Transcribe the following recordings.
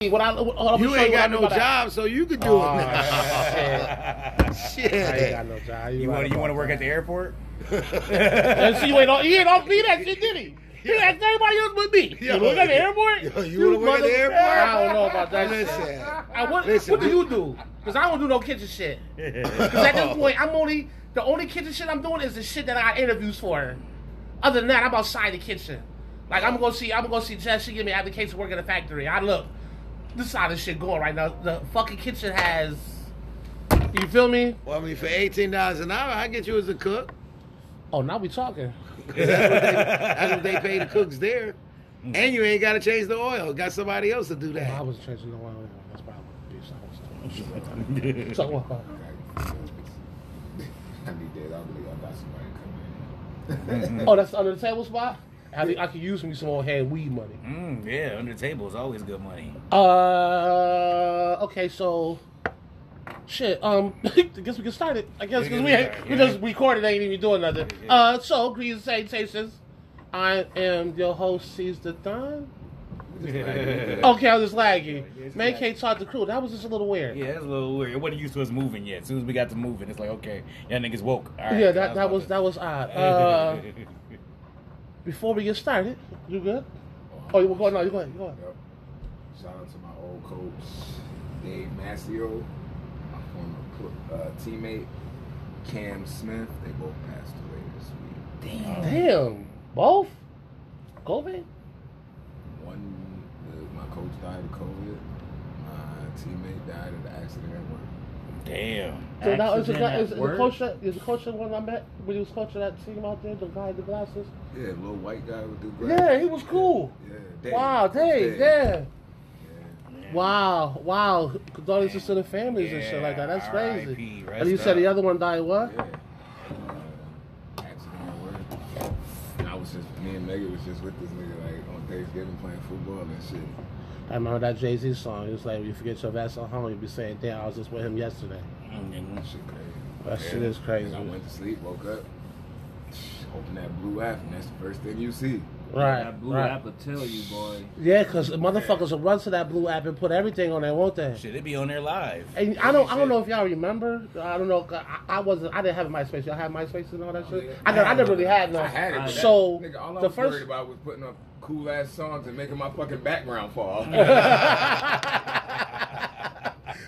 When I, hold up, You let me ain't show got you no what I mean by that. job, so you could do Oh, it. Shit. I ain't got no job. right You want you about want to work that. at the airport? And she went on. He ain't on me that shit, did he? He asked everybody else but me. Yo, you work at the yo, airport? yo, you wanna work at the mother- airport? I don't know about that shit. Listen. I, what, Listen, what do we- you do? Because I don't do no kitchen shit. Because at this point, I'm only, the only kitchen shit I'm doing is the shit that I got interviews for. Other than that, I'm outside the kitchen. Like, I'm going to see, I'm going to see Jess. She give me application to work in a factory. I look, this is how this shit going right now. The fucking kitchen has, you feel me? Well, I mean, for eighteen dollars an hour, I get you as a cook. Oh, now we talking. 'Cause That's what, they, that's what they pay the cooks there, and you ain't got to change the oil. Got somebody else to do I that. was changing the oil. anyway. That's probably what it is. I was doing. So, uh, I need that. I believe I got somebody oh, that's under the table spot? I, think I could use me some old hand weed money. Mm, yeah, under the table is always good money. Uh, okay, so shit. Um, I guess we get started. I guess because we ain't, we just recorded, ain't even doing nothing. Uh, so greetings, salutations. I am your host, Sees the Thun. yeah, Okay, I was just lagging. Man can't talk to crew. That was just a little weird. that's a little weird. It wasn't used to us moving yet. As soon as we got to moving, it's like okay, y'all niggas woke. All right, Yeah, that that was that was odd. Uh, before we get started, you good? Oh, you going? No, you going? You going? Yep. Shout out to my old coach, Dave Mascio, my former pl- uh, teammate, Cam Smith. They both passed away this week. Damn, both. COVID. One, uh, my coach died of COVID. My teammate died in an accident at work. damn. So now is the, Accident guy, at is, is the work? coach that, is the coach the one I met when he was coaching that team out there, the guy with the glasses? Yeah, little white guy with the glasses. Yeah, he was cool. Yeah, Dave. Wow, Coach Dave. Dave, yeah. Yeah. Wow, wow. Condolences to the families and shit like that. That's Yeah, crazy. R.I.P., rest And you said the up. other one died what? Yeah. Uh, accident at work. And I was just, me and Megan was just with this nigga like on Thanksgiving playing football and shit. I remember that Jay Z song. It was like, you forget your vest at home, you'll be saying, damn, I was just with him yesterday. Mm, That shit crazy. That shit is crazy. And I went to sleep, woke up, opened that blue app, and that's the first thing you see. Right, That blue right. apple tell you, boy. Yeah, because motherfuckers will run to that blue app and put everything on there, won't they? Shit, it be on there live. And I don't, I don't know if y'all remember. I don't know. 'cause I, I wasn't. I didn't have MySpace. Y'all had MySpace and all that shit. I, never- I never really had no. Oh, I had it. but that- So nigga, all I the was first. worried about was putting up cool ass songs and making my fucking background fall.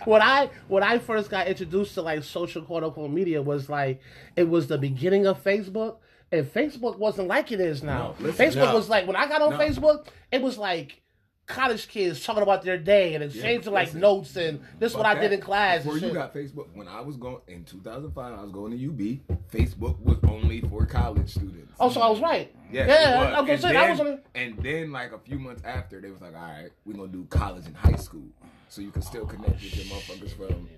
when I when I first got introduced to like social quote unquote media was like it was the beginning of Facebook and Facebook wasn't like it is now. No, listen, Facebook no. was like when I got on No. Facebook, it was like college kids talking about their day and exchanging like listen. notes and this is what Fuck I did that. in class. Before and you shit. got Facebook, when I was going in 2005, I was going to UB. Facebook was only for college students. oh, so I was right. Yes, yeah, it was. I'm gonna And say then, I was on. it. And then, like a few months after, they was like, "All right, we're gonna do college and high school, so you can still connect with your motherfuckers from."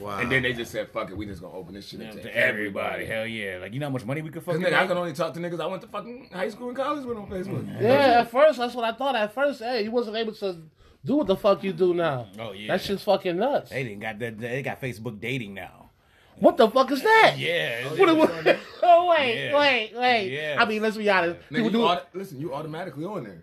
Wow. And then they just said, "Fuck it, we just gonna open this shit up To to everybody, everybody." hell yeah! Like you know how much money we could Cause fucking nigga, I make? can only talk to niggas I went to fucking high school and college with on Facebook. Yeah, at first that's what I thought. At first, hey, you wasn't able to do what the fuck you do now. Oh, yeah. that shit's fucking nuts. They didn't got that. They got Facebook dating now. What the fuck is that? Yeah, What, what, oh wait, Yeah. wait, wait. Yeah. I mean, let's be honest. People Nigga, do. you auto- listen, you automatically on there.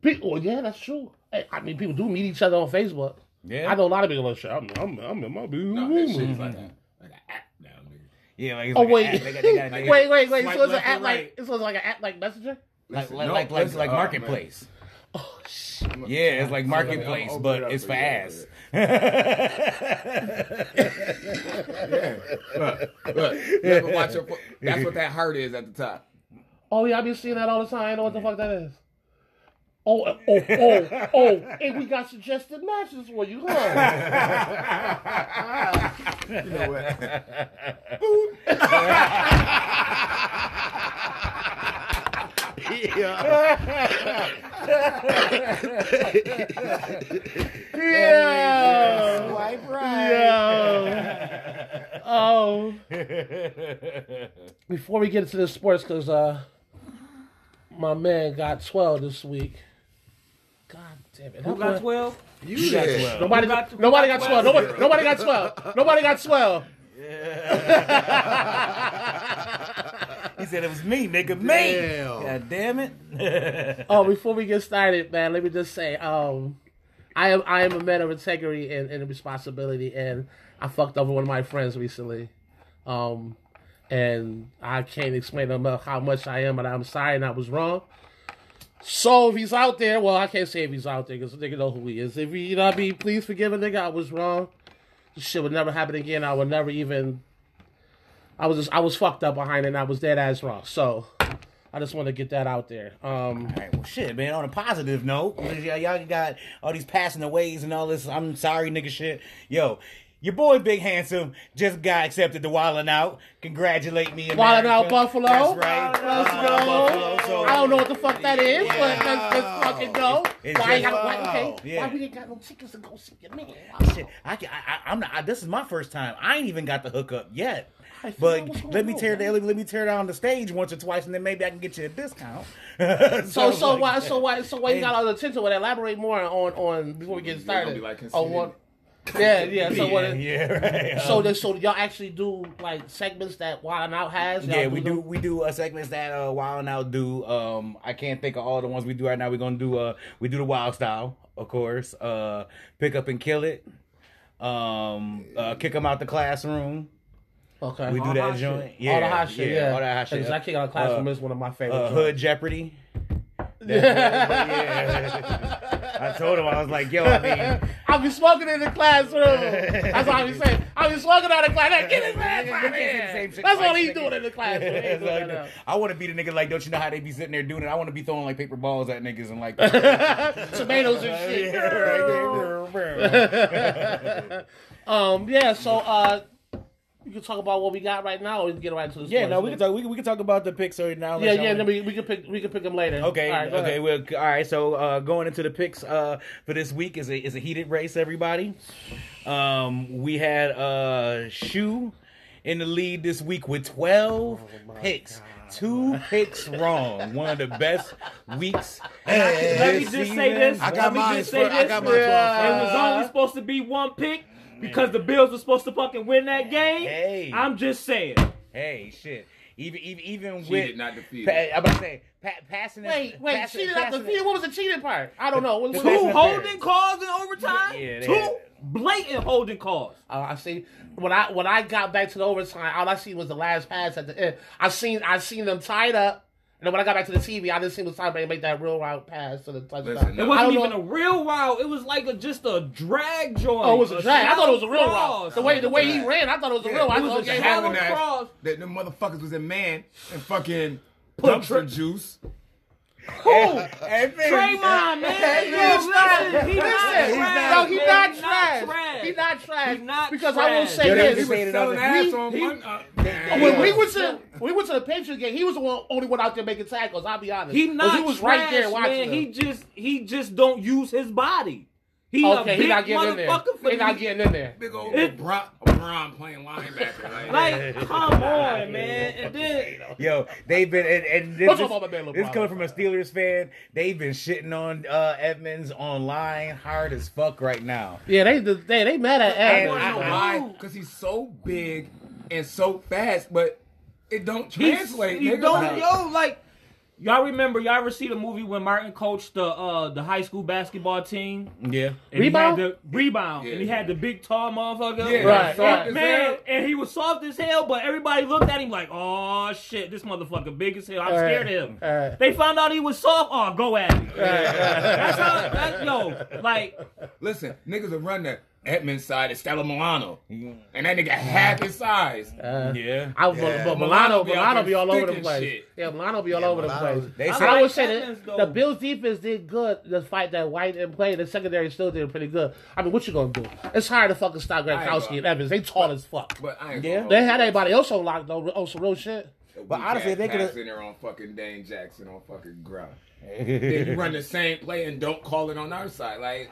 people, well, yeah, that's true. Hey, I mean, people do meet each other on Facebook. Yeah. I know a lot of people like shit. I'm, I'm, I'm in my business. Nah, that shit is like a, like an app now, nigga. yeah. Like, it's Oh like an wait, app. They got- they got- they got- wait, wait, wait. swipe So it's an left and app like right. so it's like an app like Messenger. like Listen, like no, like like, listen, like oh, man. marketplace. Oh shit. Yeah, it's like Sorry, I'ma marketplace, open it but up it's for for you. ass. Yeah, look, look, never watch your. fo- That's what that heart is at the top. Oh yeah, I be seeing that all the time. I know what the fuck that is. Oh, uh, oh, oh, oh, and we got suggested matches for you, huh? You know what? Yeah. yeah. Yeah. Oh. Before we get into the sports, because uh, my man got 12 this week. God damn it. Who got 12? You got Nobody got, nobody got 12. Nobody, nobody got 12. Nobody got 12. He said it was me, nigga, me. Damn. God damn it. Oh, before we get started, man, let me just say, um, I am I am a man of integrity and, and responsibility, and I fucked over one of my friends recently, um, and I can't explain enough how much I am, and I'm sorry, and I was wrong. So if he's out there, well, I can't say if he's out there because nigga know who he is. If he, you know what I mean, please forgive a nigga. I was wrong. This shit would never happen again. I would never even. I was just, I was fucked up behind it. and I was dead ass wrong. So I just want to get that out there. Um, All right, well, shit, man. On a positive note, y'all, y'all got all these passing aways and all this. I'm sorry, nigga, shit. Yo, your boy Big Handsome just got accepted to Wildin' Out. Congratulate me, Wildin' Out America. Buffalo. That's right. Let's Wildin' go. Out Buffalo, so- I don't know what the fuck that is, but let's, Wow. let's fucking go. It's- it's why, just- y'all- why, okay, Yeah. why we ain't got no tickets to go see your man? Shit, I, can- I, I, I'm not. I, this is my first time. I ain't even got the hookup yet. I see But what's going let me on, tear man. down. Let, me tear down the stage once or twice, and then maybe I can get you a discount. So so like why that. so why so why you And- got all the attention? Well, elaborate more on on before we get You're started. gonna be like on what? Yeah yeah. So yeah, what? yeah, right. So Um, that so y'all actually do like segments that Wild 'N Out has. Y'all yeah, we do them? we do uh, segments that uh, Wild and Out do. Um, I can't think of all the ones we do right now. We're gonna do uh, we do the Wild Style, of course. Uh, pick up and kill it. Um, uh, kick them out the classroom. Okay. We do all that hot joint. shit. Yeah, the hot shit. Yeah, all that hot shit. Because I kick out of classroom Uh, is one of my favorite. uh, joints. Hood Jeopardy. I told him I was like, yo, I mean, I be smoking in the classroom. That's all I be saying. I be smoking out of class. Like, get his ass out of here. That's all he's doing in the classroom. He ain't That's all doing he do. nothing I want to be the nigga like, don't you know how they be sitting there doing it? I want to be throwing like paper balls at niggas and like. else. Tomatoes and shit. Yeah, right um, yeah. So uh, you can talk about what we got right now, and get right to the Yeah, no, sports we can thing. talk. We can, we can talk about the picks right now. Yeah, unless y'all yeah. wanna- Then we, we can pick we can pick them later. Okay, All right, go okay. ahead. Well, all right. So uh, going into the picks uh, for this week is a is a heated race. Everybody, um, we had uh, Shu in the lead this week with twelve Oh picks. Two picks wrong. One of the best weeks. Let me just say this. I got Let me mine. just say first. this. I got mine. It Yeah. was Uh-huh. only supposed to be one pick because the Bills were supposed to fucking win that game. Hey. I'm just saying. Hey, shit. Even even even Cheated, with not defeated. pa- I'm about to say pa- passing. it- Wait, wait. passing it- Cheated out the passing it- field. What was the cheating part? I don't know. What, The what- passing Two That's holding unfair. calls in overtime. Yeah, yeah, they had two it. blatant holding calls. Uh, I see when I when I got back to the overtime, all I seen was the last pass at the end. I seen I seen them tied up, and then when I got back to the TV, I just seen the time they make that real route pass to the touchdown. Listen, It I wasn't don't even know- a real wow. It was like a, just a drag joint. Oh, it was a drag. I thought it was a real shallow route. cross. The way the way he ran, I thought it was a real. I It was thought a okay, shallow that was- cross. Cross. That them motherfuckers was in man and fucking dumpster juice. Who? Hey, man. Traymond, man. Hey, Yo, man, listen, he Listen, not trash. no, he man. not He trash. He not trash. He not because I will trash. say Yeah, they He this. was He- selling he- ass on one. Uh, damn. When we went to when we went to the Patriot game, he was the one, only one out there making tackles. I'll be honest. He 'Cause not He was trash, right there watching. man. them. He just he just don't use his body. He okay, a he big not getting in there. motherfucker for He not these- getting in there. big old It- Bron, Bron playing linebacker. Like, Like, come on, man. And then Yo, they've been and, and What's this, up, my man, this, LeBron? this coming from a Steelers fan. They've been shitting on uh, Edmonds online hard as fuck right now. Yeah, they they they mad at I Ed. want to know I- why? Because he's so big and so fast, but it don't he's, translate. he nigga. don't Like, yo like y'all remember y'all ever see the movie when Martin coached the uh the high school basketball team Yeah, and Rebound? he had the rebound and he Yeah. had the big tall motherfucker. Yeah, Right. soft Right. as Man, hell. and he was soft as hell, but everybody looked at him like, "Oh shit, this motherfucker big as hell. I'm scared of him." Alright. They found out he was soft. Oh, go at him. That's how. That, yo, like Listen, niggas will run that Edmund side is Stella Milano, and that nigga half his size. yeah. I was, but Milano, Milano be out Milano there be all over thick the and place. shit. Yeah, Milano be all over Milano- the They place. I I, like would say Evans, that though. the Bills defense did good. The fight that White and played, the secondary still did pretty good. I mean, what you gonna do? It's hard to fucking stop ain't Gronkowski gonna- and Evans. They tall as fuck. But I ain't Yeah. gonna They had anybody else on lock though. On some real shit. But honestly, honestly, they they could could've- have in there on fucking Dane Jackson on fucking ground. then you run the same play and don't call it on our side. Like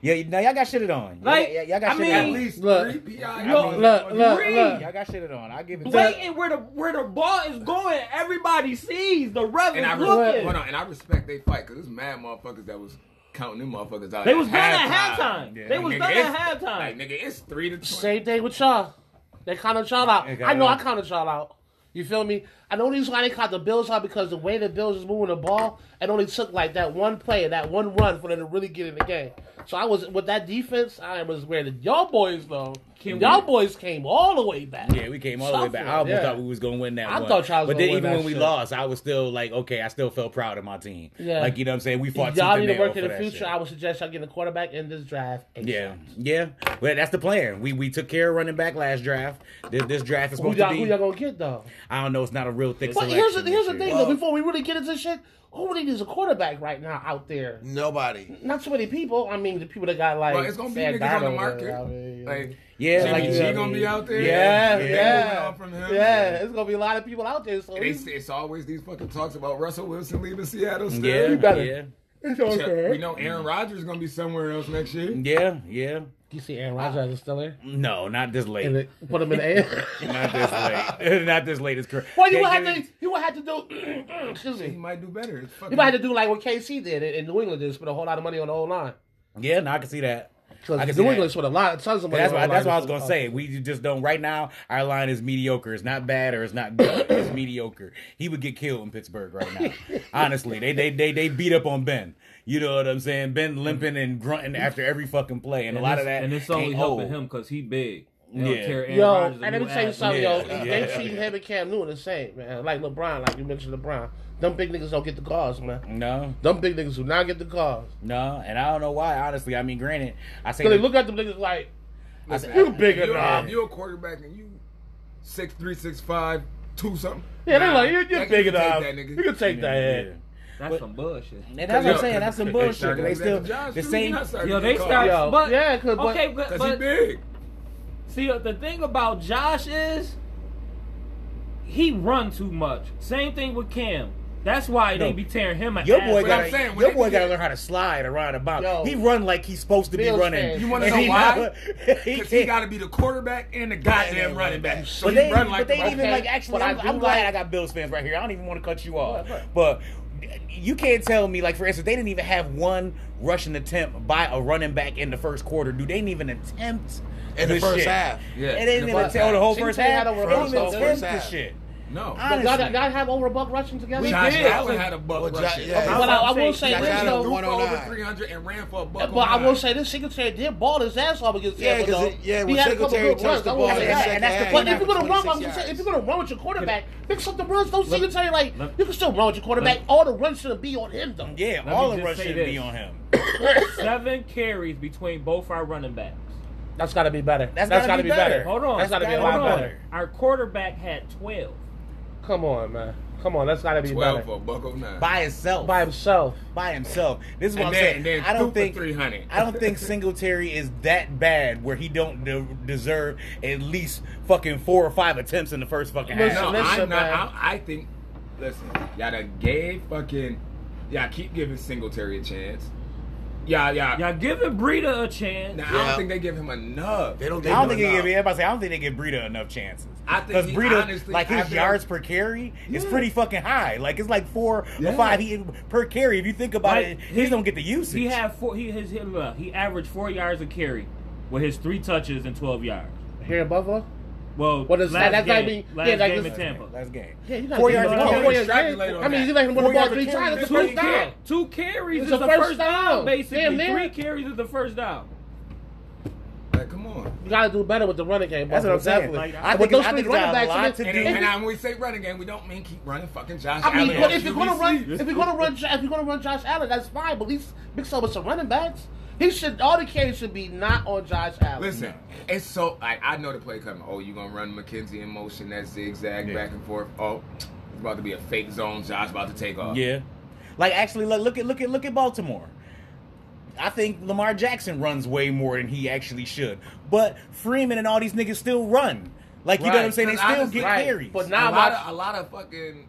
yeah. Now y'all got shitted on. Y'all, Like, y'all, y'all got I shitted mean- at on. least Look, three PI. Look, look, look, look. Y'all got shitted on. I give it. to blatant where the where the ball is going, everybody sees. The ref And I is respect, looking. hold on, and I respect they fight because there's mad motherfuckers that was counting them motherfuckers out. They at was done at halftime. Yeah. They was Nigga, done it's- at halftime. Like nigga, it's three to twenty. Same thing with y'all. They counted y'all out. They I know I counted- counted y'all out. You feel me? I know the reason why they caught the Bills out because the way the Bills is moving the ball, it only took like that one play and that one run for them to really get in the game. So I was with that defense. I was where the y'all boys though. Can y'all we- boys came all the way back. Yeah, we came all the way back. I Suffered, yeah. almost thought we was gonna win that. I one. thought y'all was but then gonna win even that when we shit. lost, I was still like, okay, I still felt proud of my team. Yeah. like you know what I'm saying. We fought. If y'all tooth need to and nail work in for the that future. shit. I would suggest y'all getting a quarterback in this draft. Yeah, yeah. Well, that's the plan. We we took care of running back last draft. This, this draft is Who supposed y'all, to who be. y'all gonna get though? I don't know. It's not a real thick But selection. here's the, here's this the year. thing Well- though. Before we really get into shit, who really needs a quarterback right now out there? Nobody. Not so many people. I mean, the people that got like. Well, it's gonna be Sam niggas on the Darnold, market. I mean, Like, Yeah, Jimmy like G gonna be out there. Yeah, They yeah, gonna win yeah, out from him. It's gonna be a lot of people out there. So And It's, it's always these fucking talks about Russell Wilson leaving Seattle. Still. Yeah, You better. yeah, it's Shit, We know Aaron Rodgers is gonna be somewhere else next year. yeah, yeah. You see, Aaron Rodgers is still there. No, not this late. Mm. And they put him in the air. Not this late. not this late. It's correct. well, you Yeah, would have give me- to. You would have to do. excuse He me. might do better. It's fucking, You might have to do like what KC did in- in New England. Did spend a whole lot of money on the whole line. Yeah, no, I can see that. I can Because see New that. England spent a lot, tons of money. That's on why. the That's line. what I was gonna say. We just don't. Right now, our line is mediocre. It's not bad or it's not good. It's mediocre. He would get killed in Pittsburgh right now. Honestly, they they they they beat up on Ben. You know what I'm saying? Ben limping and grunting after every fucking play, and, a lot of that. and it's only ain't helping old. him because he big. They'll Yeah. tear Aaron Yo, Rodgers a and let new me tell you ass. something, Yeah, yo. yeah, they yeah. treat him and Cam Newton the same, man. Like LeBron, like you mentioned LeBron. Them big niggas don't get the calls, man. No, Them big niggas do not get the calls. no, and I don't know why. Honestly, I mean, granted, I say So they that- look at them niggas like, I say- you bigger You're, than if us. you're a quarterback and you six three six five two something. Yeah, they nah, like, you're, that- you're you bigger can than take us. that, You nigga. can take that Yeah. head. That's some bullshit. And that's what I'm Yo, saying. That's some bullshit. They Exactly. still Josh the Jacobs, same. not starting Yo, to they get called. start. Yo, but, yeah, 'cause- but- okay, but, Cause he but big. see, uh, the thing about Josh is he run too much. Same thing with Cam. That's why No. they be tearing him. a Your ass. boy But got I'm saying, when your they boy got get- to learn how to slide around the bounce. Yo. he run like he's supposed to be Bills running. fans. You wanna And know he why? not- he Because he can't. got to be the quarterback and the goddamn running back. So but he they, run but like they the even Okay, like actually. but I I'm, do I'm glad like- I got Bills fans right here. I don't even want to cut you off, Right, right. but you can't tell me like for instance they didn't even have one rushing attempt by a running back in the first quarter. Do they didn't even attempt In the this first shit. half. Yeah. and they didn't The even first tell the whole half. first She had half. They over didn't even the first attempt the half. shit. No. But Honestly, y'all, y'all have Overbuck rushing together? We Josh did. Allen had a buck Well, Jo- rushing. yeah. But I, I will Y'all say got this, him Threw though. for over 109. 300 and ran for a buck. But I will 109. say this, Singletary did ball his ass off against Yeah, Tampa, 'cause though. it- yeah, He when had a couple Singletary good touched runs. the I ball won't say in the that. second And that's the half, But he if you're gonna run, I'm 26 just saying, if yards. you're gonna run with your quarterback, mix up the runs. Don't Let- Singletary like let- you can still run with your quarterback. let- All the runs shouldn't be on him though. yeah, me all the just rush say should this. be on him. seven carries between both our running backs. That's gotta be better. That's That's gotta gotta be be better. better. Hold on, That's gotta be a hold lot on. better. Our quarterback had twelve. Come on, man. Come on, that's gotta be 12 better. for a buck 09. By himself. By himself. by himself. This is what And I'm then- saying. and then I two don't for think 300. I don't think Singletary is that bad where he don't de- deserve at least fucking four or five attempts in the first fucking half. No, Listen, I'm not. man. I'm, I think. Listen, y'all done gave fucking. Y'all keep giving Singletary a chance. Y'all, y'all. Y'all giving Breida a chance. now, I Yeah. don't think they give him enough. They don't. I They know don't think they give enough. everybody say I don't think they give Breida enough chances. I think Because he Breida, honestly- like his I've been- yards per carry is Yeah. pretty fucking high. Like it's like four or Yeah. five he, per carry. If you think about Like, it, he, don't get the usage. He had four. He his, his look, he averaged four yards a carry with his three touches and twelve yards. Here in Buffalo? Well, What is that- last that's game, not even- last yeah, like game in this- Tampa. last game. Yeah, you gotta Four give yards him a the carry. ball. He's carry. extrapolating on I mean, that. you let him win the Four ball yards three a carry. times. That's Two, the first ca- down. two carries It's is a the first first down, down. basically. Damn near. Three carries is the first down. Like, come on. You gotta do better with the running game. That's what I'm Buffalo, saying. definitely. Like, I But think- those I three think running got a backs, lot I mean, to And, do. and, I, when we say run again, we don't mean keep running fucking Josh I mean, Allen. but off if you're gonna QVC. run, if you're gonna run, if you're gonna run Josh Allen, that's fine. But at least mix up with some running backs. He should all the carries should be not on Josh Allen. Listen, it's so like I know the play coming. Oh, you gonna run McKenzie in motion, that zigzag Yeah. back and forth. Oh, it's about to be a fake zone. Josh about to take off. Yeah. Like actually look, look at look at look at Baltimore. I think Lamar Jackson runs way more than he actually should. But Freeman and all these niggas still run. Like you know what I'm Right. saying? They still Because honestly- get Right. carries. But A now lot, watch- of, a lot of fucking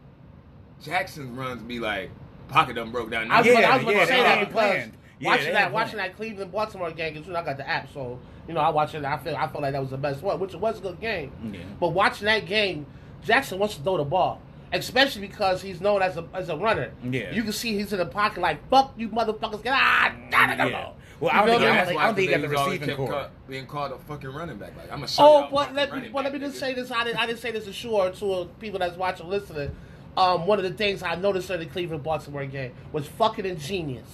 Jackson runs be like pocket done broke down. I was, Yeah, gonna, I was gonna yeah, say they that ain't because planned. Yeah, they watching ain't that watching planned. that Cleveland Baltimore game because you know I got the app, so you know I watched it. I feel I felt like that was the best one, which it was a good game. Yeah. But watching that game, Jackson wants to throw the ball, especially because he's known as a as a runner. Yeah. you can see he's in the pocket like fuck you motherfuckers get ah damn it, Yeah. come on." Well, I You don't feel think- me? I don't think he got the receiving Because always kept core. cut- being called a fucking running back. Like I'm a show. Oh, y'all but fucking let me running but let back, me just nigga. say this. I didn't I didn't say this to sure to people that's watching listening. um, one of the things I noticed in the Cleveland Baltimore game was fucking ingenious.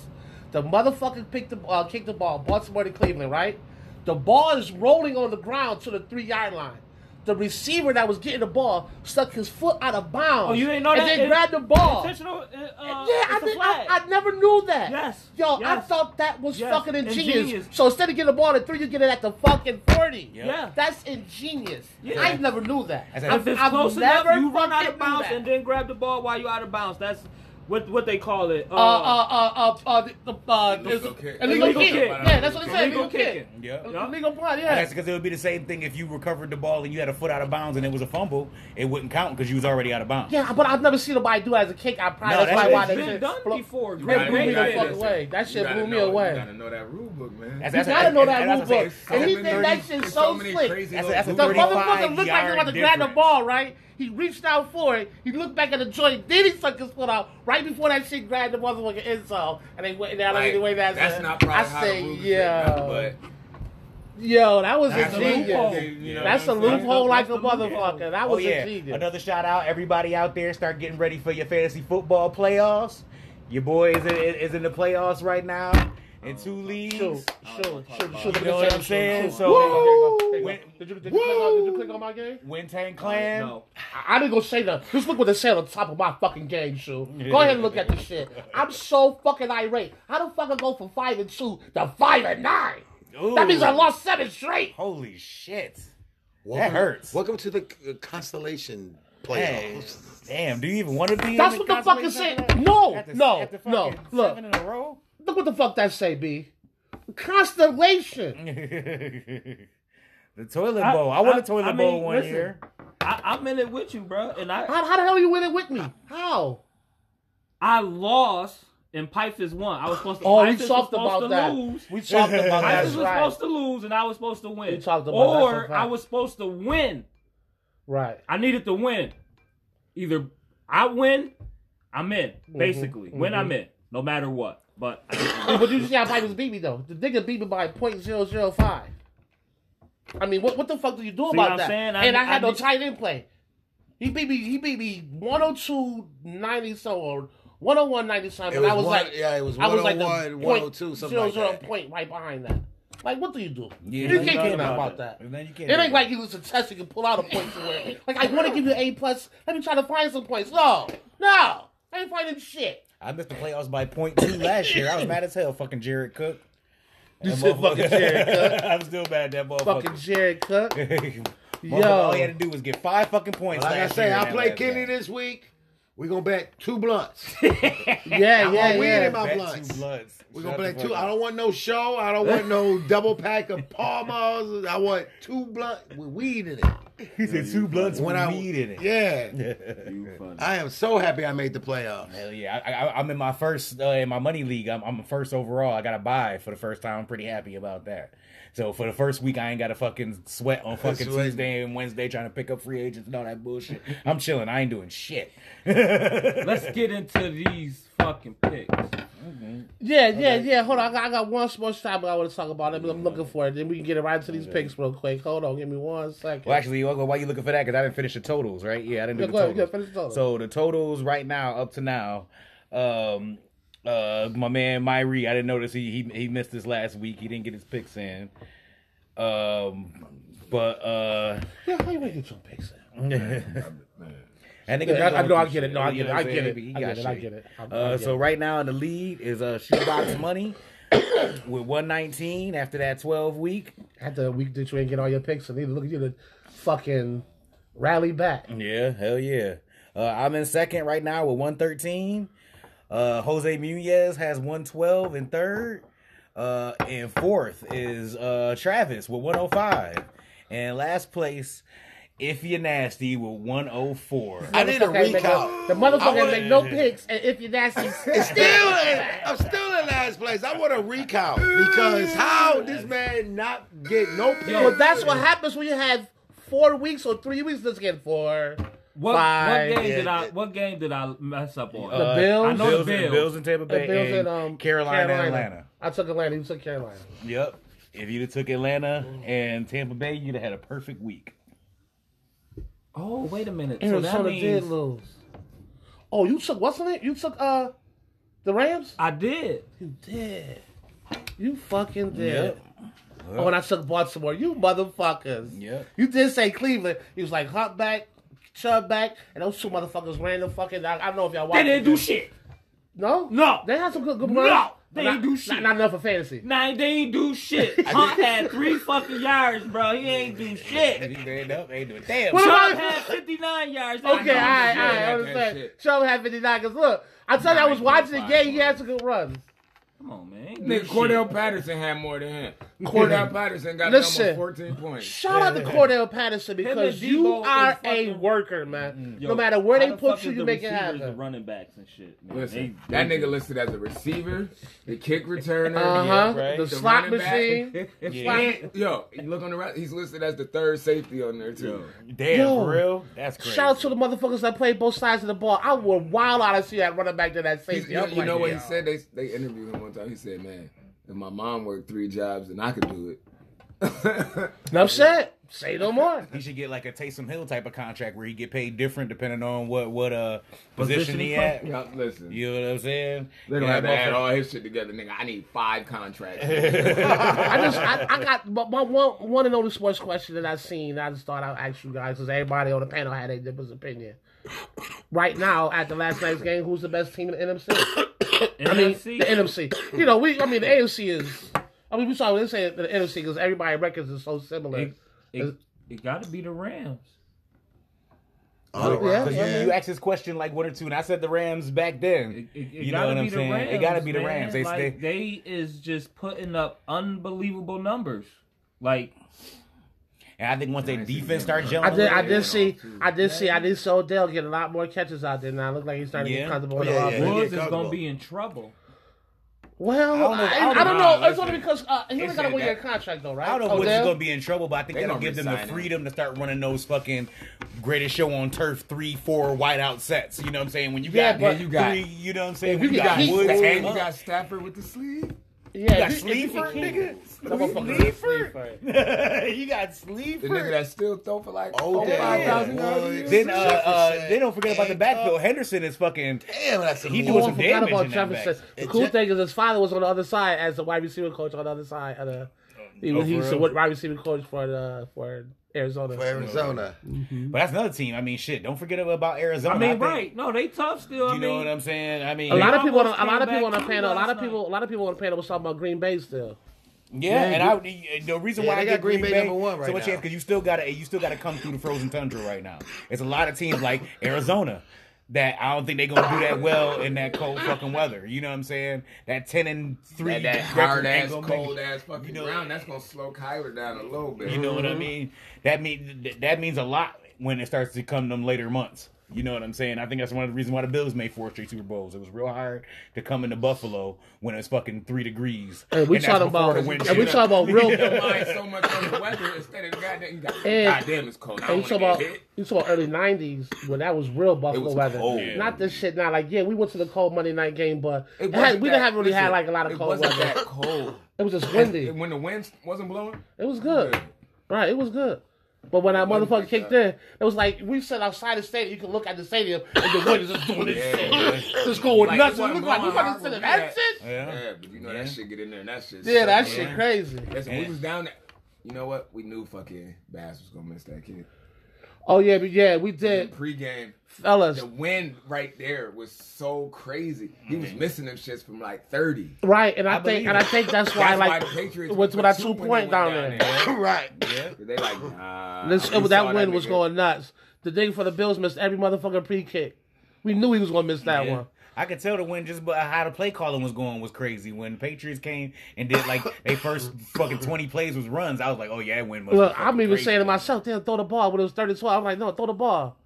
The motherfucker picked the uh, kicked the ball, Baltimore to Cleveland, right? The ball is rolling on the ground to the three yard line. The receiver that was getting the ball stuck his foot out of bounds. Oh, you didn't know and that? then It- grabbed the ball. Intentional. Uh, uh, Oh. yeah, I, it's a did, I, flag. I never knew that. Yes, Yo, I yes. thought that was Yes, fucking ingenious. ingenious. So instead of getting the ball at three, you get it at the fucking 40. Yeah. That's ingenious. Yeah. I never knew that. As I've, a- If it's I've close never enough, you run out fucking of knew bounds that. and then grab the ball while you're out of bounds. That's what what they call it. uh, Uh, uh, uh, uh, uh, the- the- uh, Illegal there's- kick. illegal Illegal kick. kick. Yeah, that's what it said. illegal Illegal kick. kicking. Yeah. Yeah. Illegal punt, That's yeah. because it would be the same thing if you recovered the ball and you had a foot out of bounds and it was a fumble. It wouldn't count because you was already out of bounds. Yeah, but I've never seen nobody do it as a kick. I probably No, that's that's why what why it's that been shit done blew- before. You Great gotta- blew you me the gotta- fuck away. That you shit gotta blew me know- away. You gotta know that rule book, man. That's- You that's- gotta know that that's- rule that's what I'm book. saying. And he Seven did that thirty- shit There's so many slick. crazy That's a- little that's a The 35 loopholes. motherfucker looked like he was about to yard grab the difference. ball, right? He reached out for it. He looked back at the joint. Then he stuck his foot out right before that shit grabbed the motherfucking insole. And they went down Like, the way that's that's not probably I how say, the rules is yeah. written, but Yo, that was that's a what a it loophole. genius. is, you know That's a what I'm saying? loophole like That's a the loophole. motherfucker. That Oh was yeah! a genius. Another shout out, everybody out there. Start getting ready for your fantasy football playoffs. Your boy is in, is in the playoffs right now in two leagues. Shoot, shoot, shoot, shoot. You know what I'm saying? So- Woo! Did you, did, you click on, did you click on my game? Wintang Clan. No. I, I didn't go say that. Just look what they said on top of my fucking game, shoe. Go ahead and look at this shit. I'm so fucking irate. How the fuck I go from five and two to five and nine? That means I Ooh. lost seven straight. Holy shit! Welcome- hurts. Welcome to the uh, constellation Hey, playoffs. damn! Do you even want to be? That's in what the fuck it consolation said. tournament? No, After- no, after no. fucking Look. seven in a row. Look what the fuck that say, B. Constellation. the toilet I- bowl. I, won I- a toilet I mean, bowl one listen. year. I, I'm in it with you, bro. And I How, how the hell you win it with me? How? I lost and Pifus won. I was supposed to. Oh, we Pifus was talked supposed about to that. Lose. We talked about I that. was That's right. supposed to lose and I was supposed to win. We talked about that, that's or a fact. I was supposed to win. Right. I needed to win. Either I win, I'm in. Mm-hmm. Basically, win, I'm in. No matter what. But I didn't win. But you see how Pipers beat me though. The nigga beat me by .005. I mean, what what the fuck do you do about what I'm that? saying? I- and I had I no need- tight end play. He beat me. He beat me 102 90 so or 101 90 something. It And I was was one- like, yeah, it was I was like the 101, point 102, something like zero that. point right behind that. Like, what do you do? you Yeah, you can't thought get about about that. that. No, you can't it do ain't that. like you was a test. You can pull out a point somewhere. like I want to give you a plus. Let me try to find some points. No, no, I ain't finding shit. I missed the playoffs by point two last year. I was mad as hell, fucking Jared Cook. You That said motherfucker- fucking Jared Cook. I'm still mad at that Fucking motherfucker. Jared Cook. Motherfucker, All he had to do was get five fucking points. Like I last say, year in I that play last Kenny game. this week. We're gonna bet two blunts. Yeah, I'm yeah, gonna win yeah. him out. Bet blunts. two bloods. We're gonna Shut play the two. fuck I up. don't want no show. I don't want no double pack of Pall Malls. I want two blunt with weed in it. He said two bloods When when I I needed it. Yeah, You funny. I am so happy I made the playoffs. Hell yeah! I, I, I'm in my first uh, in my money league. I'm, I'm first overall. I got a buy for the first time. I'm pretty happy about that. So for the first week, I ain't got to fucking sweat on fucking Sweat. Tuesday and Wednesday trying to pick up free agents and all that bullshit. I'm chilling. I ain't doing shit. Let's get into these fucking picks. Yeah, yeah, yeah. Hold on, I got, I got one more topic I want to talk about. I'm, I'm looking for it. Then we can get it right into these picks real quick. Hold on, give me one second. Well, actually, why why you looking for that? Because I didn't finish the totals, right? Yeah, I didn't do Yeah, the go ahead, totals. yeah, finish the totals. So the totals right now, up to now, um, uh, my man Myrie, I didn't notice he, he he missed this last week. He didn't get his picks in. Um, but uh, yeah, how you gonna get your picks? in? I, think Yeah, I- I know, I get it. No, I get it. I get it. I get it. I get it. I- I Uh, get so it. right now in the lead is uh, Shoebox Money with one nineteen after that twelve week. After a week that you ain't get all your picks, and need to look at you to fucking rally back. Yeah, hell yeah. Uh, I'm in second right now with 113. Uh, Jose Munez has 112 in third. Uh, and fourth is uh, Travis with 105. And last place, If You're Nasty with 104. I did a Motherfucker ain't make no- recount. The I motherfucker wanna- ain't make no picks, and if you're nasty, It's still, in, I'm still in last place. I want a recount because how this man not get no picks? well, that's what happens when you have four weeks or three weeks. Let's get four. What, Five. what game did I? Yeah. What game did I mess up on? Uh, The Bills. I know the Bills, and- Bills. Bills and Tampa The Bay. Bills and, and um, Carolina, and Atlanta. I took Atlanta. You took Carolina. Yep. If you'd have took Atlanta and Tampa Bay, you'd have had a perfect week. Oh, wait a minute. So that Arizona did means lose. Oh, you took what's in it? You took uh the Rams? I did. You did. You fucking did. Oh, and I took Baltimore. You motherfuckers. Yep. You did say Cleveland. He was like Humpback, Chubback, and those two motherfuckers ran the fucking. I, I don't know if y'all watched. They didn't do it. shit. No, No. They had some good, good No. runs. They Not- didn't do not- shit. Not enough for fantasy. Nah, they ain't do shit. Hunt had three fucking yards, bro. He ain't do shit. They ain't, up, they ain't doing damn. What Chubb about- had 59 yards. They ain't Okay, all do right, shit. all right, I that understand. shit. Chubb had 59, because look, I tell you, I was watching the 9.5 game, he had some good runs. Come on, man. Nigga, Cordell Patterson had more than him. Cordell Patterson got Listen. almost 14 points. Shout out to Cordell Patterson because and you Debo are is a fucking- worker, man. Yo, no matter where how they the put fuck you, is you the make it receivers, The happen. running backs and shit. Man. Listen, They- that they- nigga listed as a receiver, the kick returner, Uh huh. Yeah, right. The The slot running back. machine. Yeah. And, yo, you look on the right. He's listed as the third safety on there too. Damn, Yo. for real? That's crazy. Shout out to the motherfuckers that played both sides of the ball. I were wild out to see that running back to that He's- safety. you, I'm you like, know what he yo. said? They they interviewed him one time. He said, "Man, if my mom worked three jobs, then I could do it." Enough said. Say no more. He should get like a Taysom Hill type of contract where he get paid different depending on what what uh Position position he he play. at. Y'all, listen, You know what I'm saying? they're gonna Yeah, have to add motherfucker- all his shit together, nigga. I need five contracts. I just, I, I got my, my one, one and only sports question that I seen. I just thought I'd ask you guys because everybody on the panel had a different opinion. Right now, at the last night's game, who's the best team in the NFC? I mean, NFC? the NFC. You know, we. I mean, the AFC is. I mean, we saw this say the NFC because everybody records is so similar. It, it, it gotta be the Rams. All Yeah. around. Because Oh, you, you asked this question like one or two, and I said the Rams back then. It, it, it you know gotta what be I'm the saying? Rams, it got to be the man. Rams. They, like, they, they is just putting up unbelievable numbers. Like and I think once their defense see starts gelling, I did. a I little did bit- see. I did see. I did see Odell get a lot more catches out there. Now it looked like he's starting to Yeah. get comfortable. Oh, with the yeah, yeah. offense. Woods get is gonna comfortable. be in trouble. Well, I don't know. I, I don't don't know. know. It's only because uh, he only got a said one year that- contract though, right? I don't know what's Odell? going to be in trouble, but I think They that'll gonna give them the resign him. freedom to start running those fucking greatest show on turf three, four whiteout sets. You know what I'm saying? When you Yeah, got, but- three, you, got you know what I'm saying? you When you got got, Heat, Woods, that's- and uh, you got Stafford with the sleeve. Yeah, you got if you- if you Sleeper, can- nigga. That motherfucker Sleeper. you got The nigga Sleeper. that still throw for like Oh, oh, five thousand dollars. a year. yeah. Then uh, uh, Jefferson. they don't forget about the Ain't backfield. Henderson is fucking. Damn, that's a He Oh, doing I some forgot damage about in that back. Jefferson. The It cool ju- thing is his father was on the other side as the wide receiver coach on the other side. Of the, he Oh, was for he's the real? wide receiver coach for the, for Arizona. For Arizona. But that's another team. I mean, shit. Don't forget about Arizona. I mean, think- right? No, they tough still. I You know mean, what I'm saying? I mean, a lot of They people, on, almost a lot of came people on the back two panel, a lot of last people, a lot of people on the panel was talking about Green Bay still. Yeah, and I the- the reason Yeah, why they I got got Green Green Bay number one right so much now. chance because you still got to you still got to come through the frozen tundra right now. It's a lot of teams like Arizona that I don't think they're gonna do that well in that cold fucking weather. You know what I'm saying? That ten and three That, that record hard ain't ass, gonna make it. cold ass fucking You know- ground. That's gonna slow Kyler down a little bit. You know Mm-hmm. what I mean? That mean th- that means a lot when it starts to come them later months. You know what I'm saying? I think that's one of the reasons why the Bills made four straight Super Bowls. It was real hard to come into Buffalo when it's fucking three degrees. And we that's talking before about, the wind and we chill. talking about real, Your and mind so much on the weather instead of goddamn. You got, And- goddamn, it's cold. I you don't talking want about, to get hit. you talking about early '90s when that was real Buffalo was weather. cold. Not this shit. Not like yeah, we went to the cold Monday night game, but It it wasn't had, we that- didn't have really had listen, like a lot of it cold wasn't weather. that cold. It was just And- windy. and when the wind wasn't blowing, It was good. Right, it was good. But when that wasn't motherfucker like kicked that. in, it was like we sat outside the stadium. You could look at the stadium, and the wind is just doing this Yeah, shit, yeah. just going Like, nuts. it It wasn't looked like we blowing fucking hard. sitting We that had- shit. Yeah. yeah, but you know Yeah. that shit get in there and that shit. Yeah, that sucked, shit man. crazy. Listen, we Yeah. was down there. You know what? We knew fucking Bass was gonna miss that kid. Oh yeah, but yeah, we In did, pregame, fellas. the wind right there was so crazy. He Mm-hmm. was missing them shits from like thirty. Right, and I, I think, believe and I it. think that's why, That's why like, the Patriots with with put our two two when they point went down down there, there. right. They like nah. this, We saw that wind was nigga. going nuts. The thing for the Bills missed every motherfucking pre kick. We knew he was gonna miss that Yeah. one. I could tell the when just by how the play calling was going was crazy. When Patriots came and did like they first fucking twenty plays was runs, I was like, oh yeah, that win was. Look, I'm even saying to myself, "Damn, throw the ball." When it was third and twelve, I'm like, "No, throw the ball."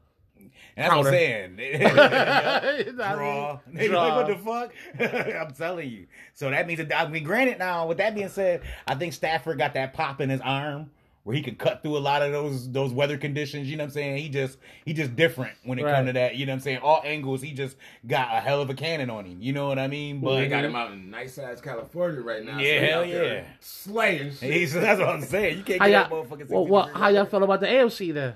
And that's what I'm saying. You know what I mean? Draw. They Like, what the fuck? I'm telling you. So that means, that, I mean, granted, now with that being said, I think Stafford got that pop in his arm where he could cut through a lot of those those weather conditions. You know what I'm saying? He just he just different when it Right. comes to that. You know what I'm saying? All angles, he just got a hell of a cannon on him. You know what I mean? But They got him out in nice ass California right now. Yeah, they hell out there yeah. Slaying shit. He's, that's what I'm saying. You can't How get y'all, that motherfucking. well, well, how y'all feel about the AFC then?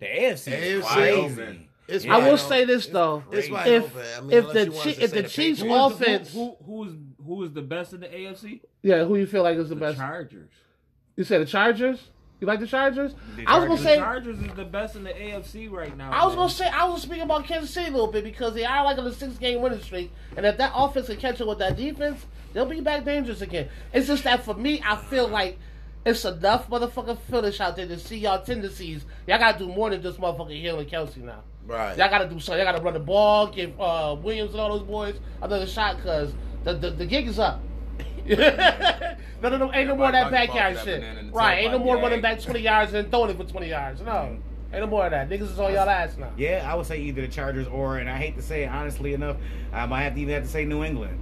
The AFC, AFC. is Wide crazy. open. It's I wide will open. say this though: It's wide if open. I mean, if unless the you want us Chi- to if say the the Chiefs Patriots. Who is the- offense, Who, who, who is who is the best in the AFC? yeah, who you feel like is the The best? Chargers. You said the Chargers. You like the Chargers? I was gonna The say. Chargers is the best in the AFC right now. I was man. gonna say I was speaking about Kansas City a little bit because they are like on a six-game winning streak, and if that offense can catch up with that defense, they'll be back dangerous again. It's just that for me, I feel like it's enough motherfucking finish out there to see y'all tendencies. Y'all gotta do more than just motherfucking Hill and Kelsey now. Right. Y'all gotta do something. Y'all gotta run the ball, give uh, Williams and all those boys another shot because the, the the gig is up. no, no, no, ain't no more of that Everybody talking backyard about shit. that banana in the Right, ain't no tailpipe, more yeah. running back 20 yards and throwing it for 20 yards. No, ain't no more of that. Niggas is on y'all ass now. Yeah, I would say either the Chargers or, and I hate to say it, honestly enough, I might have to even have to say New England.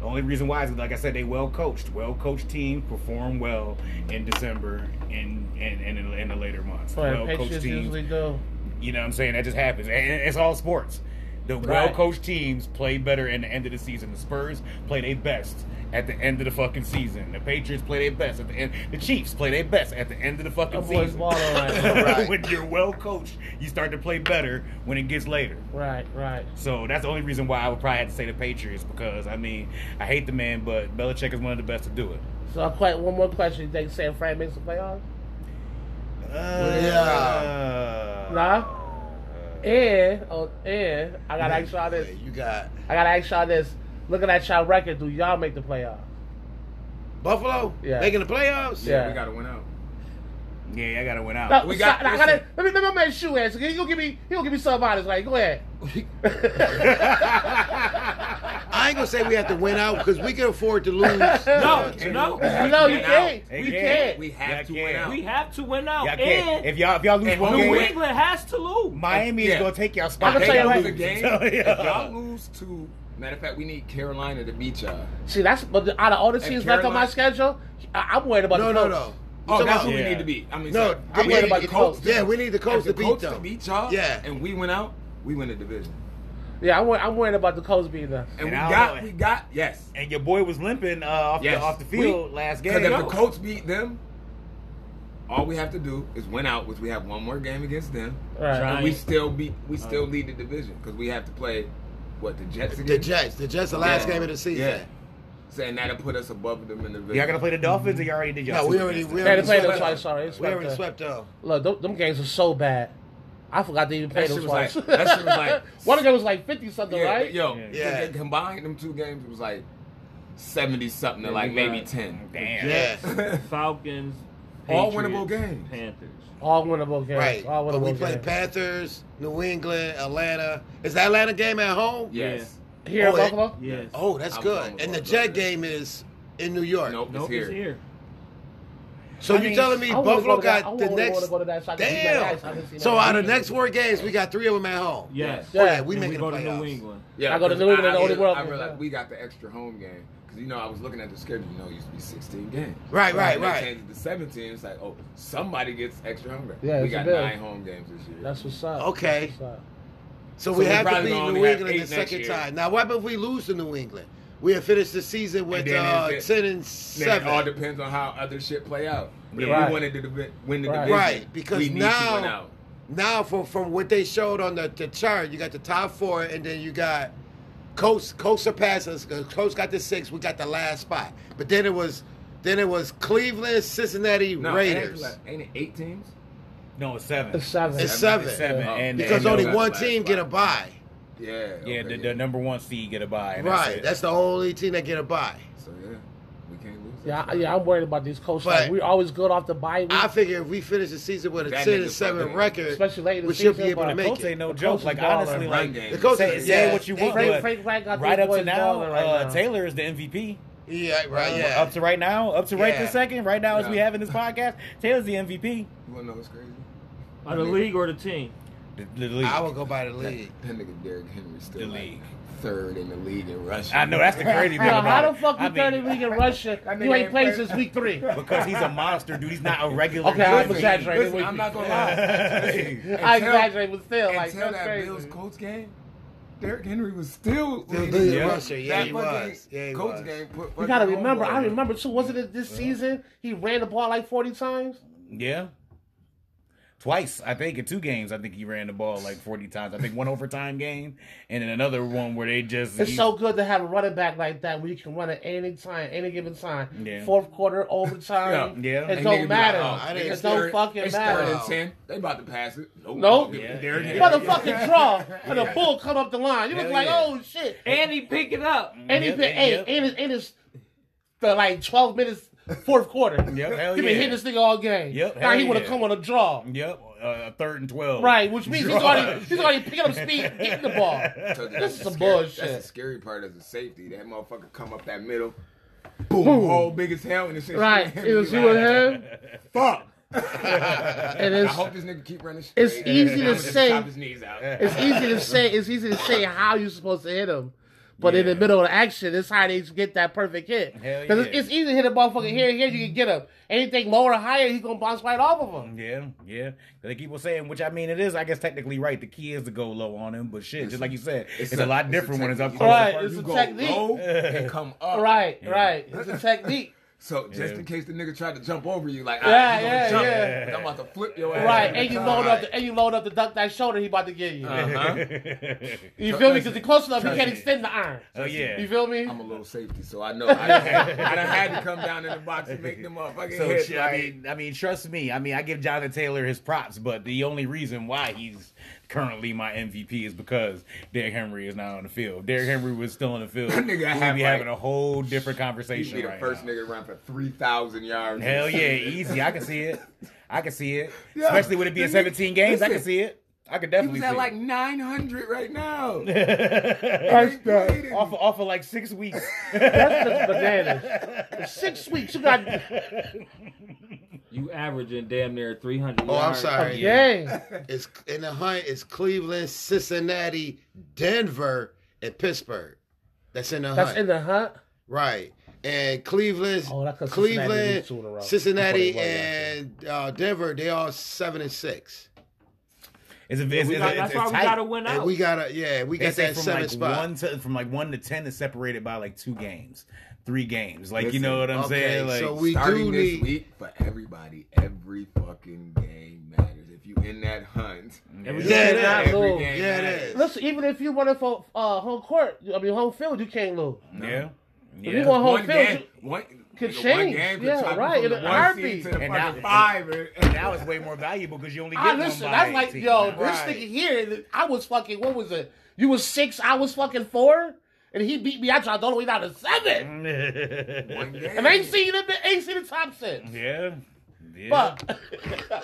The only reason why is, like I said, they well coached. Well coached team perform well in December and and, and in, in the later months. Right, well Patriots usually do. you know what I'm saying? That just happens. And it's all sports. The well coached teams play better in the end of the season. The Spurs play their best at the end of the fucking season. The Patriots play their best at the end. The Chiefs play their best at the end of the fucking Them boys season. ball all right. Right. when you're well coached, you start to play better when it gets later. Right, right. So that's the only reason why I would probably have to say the Patriots because I mean I hate the man, but Belichick is one of the best to do it. So, I'll quite one more question. You think San Fran makes the playoffs? Uh, Nah. And, oh, and I gotta ask y'all this. You got I gotta ask y'all this. Looking at y'all record, do y'all make the playoffs? Buffalo Yeah. making the playoffs. Yeah. we gotta win out. Yeah, I gotta win out. No, We we got- got. I gotta, let me let my man shoot answer. He gonna give me. He gonna give me some honest. Like, go ahead. I ain't gonna say we have to win out because we can afford to lose. No, to- Oh. no, no, you Win can't. They You can't. can't. We have to Yeah, win yeah. out. we have to win out. Y'all can't. and If y'all if y'all lose And one who New win? game, England has to lose. Miami Yeah. is gonna take y'all spot. I'm They tell you lose right- a game. So, yeah. If y'all lose two, matter of fact, we need Carolina to beat y'all. See, that's but the- out of all the Hey, teams left on Carolina- my schedule, I, I'm worried about no, the no, coach. no. Oh, Come that's on. who we Yeah. need to beat. I mean, No, sorry. I'm we worried need- about the Colts. Yeah, we need the If Colts to the beat Colts to them. beat y'all, Yeah. and we went out, we win the division. Yeah, I'm, wor- I'm worried about the coach being there. And, And we I don't got, know. we got, yes. and your boy was limping uh, off Yes. the off the We- field last game. Because if the No. Colts beat them, all we have to do is win out, which we have one more game against them, Right. and we still beat, we still lead the division because we have to play what the Jets again. The Jets. The Jets. The last Yeah. game of the season. Yeah. Saying that'll put us above them in the division. y'all gonna play the Dolphins, or you already did y'all. No, we already we They had already to play them swept twice. them. Sorry, they We swept already them. swept them. Look, them, them games are so bad. I forgot they even played shit them was like- twice. that shit was like- one of them was like fifty something, yeah, right? Yo, Yeah. Yeah. they combined them two games, it was like seventy something to like we maybe got- ten. Damn. Yeah. Falcons, All Patriots, winnable games. Panthers. All winnable games. Right. All winnable But we games. play Panthers, New England, Atlanta. Is the Atlanta game at home? Yes. here in Oh, it- Buffalo. Yes. Oh, that's I'm going good. with And the Buffalo. Jet game is in New York. Nope, nope, it's here. it's here. So I you mean, telling me I wanna go Buffalo to that- I got wanna- the wanna next? go to that so I can see that Damn. ice. I can see So that out ice. of the next four games, we got three of them at home. Yes. Yeah. Oh, yeah, we And making go the to New playoffs. England. Yeah, I go to 'cause New England I- and I only real- World I Cup. realized we got the extra home game because you know I was looking at the schedule. You know, it used to be sixteen games. Right, right, And they right. Changed it to seventeen. It's like, oh, somebody gets extra home games. Yeah, we it's a got bill. nine home games this year. That's what's up. Okay. That's what's up. So, So we we have to probably beat gonna New only have England eight the next second year. time. Now, what if we lose to New England? We have finished the season with And then uh, it's it. ten Then and it all seven. depends on how other shit play out. But if Right. we wanted to divi- win the Right. division, Right, because we need to win now- out. Now, from from what they showed on the, the chart, you got the top four, and then you got Coast Coast surpassed us. Uh, Coast got the six. We got the last spot. But then it was then it was Cleveland, Cincinnati, No, it ain't Raiders. like- Ain't it eight teams? No, it's seven. It's seven. It's seven. It's seven. Oh. And, Because and only those- that's one the last team get a spot. bye. Yeah. Yeah, okay, the, the number one seed get a buy. Right. That's the only team that get a bye. So yeah, we can't lose. Yeah, I- That's yeah, I'm worried about these coaches. But- Like, we're always good off the bye week. I figure if we finish the season with a That ten nigga and seven fucking- record, Especially late in the we should be season, able to but- The make coach ain't it. no The joke. coach Like is balling. honestly, Run like game. The coach say, is say yeah, what you they- want, Frank- but Frank Wright got right these up to boys now, balling right uh, now. Taylor is the MVP. Yeah, right. Yeah. Uh, Up to right now, up to right Yeah. this second, right now as we Yeah. have in this podcast, Taylor's the MVP. it. You wanna know what's crazy? Or the league or the team. The, the league. I I, would go by the league. That nigga Derrick Henry still The like league. third in the league in rushing. know that's the crazy thing Yo, about how it. the fuck you I mean, 30 week in Russia? nigga You ain't ain't played played. since week three. Because he's a monster, dude. He's not a regular. Okay, I guy. exaggerate. Listen, I'm not gonna lie. Listen, I until- exaggerate, but still, like, until that's that crazy. Bills Colts game, Derrick Henry was still Still leading. leading Yeah. rusher. Yeah, that he fucking was. Yeah, he Colts was. game. Put You fucking gotta remember, homeboy I in. remember too, wasn't it this season he ran the ball like 40 times? Yeah. twice, I think, in two games. I think he ran the ball like 40 times. I think one overtime game and then another one where they just. It's he- so good to have a running back like that where you can run at any time, any given time. Yeah. Fourth quarter, overtime. Yeah, yeah. It And nigga be don't like, matter. oh, I didn't- it don't third- fucking it's third matter. and ten. They about to pass it. Nope. Nope. Yeah. Yeah. There it is. Motherfucking draw and a bull come up the line. You Hell look like, yeah. oh shit. And he pick it up. And he Yep, been hey, yep. and it's and it's the like twelve minutes fourth quarter. Yep, hell he been yeah. hitting this nigga all game. Yep, now hell he wanna yeah. come on a draw. Yep, uh, third and 12. Right, which means he's Draw. already he's already picking up speed, getting the ball. So This is the some scary- bullshit. That's the scary part as a safety. That motherfucker come up that middle, boom, hole big as hell, and it's Right. It was you and him. Fuck. And I it's hope this nigga keep running straight. it's easy to I'ma just say- chop his knees out. it's easy to say it's easy to say how you're supposed to hit him. But in the Yeah. middle of the action, it's how they get that perfect hit. Hell Because yeah. it's, easy to hit a motherfucker here, here you can get him. Anything lower or higher, he's gonna bounce right off of him. Yeah, yeah. They keep on saying, which I mean, it is. I guess technically right. The key is to go low on him, but shit, just like you said, it's, a, lot different when it's up technique. close. Right. You it's a go technique. low and come up. Right, right. It's a technique. So just Yeah. in case the nigga tried to jump over you, like, Yeah, yeah, yeah, yeah, jump, yeah. but I'm about to flip your ass. Right, and you load up, Alright. the, and you load up to duck that shoulder he about to give you. Uh, Uh-huh. You feel me? Because he's close enough, he can't extend the iron. Oh yeah. You feel me? I'm a little safety, so I know. I done had, I done had to come down in the box and make them motherfucking So hit. shit, like, I mean, I mean, trust me. I mean, I give Jonathan Taylor his props, but the only reason why he's currently my MVP is because Derrick Henry is not on the field. If Derrick Henry was still on the field. That nigga we'd be have, like- having a whole different he'd conversation be the right first now. nigga run for three thousand yards. Hell yeah, easy. I can see it. I can see it. Yeah. Especially with it being Nigga, 17 games, I can listen. see it. I could He definitely see was at it. like 900 right now. off, That's of- off of like six weeks. That's just bananas. For Six weeks, you got You averaging damn near 300 Oh, I'm yards. sorry. yeah. It's in the hunt. It's Cleveland, Cincinnati, Denver, and Pittsburgh. That's in the That's hunt. in the hunt. right. And Cleveland, Oh, that's 'cause Cincinnati Cleveland, lose two in a row. Cincinnati, Before they won and uh, Denver. They all seven and six. It's a, it's, We it's, got- it's, that's it's why we tight. got to win And out. we gotta, yeah, we They got say that from seven like spot. one to from like one to ten is separated by like two games, three games. Like you Listen, know what I'm okay, saying? Like so we do Starting this need. week for everybody, every fucking game matters. If you in that hunt, Every Yeah, it cannot is. lose. game Yeah, it matters. is. Listen, even if you running for uh, home court, I mean home field, you can't lose. yeah, If yeah. you want home One field, game, you- one, could nigga, one change. game could Yeah, chop you right, from in the a one heartbeat. seed to the And fucking now- five. and- now it's way more valuable because you only get I one Ah, listen. by That's like team. yo, Right. this nigga here. I was fucking. What was it? You was six. I was fucking four, and he beat me. I dropped all the way down to Mm. seven, One game. and I ain't seen him. Ain't seen the top since. yeah, yeah. Fuck.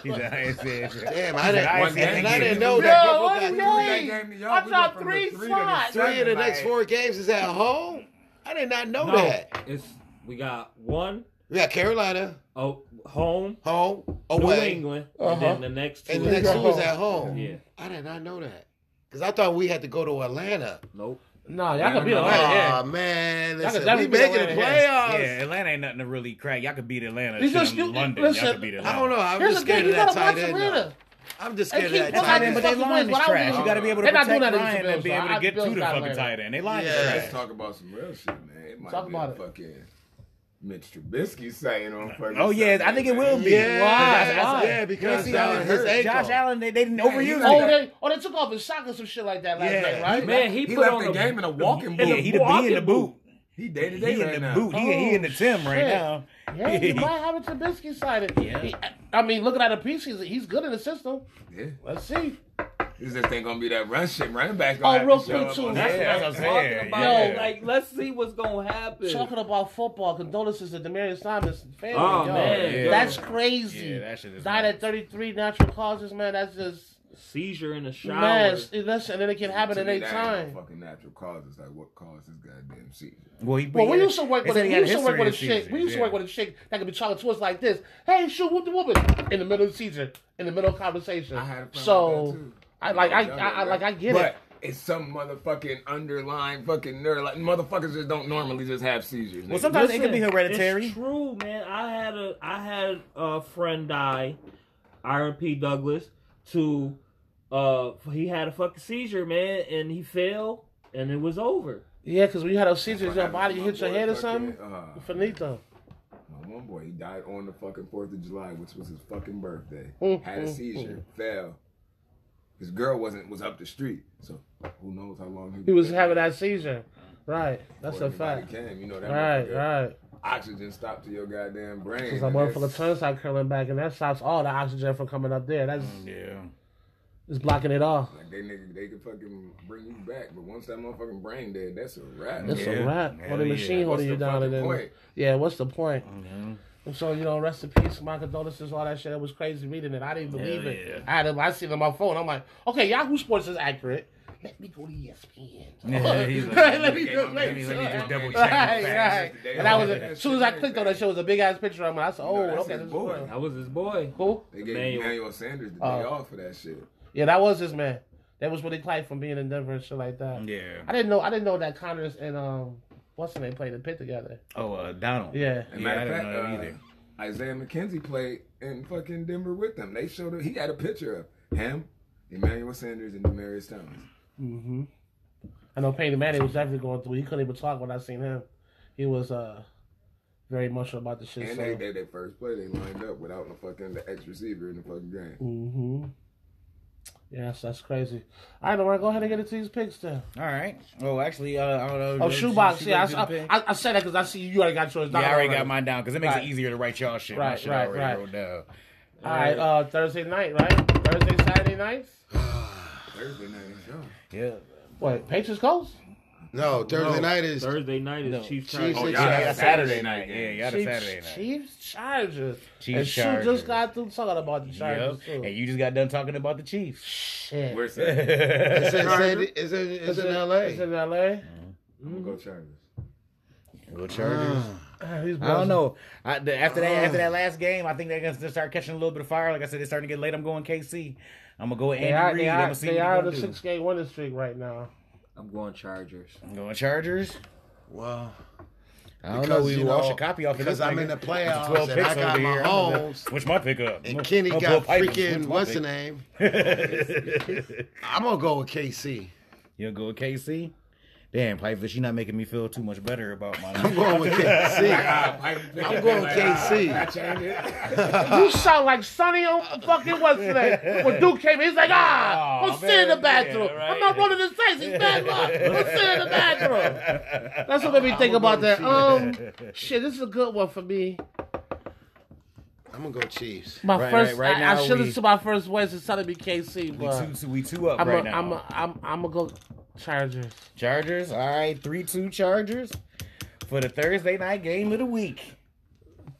He's a- it's- it's- Damn, I didn't, One game. and I didn't Yo, know Yo, that. Buffalo what got is three- y'all- that? that game to y'all, I we dropped went from three the three to the spots. seven. Three of the next Like- four games is at home. I did not know No, that. it's we got one We got Carolina oh, home, home New away, England, Uh-huh. and then the next two. and are the next at two is home. at home. Yeah. I did not know that because I thought we had to go to Atlanta. Nope. Nah, y'all could be Yeah, the Oh Atlanta, man, Y'all could listen, we definitely beat making the Atlanta, playoffs. yeah, Atlanta ain't nothing to really crack. Y'all could beat Atlanta. You Shit, just- I'm you- London. listen, y'all could beat I Atlanta. don't know. I'm Here's just the thing. scared You of that gotta tight watch end. Atlanta. though. I'm just They scared keep of that pulling Tight tight end, these but end. they fucking line wins, is but I trash. was- You got to be able to They're not protect doing that Ryan to and be Bills, able so to I- get to Bills the got fucking Atlanta. tight end. They line Yeah. is Let's trash. talk about some real shit, man. It might Talk be about a it. Fucking Mitch Trubisky saying on fucking. Oh yeah, I think it will be. Yeah, Why? that's- Why? yeah, because See, that was his Josh ankle. Allen, they, they didn't he's overuse like- Oh, him. they oh they took off his sock or some shit like that last Yeah. night, right? Man, he, He, put left on the game in a walking boot. Yeah, he the bee in the boot. He day to He day in the right now. boot. He, he in the Oh, Tim right shit. now. Yeah, you might have a Trubisky sided. Yeah. He, I mean, looking at a piece, he's, he's good in the system. Yeah. Let's see. This just ain't gonna be that run shit. Running back. Oh, gonna have real to show quick, up too. on That's, that. that's what I'm saying. Talking about Yeah. like, let's see what's gonna happen. Talking about football, condolences to Demarius Thomas family. Oh, yo. man, yeah. That's crazy. Yeah, that shit is Died nuts. at 33 natural causes, man. That's just Seizure in the shower. man. Listen, and then it can happen To at me, any that ain't no time. Fucking natural causes. Like what caused this goddamn season? well, he, Well, we he- used to work they with said a, we he had used to work history with a this chick. season, We used to yeah. work with a chick that could be talking to us like this. Hey, shoot, whoop the woman in the middle of the season, in the middle of conversation. I had a friend like so that, too. I like I, I, I Yeah, like I get but it. It's some motherfucking underlying fucking nerve. Like motherfuckers just don't normally just have seizures. Well, nigga. sometimes it Listen, could be hereditary. It's true, man. I had a I had a friend die, Iron P. Douglas, to uh he had a fucking seizure, man, and he fell and it was over. Yeah, because when you had those seizures, What your happened body to my hits your boy head or fucking, something. uh, Finito. my one boy, he died on the fucking Fourth of July, which was his fucking birthday. Mm, Had a seizure, fell. His girl wasn't was up the street, so who knows how long He was having that seizure. Right. That's a before anybody fact. Came, you know that. Right, motherfucker- right. oxygen stopped to your goddamn brain. Because I'm and working for the that's- turnstile curling back, and that stops all the oxygen from coming up there. That's Yeah. it's blocking it all. Like they nigga, they can fucking bring you back, but once that motherfucking brain dead, that's a wrap. That's Yeah. a wrap. Hell Or the yeah. machine What's holding the you down, and fucking then point? yeah, what's the point? And so you know, rest in peace, my condolences, all that shit. It was crazy reading it. I didn't believe Hell it. yeah. I had, I seen it on my phone. I'm like, okay, Yahoo Sports is accurate. Let me go to E ESPN. Yeah, he's like, let me okay, just make okay, let me- sure. let me just double check the Right, right. facts. And I was as soon as I clicked on that shit, it was a big ass picture. I'm like, I said, oh, that's okay, his this is boy. real. That was his boy. cool. They gave Emmanuel. Emmanuel, Sanders the day Uh, Oh. off for that shit. Yeah, that was his man. That was Willie Clyde from being in Denver and shit like that. Yeah. I didn't know. I didn't know that Connors and um, what's the name played the pit together. Oh, uh, Donald. Yeah. And Yeah, I matter of didn't fact, know uh, either. Isaiah McKenzie played in fucking Denver with them. They showed him. He had a picture of him, Emmanuel Sanders, and Demarius Thomas. Mm-hmm. I know Peyton Manning was definitely going through. He couldn't even talk when I seen him. He was uh very emotional about the shit. And So. they, they, they first play, they lined up without the fucking the ex receiver in the fucking game. mm-hmm. Yes, that's crazy. All right, Lamar, go ahead and get into these picks then. All right. Oh, actually, uh, I don't know. Oh, Did- shoebox. did Yeah, I, do the pick? I, I, I said that because I see you already got yours. Yeah, I already got mine down because it makes Right. it easier to write y'all shit. My Right, shit right, already right. wrote down. All right, uh, Thursday night, right? Thursday, Saturday nights. Thursday night, it's on. Yeah. What? Patriots Colts? No, No, Thursday night is Thursday night is Chiefs. Chiefs Chiefs. and- Y'all Yeah, got a Saturday Saturday night. night, Yeah, y'all got a Chiefs, Saturday night. Chiefs Chargers. Chiefs, and Sue Chargers. just got through talking about the Chargers. Yep. too. And you just got done talking about the Chiefs. Shit. We're set. it's in, Go Sandy- it's in, it's in LA. It's in LA. Hmm? I'm gonna go Chargers. Chargers. Ah, these Mm. I don't boys- know. I, the, after that, after that last game, I think they're gonna start catching a little bit of fire. Like I said, it's starting to get late. I'm going KC. I'm gonna go with They Andy are, Reid. they I'm are, gonna see they what are he the gonna do. six game winning streak right now. I'm going Chargers. I'm going Chargers. Well, I don't Because, know. We you wash know, a copy off of because this I'm nigga. in the It's playoffs 12 and I picks got over my here. I'm gonna homes. Switch my pick up. and Kenny I'm got gonna pick him. freaking Switch my what's the pick. name? I'm gonna go with KC. You'll go with KC. Damn, Piper, she not making me feel too much better about my. I'm going with KC. I'm going with KC. you sound like Sonny on fucking what's the name? When Duke came in, he's like, ah, Oh, I'm sitting in the man, bathroom. yeah, right. I'm not one of the Saints. He's bad luck. I'm sitting in the bathroom. That's what made me think about that. Um, shit, this is a good one for me. I'm gonna go Chiefs. My Right, first, right, right I, now I should we- have said my first was is Sonny be KC, we but two, two, we two up I'm right a, now. I'm a, I'm I'm gonna go Chargers. Chargers. All right, three two Chargers for the Thursday night game of the week.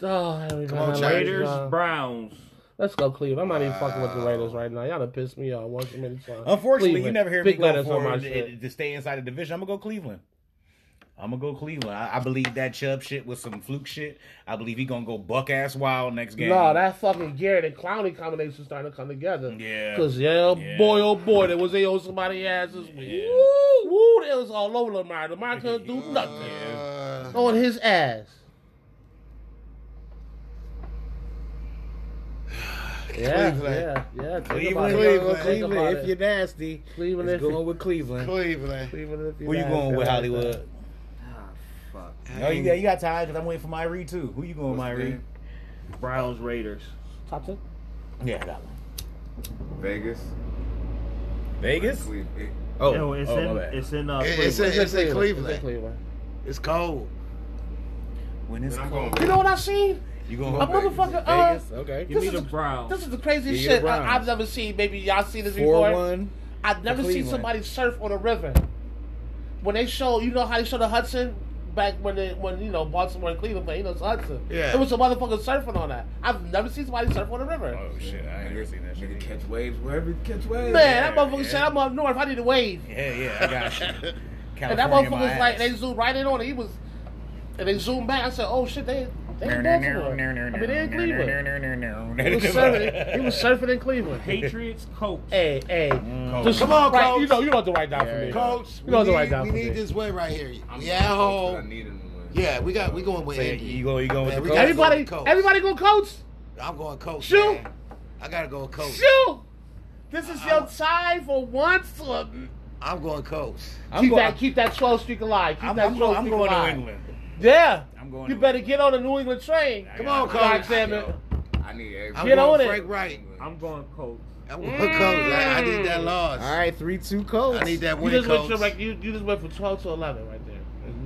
Oh, everybody, on, like, Raiders, Raiders, uh, Browns. Let's go Cleveland. I'm not even fucking with the Raiders right now. Y'all done pissed me off once too many times. Unfortunately, you Cleveland. never hear Big me go letters on for my it, shit. it- to stay inside the division. I'm gonna go Cleveland. I'm gonna go Cleveland. I, I believe that Chubb shit was some fluke shit. I believe he gonna go buck ass wild next game. No, that fucking Garrett and Clowney combination starting to come together. Yeah. Cause yeah, Yeah. boy, oh boy, there was they on somebody ass this week. Woo, woo, they was all over Lamar. Lamar couldn't do nothing Uh, on his ass. Yeah, Cleveland. yeah, yeah. Think about it. Cleveland, Cleveland, Think about Cleveland. If it. you're nasty, Cleveland, Cleveland if is you- going with Cleveland. Cleveland. Cleveland, if you're Who you nasty, going I like with that. Hollywood? Ah, fuck. No, you, you got tired because I'm waiting for my read too. Who you going with my What's the read? name? Browns, Raiders. Top ten. Yeah, I got one. Vegas. Vegas. Cleveland. Oh, No, it's oh, in. my bad. It's in. Uh, It- it's Cleveland. in- Cleveland. It's in Cleveland. It's cold. when it's Then I'm cold, going You know what I seen? you going A with Vegas? motherfucker. Uh, Vegas? Okay. Give me This the is- Browns. This is the craziest Yeah, shit you're I, Browns. I've never seen. Maybe y'all see this Four before. one. I've never seen Cleveland. somebody surf on a river. When they show, you know how they show the Hudson back when they, when you know Baltimore and Cleveland played, you know it's Hudson. Yeah. It was a motherfucker surfing on that. I've never seen somebody surf on a river. Oh shit! I ain't never seen that shit. Nigga catch waves wherever you catch Man, waves. that motherfucker yeah. said, "I'm up north. I need a wave." Yeah, yeah, I got you. and that motherfucker was like, they zoomed right in on it. He was, and they zoomed back. I said, "Oh shit, they they in Baltimore. I mean, they in Cleveland." He was surfing. He was surfing in Cleveland. Patriots, Colts. Hey, hey, Coach. Come on, right, Coach. you know you don't do right now for me. Coach, you we don't need, do right now we for me. need this win right here. I'm Yeah, going Colts, but I home. need them to win. Yeah, we got. We going with Andy. you go, you go with the Man, we Colts. got- Everybody, Coach. everybody go coach. I'm going coach. Shoot. man. I gotta go coach. Shoot! This is your time for once. To I'm going coach. I'm keep going- that, keep that 12 streak alive. Keep I'm, that I'm 12 going, I'm streak going to alive. England. Yeah. I'm going. You to- better get on the New England train. I Come got- on, God coach. damn it. I need every I'm Get on going it. Frank Wright. I'm going Colts. I'm going coach. I, I need that loss. All right, three two I Colts. need that Mm. You win, just, went coach. to, like, you, you just went from 12 to 11 right there.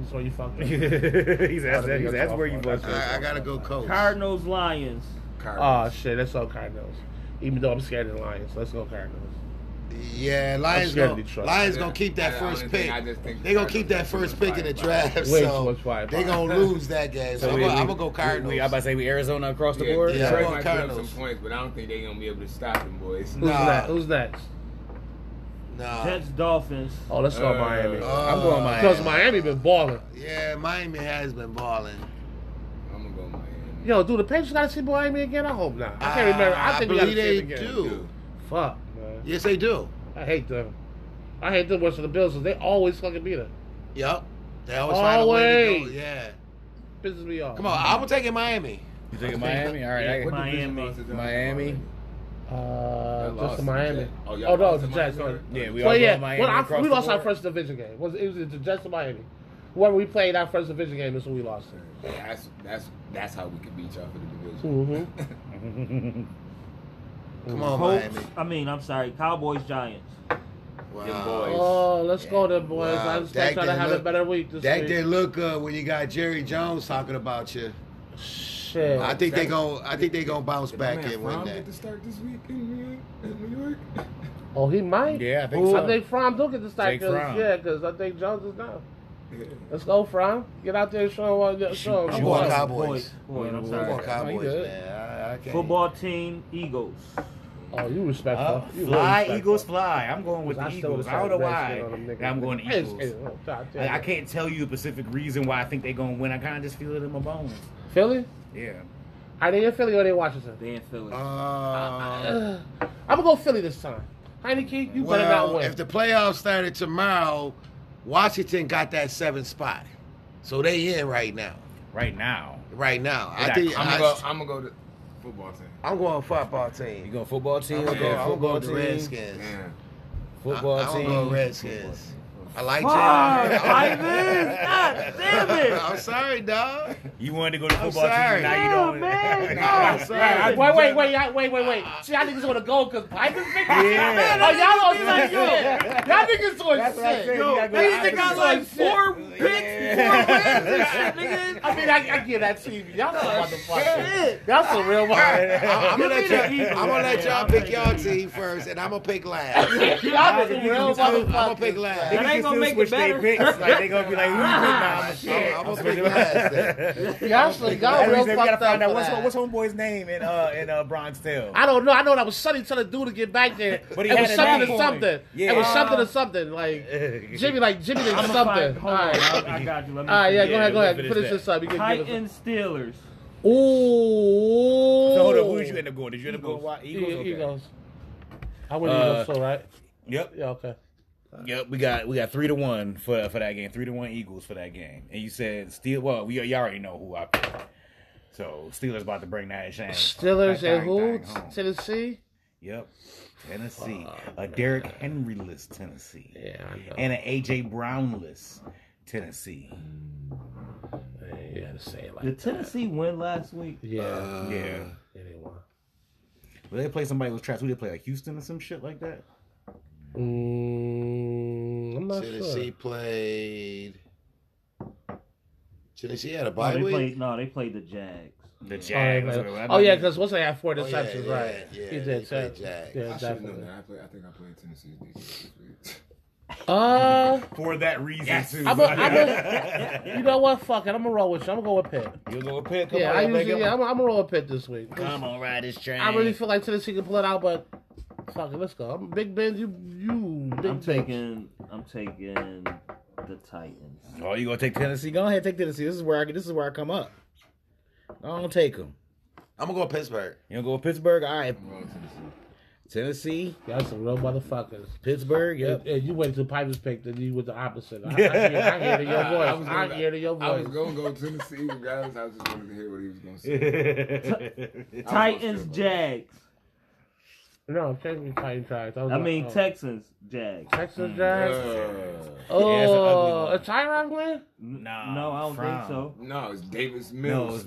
That's why you fucked up. he's asked that. He's Gotta be asked a where you tough was. one. I, I gotta go coach. Cardinals, Lions. Ah, Oh shit, that's all Cardinals. Even though I'm scared of the Lions, let's go Cardinals. Yeah, Lions scared of gonna Detroit. Lions gonna keep that I- I first honestly, pick. I just think They gonna keep that Cardinals first are pick in the too much draft, Way too so much firepower. they gonna lose that game. So, I'm, we- gonna, we- I'm gonna go Cardinals. We, we, I about to say we Arizona across the board. Yeah, Yeah, I'm they're gonna going put up some Cardinals. points, but I don't think they're gonna be able to stop them boys. Who's Nah. next? Who's next? nah. Jets, Dolphins. Oh, let's go Uh, Miami. uh, I'm going Miami. Because Miami been balling. Yeah, Miami has been balling. I'm gonna go Miami. Yo, do the Patriots gotta see Miami again? I hope not. I can't remember. I think we gotta see Ah, believe they them again. do. Fuck, man. Yes, they do. I hate them. I hate them worse than the Bills because they always fucking beat us. Yep. They always find a way to go. Always. Yeah. Pisses me off. Come on, I'm taking Miami. You taking Miami? All right. I- What division Miami. lost to them? Miami. Uh, Y'all just lost the to Miami. Jets. Oh, Oh, y'all no, lost the to Jets. Miami? sorry. Yeah, we well, all yeah. going Miami well, I, across we the lost our board. first division game. Was it was the Jets or Miami? Whoever we played our first division game is who we lost to. That's that's that's how we could beat y'all for the division. Mm-hmm. Come on, Colts. Miami. I mean, I'm sorry. Cowboys, Giants. Them Wow. boys. Oh, let's go then, boys. Wow. I'm still Dak trying to didn't have a look- better week this That week. didn't look good when you got Jerry Jones talking about you. Shit. I think they gon' I think they gonna bounce Did my back man and win Fromm that. get to start this week in New York. In New York. oh, he might. Yeah, I think Ooh, so. I think Fromm do get the start. Jake 'cause- Fromm. yeah, because I think Jones is down. Let's go, Fromm. Get out there and show him. what- Show him. what- I'm going Boys, Cowboys. Boys, boys, I'm I'm sorry. going Okay. Cowboys, No, you good. man. I, I can't. Football team, Eagles. Oh, you respectful. Uh, You really fly, respectful. Eagles, fly. I'm going with I the still Eagles. would I don't know say that why. shit on them niggas. I'm going Hey, it's- Eagles. it's- oh, God damn I, I it. can't tell you a specific reason why I think they're gonna win. I kind of just feel it in my bones. Philly? Yeah. Are they in Philly or they in Washington? They in Philly. Oh. Uh, I'm gonna go Philly this time. Heineke, you better not well, win. if the playoffs started tomorrow, Washington got that seventh spot, so they in right now. Right now, Right now, They I got- think I'm I, gonna go. I'm gonna go to football team. I'm going football you team. going football team? I'm going, Okay, I'm football going to team. Redskins. Man, Football I, I'm team. going Redskins. I like Fuck, I Jalen. missed. God damn it. I'm sorry, dog. You wanted to go to I'm football sorry. team, now you Oh, don't. man, I'm no. Wait, sorry. wait, wait, wait, y'all- wait, wait, wait. See, y'all niggas wanna go because Piper's making yeah. shit. Oh, y'all don't like shit. Y'all niggas doing shit. Yo, These niggas like four. Picks, four wins and shit, nigga. I mean, I, I give that to you. Y'all some motherfuckers. Y'all some real motherfuckers. I'm gonna Give me let the y'all, Eagles. I'm gonna let y'all pick y'all team first, and I'm gonna pick last. Y'all some real I'm gonna motherfuckers. pick last. That ain't gonna make it better. Picks. Like they gonna be like, who you picking? Nah, I'm a shit. I'm gonna pick last. then. Y'all some At y'all least real we gotta fucked up. find out for what's, that. what's homeboy's name in uh in uh Bronx Tale. I don't know. I know that was Sonny telling dude to get back there. But he it had was a something name. to something. Yeah. It was Uh, something to something. Like Jimmy, like Jimmy did I'm gonna something. find- All Hold right. on. I I got you. Let me All right, yeah, Yeah, go ahead, go we'll ahead. finish Finish that. this up. You can give us Titans, Steelers. a... Ooh. So hold up, who did you end up going? Did you end up going Eagles. Wa- Eagles? Eagles, E, Okay. Eagles. I went Uh, Eagles, so right? Yep, Yeah, okay. yep. We got we got three to one for for that game. Three to one Eagles for that game. And you said Steel. Well, we you already know who I picked. So Steelers about to bring that shame. Steelers That and who? thing home. Tennessee? Yep, Tennessee. A Derrick Henry-less Tennessee, Yeah, I know. and an AJ Brown-less Tennessee. you had to say it Did Tennessee win last week? Yeah. Yeah. anyway. Well, they play somebody with trash. Who they play like Houston or some shit like that? Oh, Mm, I'm not Tennessee sure. played. Tennessee had No, a bye they week. played. No, they played the Jags. The Jags. Oh, yeah, oh yeah, because once they had four interceptions, yeah, right? yeah, he they did. played so- Jags. Yeah, I should have known definitely. that. I, play, I think I played Tennessee this week. Uh, for that reason too. I'm a, I'm a, you know what? Fuck it. I'm gonna roll with you. I'm gonna go with Pitt. you go pick. Come yeah, on, I y'all make usually, it- yeah, I'm, I'm gonna roll with Pitt this week. Come on, ride this train. I really feel like Tennessee can pull it out, but fuck it, let's go. I'm Big Ben, you, you, Big I'm Benz. taking. I'm taking the Titans. Oh, you gonna take Tennessee? Go ahead, take Tennessee. This is where I this is where I come up. I don't take them. I'm gonna go Pittsburgh. You gonna go with Pittsburgh? All right, I'm going Tennessee. Tennessee, Y'all some real motherfuckers. Pittsburgh. Yep. And, and you went to Piper's pick, then you went the opposite. I, I, hear, I hear it in your I- I was voice. I, gonna- hear it in your I was voice. gonna go Tennessee, guys. I was just wanted to hear what he was gonna say. Titans. I was gonna Titans, say- Jags. No, technically Titans. Jags. was I like, mean oh, Texans, Jags. Texas Jags. Uh, Oh, Yeah, is it's Tyron playing? No, no, I don't from- think so. no, it's Davis Mills.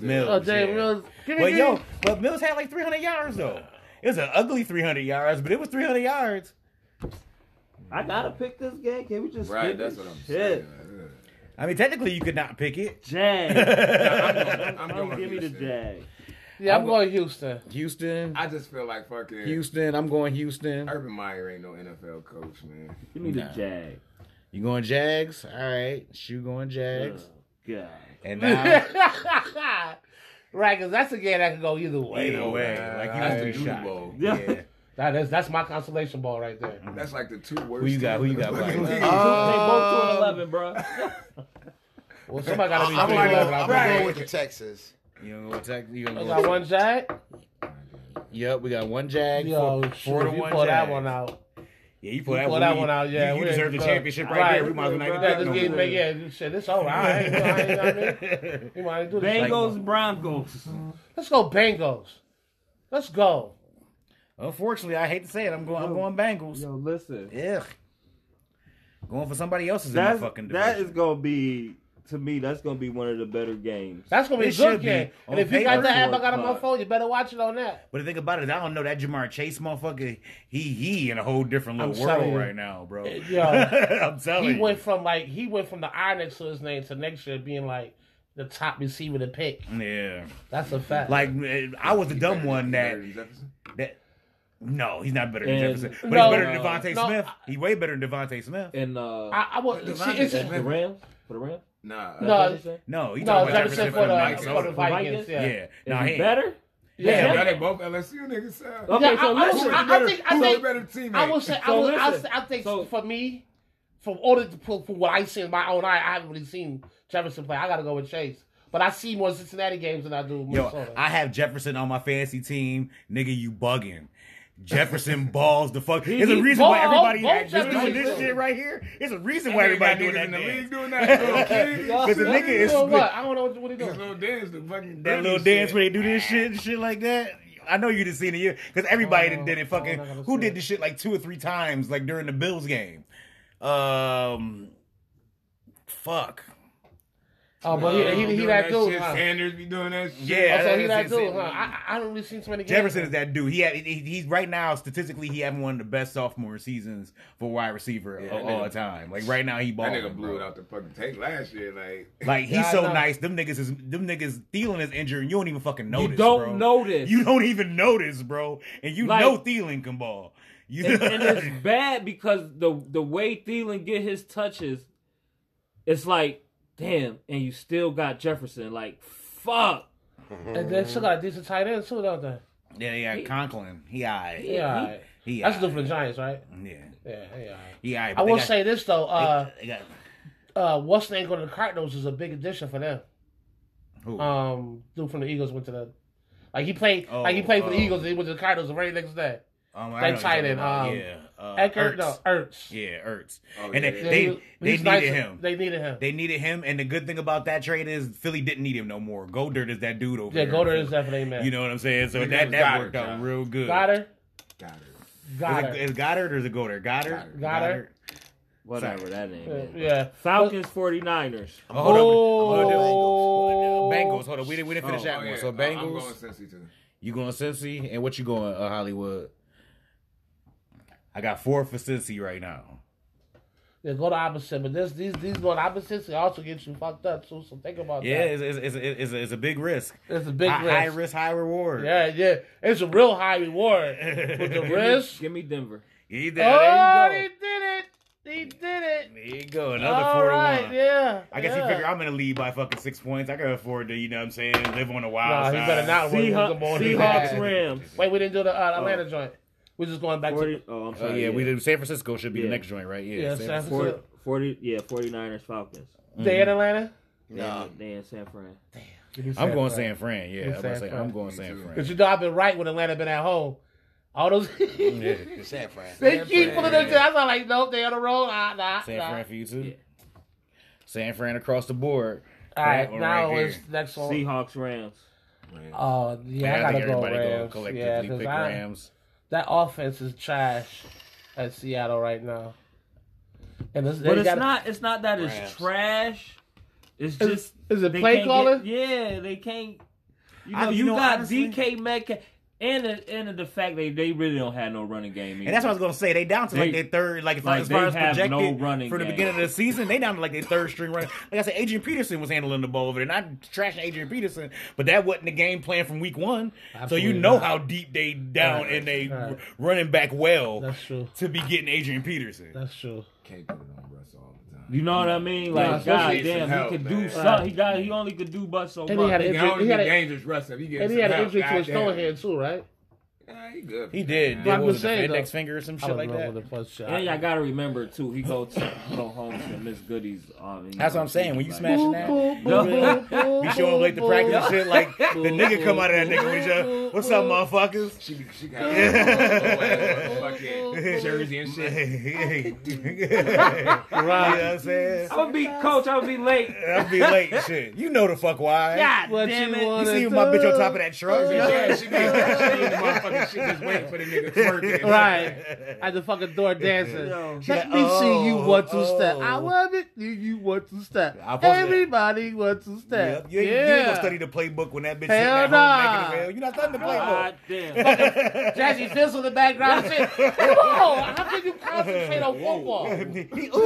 Mills, then. Mills. Oh, Dave yeah. Mills. Give me But the- yo, but Mills had like 300 yards though. It was an ugly 300 yards, but it was 300 yards. I gotta pick this game. Can we just Right, skip that's it? what I'm Shit. saying. I mean, technically, you could not pick it. Jags. I'm, I'm I'm going give me the Houston. Jags. yeah, I'm, I'm- going Houston. Houston, I just feel like fucking Houston. I'm going Houston. Urban Meyer ain't no NFL coach, man. Give me the Nah. Jags. You going Jags? All right. Shoe going Jags. Oh, God. And now, right, because that's a game that could go either way. either way, like you That's gonna the be Duty shot. Bowl. Yeah. That is that's my consolation ball right there. That's like the two worst. Who you got? Who you got, teams in the Black? Uh, fucking league. They Oh. both two and eleven, bro. Well, somebody got to be I'm three gonna go, eleven. I'm gonna go with the Texas. You gonna go attack? You gonna I go? got one jag. Yep, we got one Jag. Yo, four, shoot, four to you one. pull that Jags. one out. Yeah, you pull You that, pull one, that you- one out, yeah, you, we you deserve the ain't- championship right, Right. there. We might as well not Yeah, get this that game, no man, more. yeah, this shit, it's over. I ain't, I ain't, I mean, you might do this. Bengals, Broncos. Let's go Bengals. Let's go. Unfortunately, I hate to say it, I'm going. I'm going Bengals. Yo, listen. Ugh. Going for somebody else's in That's, the fucking that division. is gonna be to me. That's gonna be one of the better games. That's gonna be It a good should be. game. On And if you got paper, the app, I but- got on my phone. You better watch it on that. But the thing about it, I don't know that Jamar Chase motherfucker. He he in a whole different little I'm telling world you. Eh, right now, bro. Yo. I'm telling He you. went from like he went from the I next to his name to next year being like the top receiver to pick. yeah, That's a fact. like eh, I was the dumb one that Better than Jefferson? that. No, he's not better than And- Jefferson, No, but he's better than no, Devontae no, Smith. He's way better than Devontae Smith. And uh, I, I would see, Devontae it's, Smith. the Rams for the Rams. Nah, No, uh, That's what they say? No, he's no talking about Jefferson Jefferson for Mike the for the Sullivan. Vikings. Yeah. Yeah, no, Is he it ain't. better? Yeah. yeah, they both LSU niggas. sir. Okay, Yeah, so Uh, I- I- listen. I- Better- think- I who's think- a better teammate? I will say, I So will, I, listen, I think so- for me, from all the from, from what I see in my own eye, I haven't really seen Jefferson play. I got to go with Chase, but I see more Cincinnati games than I do Yo, Minnesota. I have Jefferson on my fantasy team. Nigga, you bugging. Jefferson balls the fuck. There's a he reason why ball- everybody ball is doing Jefferson. this shit right here. There's a reason Ain't why got everybody doing niggas that in the league dance. doing that. Little kids. Because the nigga You is know what? I don't know what, what he His doing. little dance, the fucking that little dirty dance shit. where they do this shit and shit like that. I know you done seen it, yeah, because everybody Oh, that did it. oh, Fucking I gotta who see did it. this shit like two or three times, like during the Bills game. Um, fuck. Oh, but he he, he, Doing that dude. shit. Huh? Sanders be doing that shit. Yeah, Also, he that's that it. dude. Huh? I, I I don't really seen so many games. Jefferson is that dude. He had he, he's right now statistically he having one of the best sophomore seasons for wide receiver Yeah, of that nigga- all time. Like right now he That balling. nigga blew bro. it out the fucking tank last year. Like, Like he's Yeah, I so know. nice. Them niggas is them niggas Thielen is injured and you don't even fucking notice. don't bro. notice. You don't even notice, bro. And you Like- know Thielen can ball. You and, and it's bad because the the way Thielen get his touches, it's like damn, and you still got Jefferson. Like fuck, And they still got a decent tight end too, don't they? Yeah, yeah, Conklin. He alright. Yeah, all right. He that's all good for the Giants, right? right. Yeah. Yeah, yeah. all right. He alright. I but they will got- say this though. they- Uh, they got- uh, what's name going to the Cardinals is a big addition for them. who? Um, dude from the Eagles went to the, like he played, Oh, like he played for the oh. Eagles. and He went to the Cardinals the very next day. Um, I that know tight you're end, talking about, yeah, uh, um, Eckert, no, Ertz. Ertz. Yeah, Ertz. Oh, and yeah, they yeah. they, He- they he's needed nice. him. They, They needed him. needed him. And the good thing about that trade is Philly didn't need him no more. Goddard is that dude over yeah, there. Goddard is definitely man. You know what I'm saying? So His that name's that Goddard, worked out John. real good. Goddard, got it. Goddard, Is, it, is Goddard or is it Goddard? Goddard. Goddard. whatever that name. Uh, is. yeah. Falcons 49ers. Oh, hold on. Hold on. Oh. Bengals. Hold on. We didn't, we didn't finish that one. So I- Oh, I'm Bengals. going Cincy too. You going Cincy? And what you going, uh, Hollywood? I got four for Cincy right now. Yeah, go to opposite, but this these these going opposites can also get you fucked up too. So think about Yeah, that. it's, it's, it's, it's, a, it's a big risk. it's a big high, risk. high risk, high reward. Yeah, yeah, it's a real high reward with the risk. Give me Denver. He, Oh, there, there he you did it! He did it! go. There you go. Another All four right, to one. yeah. I guess yeah. he figured I'm in the lead by fucking six points. I can afford to, you know what I'm saying, live on Nah, the wild he side. better Oh, not. win. We're Seahawks, gonna go on his ass. Seahawks Rams. Wait, we didn't do the uh, Atlanta joint. We're just going back 40, to oh, I'm Oh, sorry. yeah, we did. San Francisco should be Yeah. the next joint, right? Yeah, yeah, San San Francisco. 40, Francisco. 40 yeah, 49ers Falcons. They in Atlanta. No, They in San Fran. Mm-hmm. I'm going San Fran. Yeah, I'm, San gonna say, Fran. I'm going San too. Because Fran. you know I've been right when Atlanta been at home. All those San Fran. they keep pulling them. down. I'm like, nope, they on the road. Nah, nah, San nah. Fran for you too. San Fran across the board. All That right, one now right it's here. next one. Seahawks Rams. Oh yeah, Yeah, I gotta think go everybody go Rams. collectively yeah, pick because I Rams. That offense is trash at Seattle right now. And this, But they it's gotta- not. It's not that it's Rams. trash. It's Is- just is it they play can't calling? get- yeah, they can't. You know, I- you you, know, got honestly- DK Metcalf, and the, and the fact they they really don't have no running game. Either. And that's what I was gonna say. They down to like They- their third, like, as far- like, as far they as have projected no running for the game. beginning of the season, they down to like their third string running. Like I said, Adrian Peterson was handling the ball over there, not trashing Adrian Peterson, but that wasn't the game plan from week one. so you Absolutely know not. how deep they down and they Right. running back well That's true. to be getting Adrian Peterson. That's true. Can't put it on Russ all the time. You know what I mean? Yeah, Like, especially god if it's damn, help, he could man. do something. He got, he only could do but so And he much. had an He injury. He had, a, dangerous Russ if he gets and he had an help, injury to his goddamn. forehead too, right? Nah, he good. He did. But What I'm was just it, saying, the index though, finger or some uh, I shit don't like know that. what the first shot. And y'all gotta remember too, he go to go home to Miss Goody's. Um, and, That's know, what I'm saying. When you like- smash that, be showing up late to practice and shit. Like the nigga come out of that nigga with your what's up, motherfuckers? She, she got fucking jersey and shit. right. You know what I'm saying? I'm gonna be coach. I'm gonna be late. I'll be late and shit. You know the fuck why. God What damn you it. want? You Oh, see my bitch on top of that truck. Yeah, she be, she be in the motherfucking shit just waiting for the nigga twerking. Right. At the fucking door dancing. Yo. Let Yeah, me see you oh, want to step. oh. I love it. You, you want to step. I posted that. Everybody wants to step. Yep. You ain't, you ain't gonna yeah. study the playbook when that bitch Hell sitting at nah. home making the mail. You're not studying the playbook. God damn. Jazzy Fizzle in the background. and shit. Whoa, how can you concentrate on football? Ooh wee. All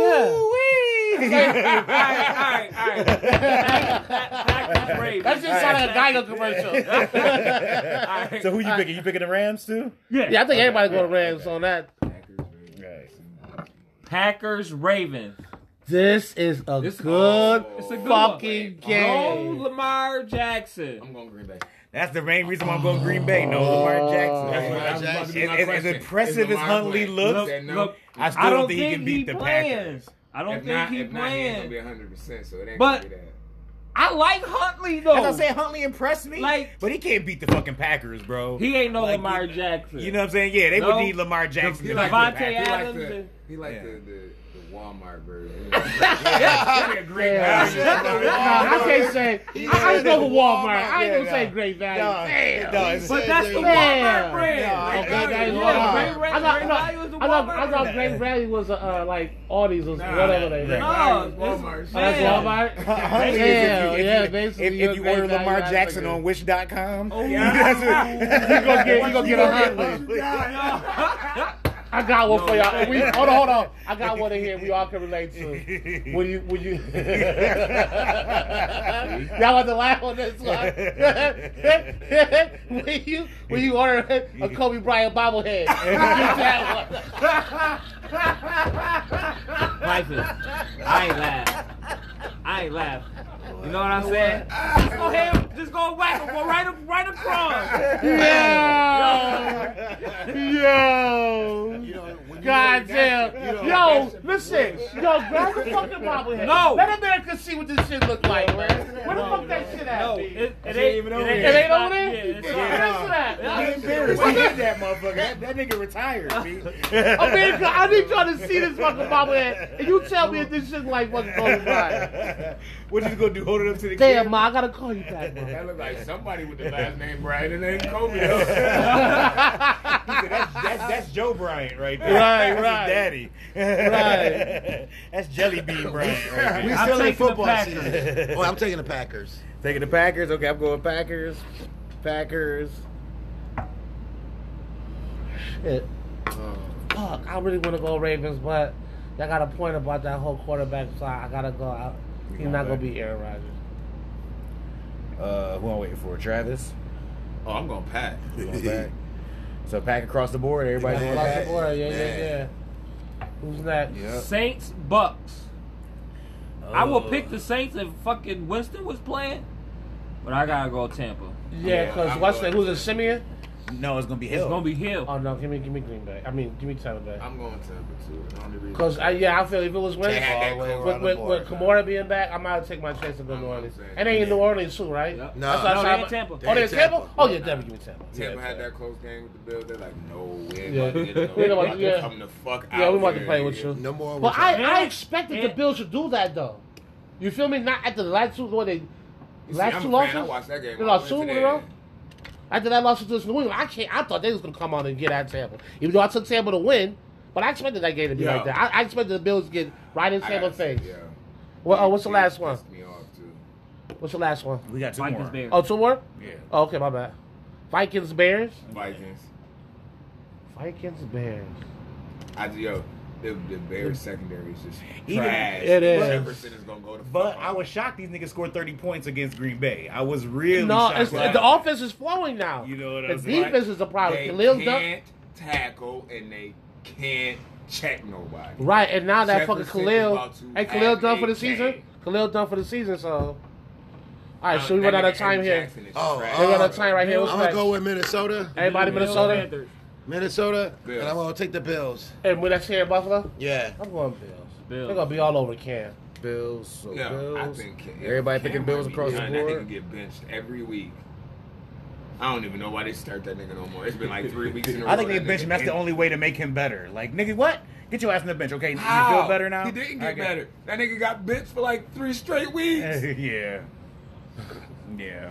right, all right, all right. That just sounded like a Geico commercial. Alright. so who you picking? You picking the Rams too? Yeah, I think everybody going Rams on that. Right. Packers Ravens. This is a This- good oh, It's a good fucking one. No game. Lamar Jackson. I'm going Green Bay. That's the main reason why I'm going Green Bay. No Lamar That's what I was Jackson. about to be As- my as- as question. impressive Is as Lamar Huntley playing? looks, Said no. look, I still I don't don't think he can beat the playing. Packers. I don't If think not, he if not, he ain't gonna be playing. 100. percent So it ain't But- gonna be that. I like Huntley though. As I said, Huntley impressed me, Like- but he can't beat the fucking Packers, bro. he ain't no Like, Lamar you- Jackson. You know what I'm saying? Yeah, they No. would need Lamar Jackson. He to like beat the Devontae Packers. He like Adams the, and- he like Yeah. the, the, the Walmart burger. yeah, great Yeah. value. Nah, I can't say. I, I just go with Walmart. I ain't gonna Yeah, say nah. great value. Nah, Damn. nah, it's- But that's the Yeah. Walmart brand. Yeah. Right? Okay, Great that is value. Walmart. Yeah, great- I thought, I thought- great value is the I thought- I Walmart thought brand. Great Value was a, uh, like Audie's or whatever they were. nah, No, Walmart. this- Walmart. Oh, that's yeah. Walmart. Huntley is Yeah, if you, if yeah, you, basically if, you're if you great order value Lamar ass Jackson nigga. on Wish.com, oh, yeah. you're gonna get- you gonna get a Huntley. I got one for y'all. And we, hold on, hold on. I got one in here we all can relate to. When you, when you, y'all want to laugh on this one? when you, when you order a Kobe Bryant bobblehead, get that one. Pipers. I ain't laugh. I ain't laugh. You know what I'm saying? Just go ahead, just go whack him, go right, up- right across. Yo, yo. You know, when you God really damn. nasty, you know, Yo, that's a listen. Yo, grab the fucking bobblehead. No. Let America see what this shit look like, man. Where the fuck that shit at? No, B? it, It it ain't even it over ain't- there. ain't over there? Yeah, it's Where not. is it at? He embarrassed. He hit that motherfucker. That, that nigga retired, B. America, Oh, I need y'all to see this fucking bobblehead. And you tell me if this shit like fucking Kobe Bryant. What you gonna do? Hold it up to the Damn, camera? ma, I gotta call you back, ma. That look like somebody with the last name Brian and ain't Kobe. though. He said, that's, that's, that's Joe Bryant right there. Right, that's his daddy. Right. that's Jelly Bean Bryant right We there. I'm still in taking the football Packers. season. Well, I'm taking the Packers. Taking the Packers. Okay, I'm going Packers. Packers. Shit. Oh, Fuck, I really wanna go Ravens, but y'all got a point about that whole quarterback side. I gotta go out. He's not gonna be Aaron Rodgers. Uh, who I'm waiting for? Travis. oh, I'm going to pack. Who's going back? So pack across the board. Everybody going Across back. the border, yeah, yeah, yeah. Who's next? Yep. Saints, Bucks. I will pick the Saints if fucking Winston was playing, but I gotta go Tampa. Yeah, Yeah, because I'm what's that? going Who's it, Simeon? No, it's gonna be It's Hill. gonna be Hill. Oh no, give me, give me Green Bay. I mean, give me Tampa Bay. I'm going Tampa too. The only reason. Cause I, yeah, I feel if it was Wentz, They had that with, Colorado with, with, Kamara board, being back, I might take my chance to go to New Orleans. saying. And they in New Orleans too, right? Yep. No. That's outside No, they in my- Tampa. Oh, They they in in Tampa? Tampa. Oh yeah, definitely give me Tampa. Tampa yeah, had that close game with the Bills. They're like, no way. Yeah. Yeah, we We don't want- about yeah. to come the fuck out. Yeah, we want to here, play with nigga. you. No more. But I, was- I expected the Yeah. Bills to do that though. You feel me? Not at the last two, what they You see, last I'm two a fan. I losses. watched that game. They on lost two in a Wednesday. row? After that loss to this New England, I can't. I thought they was gonna come out and get out Tampa, even though I took Tampa to win. But I expected that game to be Yeah. like that. I, I expected the Bills to get right in I Tampa's gotta say, face. Yeah. Well, oh, what's the They last one? pissed Me off too. What's the last one? We got two Vikings more. Bears. Oh, two more. Yeah. Oh, okay, my bad. Vikings Bears. Vikings. Vikings Bears. I yo, the, the Bears secondary is just Even- trash. it is. Jefferson is gonna go to. But I was shocked these niggas scored 30 points against Green Bay. I was really No, shocked. it's, by the that. offense is flowing now. You know what the I'm saying? defense is a problem. They Khalil Dun- can't tackle and they can't check nobody. Right, and now that fucking Jefferson Khalil, about to hey Khalil have done a for the game. season. Khalil done for the season. So, all Uh, right, so we that run out of nigga time Eddie here. Jackson is Oh, trash, uh, We run out bro. of time right here. What's I'm gonna next? go with Minnesota. Everybody, Minnesota, Panthers. Minnesota, Bills. and I'm gonna take the Bills. and when that's here in Buffalo, Yeah. I'm going Bills. Bills. They're gonna be all over Cam. Bills. So Yeah, Bills. I think Cam- Everybody Cam picking might Bills be across the done. That nigga board. get benched every week. I don't even know why they start that nigga no more. It's been like three weeks in a row. I think they that bench him. nigga That's the in- only way to make him better. Like, nigga, what? Get your ass in the bench, okay? How? You feel better now? He didn't get Okay. better. That nigga got benched for like three straight weeks. yeah. Yeah.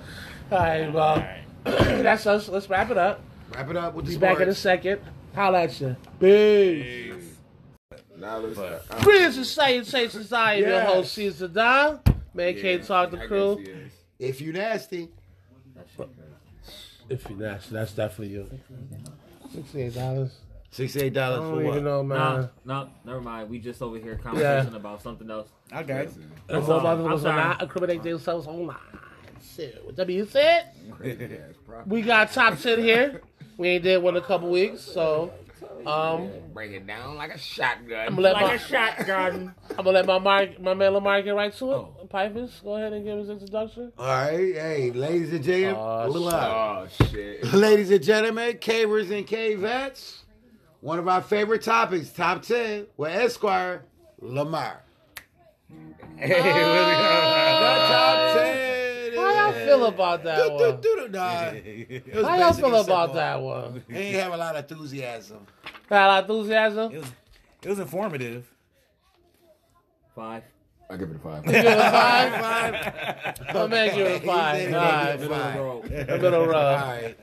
All right, well, Alright. that's us. Let's wrap it up. Wrap it up with Be these back in a words. second. Holla at you. Peace. Now let's. I- Greetings and salutations. I am your Yes. host, Caesar Don. Man, yeah, can't talk the I crew. guess he is. If you nasty, If you're nasty, that's definitely you. Sixty-eight dollars. sixty-eight I dollars don't even know, man. Nah, no, never mind. We just over here conversation about something else. Okay. And I'm no sorry. other I'm was sorry. not incriminate themselves online. Shit. With that being said, Crazy ass prop. we got top ten here. We ain't did one in a couple weeks, so um, Break it down like a shotgun. I'm gonna let my shotgun. I'm gonna let my mark, my man Lamar get right to it. Oh. Pipers, go ahead and give his introduction. All right, hey, ladies and gentlemen, Oh, look shit. out. Oh shit! ladies and gentlemen, cavers and cavettes. One of our favorite topics, top ten, with Esquire Lamar. Uh, The top ten. How y'all feel about that Do, do, one? do, do, nah. It was How y'all basically feel about simple. that one? He didn't have a lot of enthusiasm. Got a lot of enthusiasm. It was, it was informative. Five. I give it a five. Give it a five. Five. My man give it a He said five. he All gave right, it a five. Bro. a little All rough. right.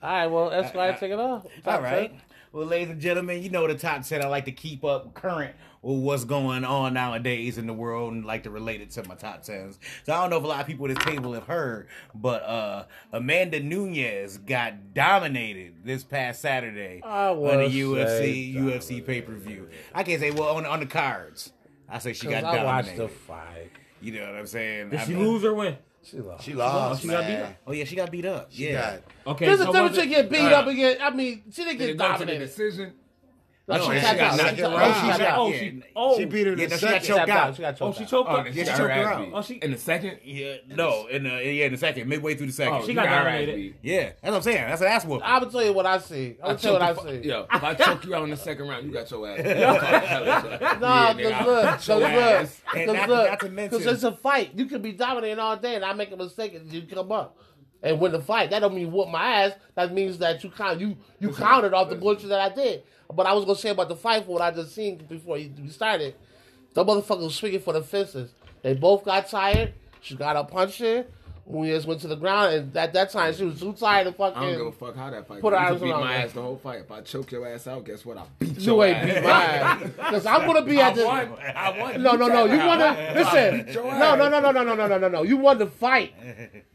All right, well, Uh, Esquire, take it off. All Top right. 10. Well, ladies and gentlemen, you know the top 10. I like to keep up current with what's going on nowadays in the world and like to relate it to my top 10s. So I don't know if a lot of people at this table have heard, but uh Amanda Nunez got dominated this past Saturday I on would the say UFC UFC pay-per-view. I can't say well on on the cards. I say she got 'Cause I watched dominated. the fight. you know what I'm saying? Did I she mean- lose or win? She lost. She lost, she got beat man. up. Oh yeah, she got beat up. She yeah. got- Okay. There's a so difference was it- to get beat Alright. up again. I mean, she didn't Did get it go to the dominated. decision? No, Oh, she yeah, tapped she got out. knocked She around. tapped She out. got- Oh, yeah. she. Oh, She beat her in Yeah, the no, she got second. choked Tapped out. out. She got choked Oh, she out. choked Oh, up. she she got choked her her ass out. beat. Oh, she. In the second, yeah, no, in the yeah, in the second, midway through the second, Oh, She you got her ass dominated. beat. Yeah, that's what I'm saying. That's an ass whooping. I'm gonna tell you what I see. I'm gonna tell you what I choke see. the fu- Yo, if I choke you out in the second round, you got your ass. beat. Nah, Yeah, because nigga, look, I beat because your look, ass. And because not- look, not to mention- because it's a fight. You could be dominating all day, and I make a mistake, and you come up and win the fight. That don't mean whoop my ass. That means that you count you you counted off the bullshit that I did. But I was gonna say about the fight for what I just seen before you we started. The motherfuckers was swinging for the fences. They both got tired. She got a punch in. Munoz went to the ground, and at that time she was too tired to I don't give a fucking. fuck how that fight. Put her Put you can eyes beat around my her. ass the whole fight. If I choke your ass out, guess what? I beat You your ain't ass. beat mine, because I'm gonna be at I the. won. I won. No, no, no. You I won won. the listen. beat your No, no, ass. no, no, no, no, no, no, no, no. You won the fight.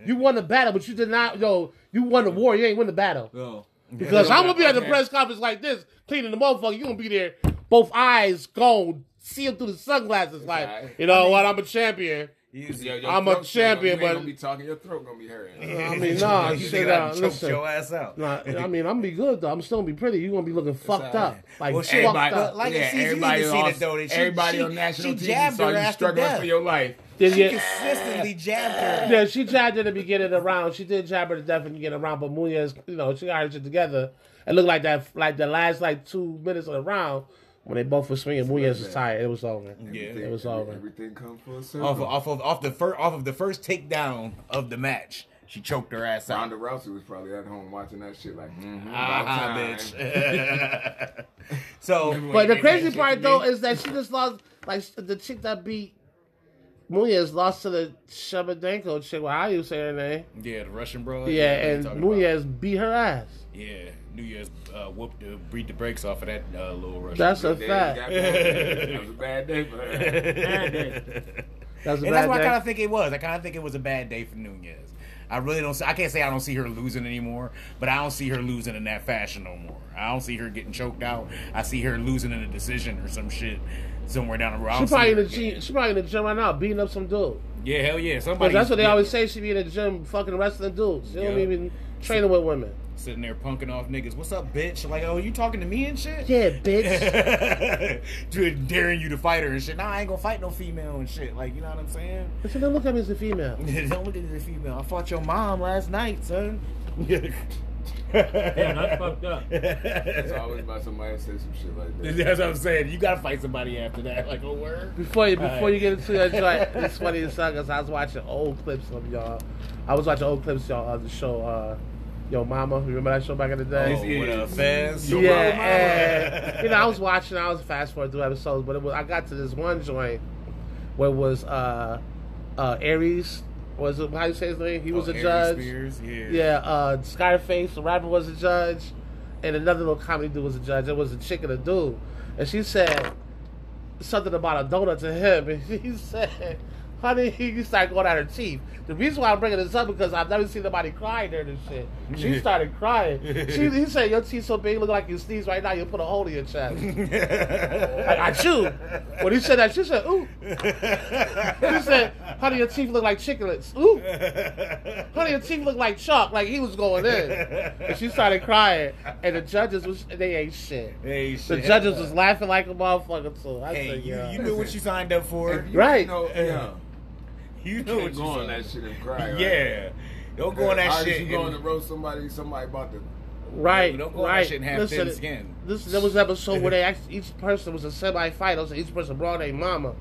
You won the battle, but you did not. Yo, you won the war. You ain't win the battle Yo. because I'm gonna be at the Okay. press conference like this, cleaning the motherfucker. You gonna be there, both eyes gone, see him through the sunglasses. Okay. Like, you know what? I'm a champion. Yo, your I'm a throat's gonna- champion, You ain't but- gonna be talking. Your throat gonna be hurting. I mean, nah, you shit. gotta Uh, choke listen. your ass out. Nah, I mean, I'm gonna be good though. I'm still gonna be pretty. You are gonna be looking fucked all right. up, like Well, shit, fucked Everybody, up. like, yeah, see, you everybody, didn't see on, that though, that she- everybody she- on national she TV jabbed saw her ass you to struggling death. for your life. Then She you- consistently jabbed her. Yeah, she jabbed in the beginning of the round. She did jab her to death in the beginning of the round, but Munoz, you know, she got her shit together. It looked like that, like the last like two minutes of the round when they both were swinging. Munoz was tired. It was over. Yeah. it was over. Everything come full circle. Off, of, off of off the fir- off of the first takedown of the match, she choked her ass out. Ronda Rousey was probably at home watching that shit like, mm-hmm, Ah, bitch. so But the crazy part though is that she just lost like the chick that beat Munoz lost to the Shebedenko chick. Well, I used to say her name. Yeah, the Russian bro. Yeah, and talking about- Munoz beat her ass. Yeah, New Year's uh, whooped the beat the brakes off of that uh, little Russian. That's a That day, fact. that was a bad day for her. That's a and that's bad what I kind day. of think it was. I kind of think it was a bad day for Nunez. I really don't. See, I can't say I don't see her losing anymore, but I don't see her losing in that fashion no more. I don't see her getting choked out. I see her losing in a decision or some shit somewhere down the road. I She don't see probably in her the gym. getting- She probably in the gym right now, beating up some dude. Yeah, hell yeah. But Somebody. that's what they always say. She be in the gym, fucking wrestling dudes. They don't Yeah. even training with women. sitting there punking off niggas. What's up, bitch? Like, oh, you talking to me and shit? Yeah, bitch. to daring you to fight her and shit. Nah, I ain't gonna fight no female and shit. Like, you know what I'm saying? so don't look at me as a female. Don't look at the female. I fought your mom last night, son. Damn, that's fucked up. It's always about somebody that says some shit like that. That's what I'm saying. You gotta fight somebody after that. Like, oh, word. Before you, before Alright. you get into that joint, it's funny as suck 'cause I was watching old clips of y'all. I was watching old clips of y'all of the show, uh, Yo Mama. Remember that show back in the day? Oh, what a fez. yeah, and, you know, I was watching. I was fast forward through episodes, but it was I got to this one joint where it was uh, uh, Aries. Was it how you say his name? He was Oh, a Aries judge. Spears, yeah. Yeah, uh, Scarface, the rapper, was a judge, and another little comedy dude was a judge. It was a chick and a dude, and she said something about a donut to him, and he said, "Honey, you start going out her teeth." The reason why I'm bringing this up because I've never seen nobody crying during this shit. She started crying. She, he said, "Your teeth so big, look like you sneeze right now. You'll put a hole in your chest." I got you. When he said that, she said, "Ooh." He said, "Honey, your teeth look like chicklets." Ooh. Honey, your teeth look like chalk. Like he was going in, and she started crying. And the judges was they ain't shit. Hey, shit. The judges was laughing like a motherfucker too. I Hey, said, you, yeah. you knew what you signed up for. If you Right. Know, yeah. You You knew what can't you go on signed that shit and cry. right? Yeah. Don't go on How that did shit. You going and- to roast somebody. Somebody about to. right, Don't go on that right. shit and have thin skin. This there was an episode where they asked each person was a semi final, so each person brought their mama,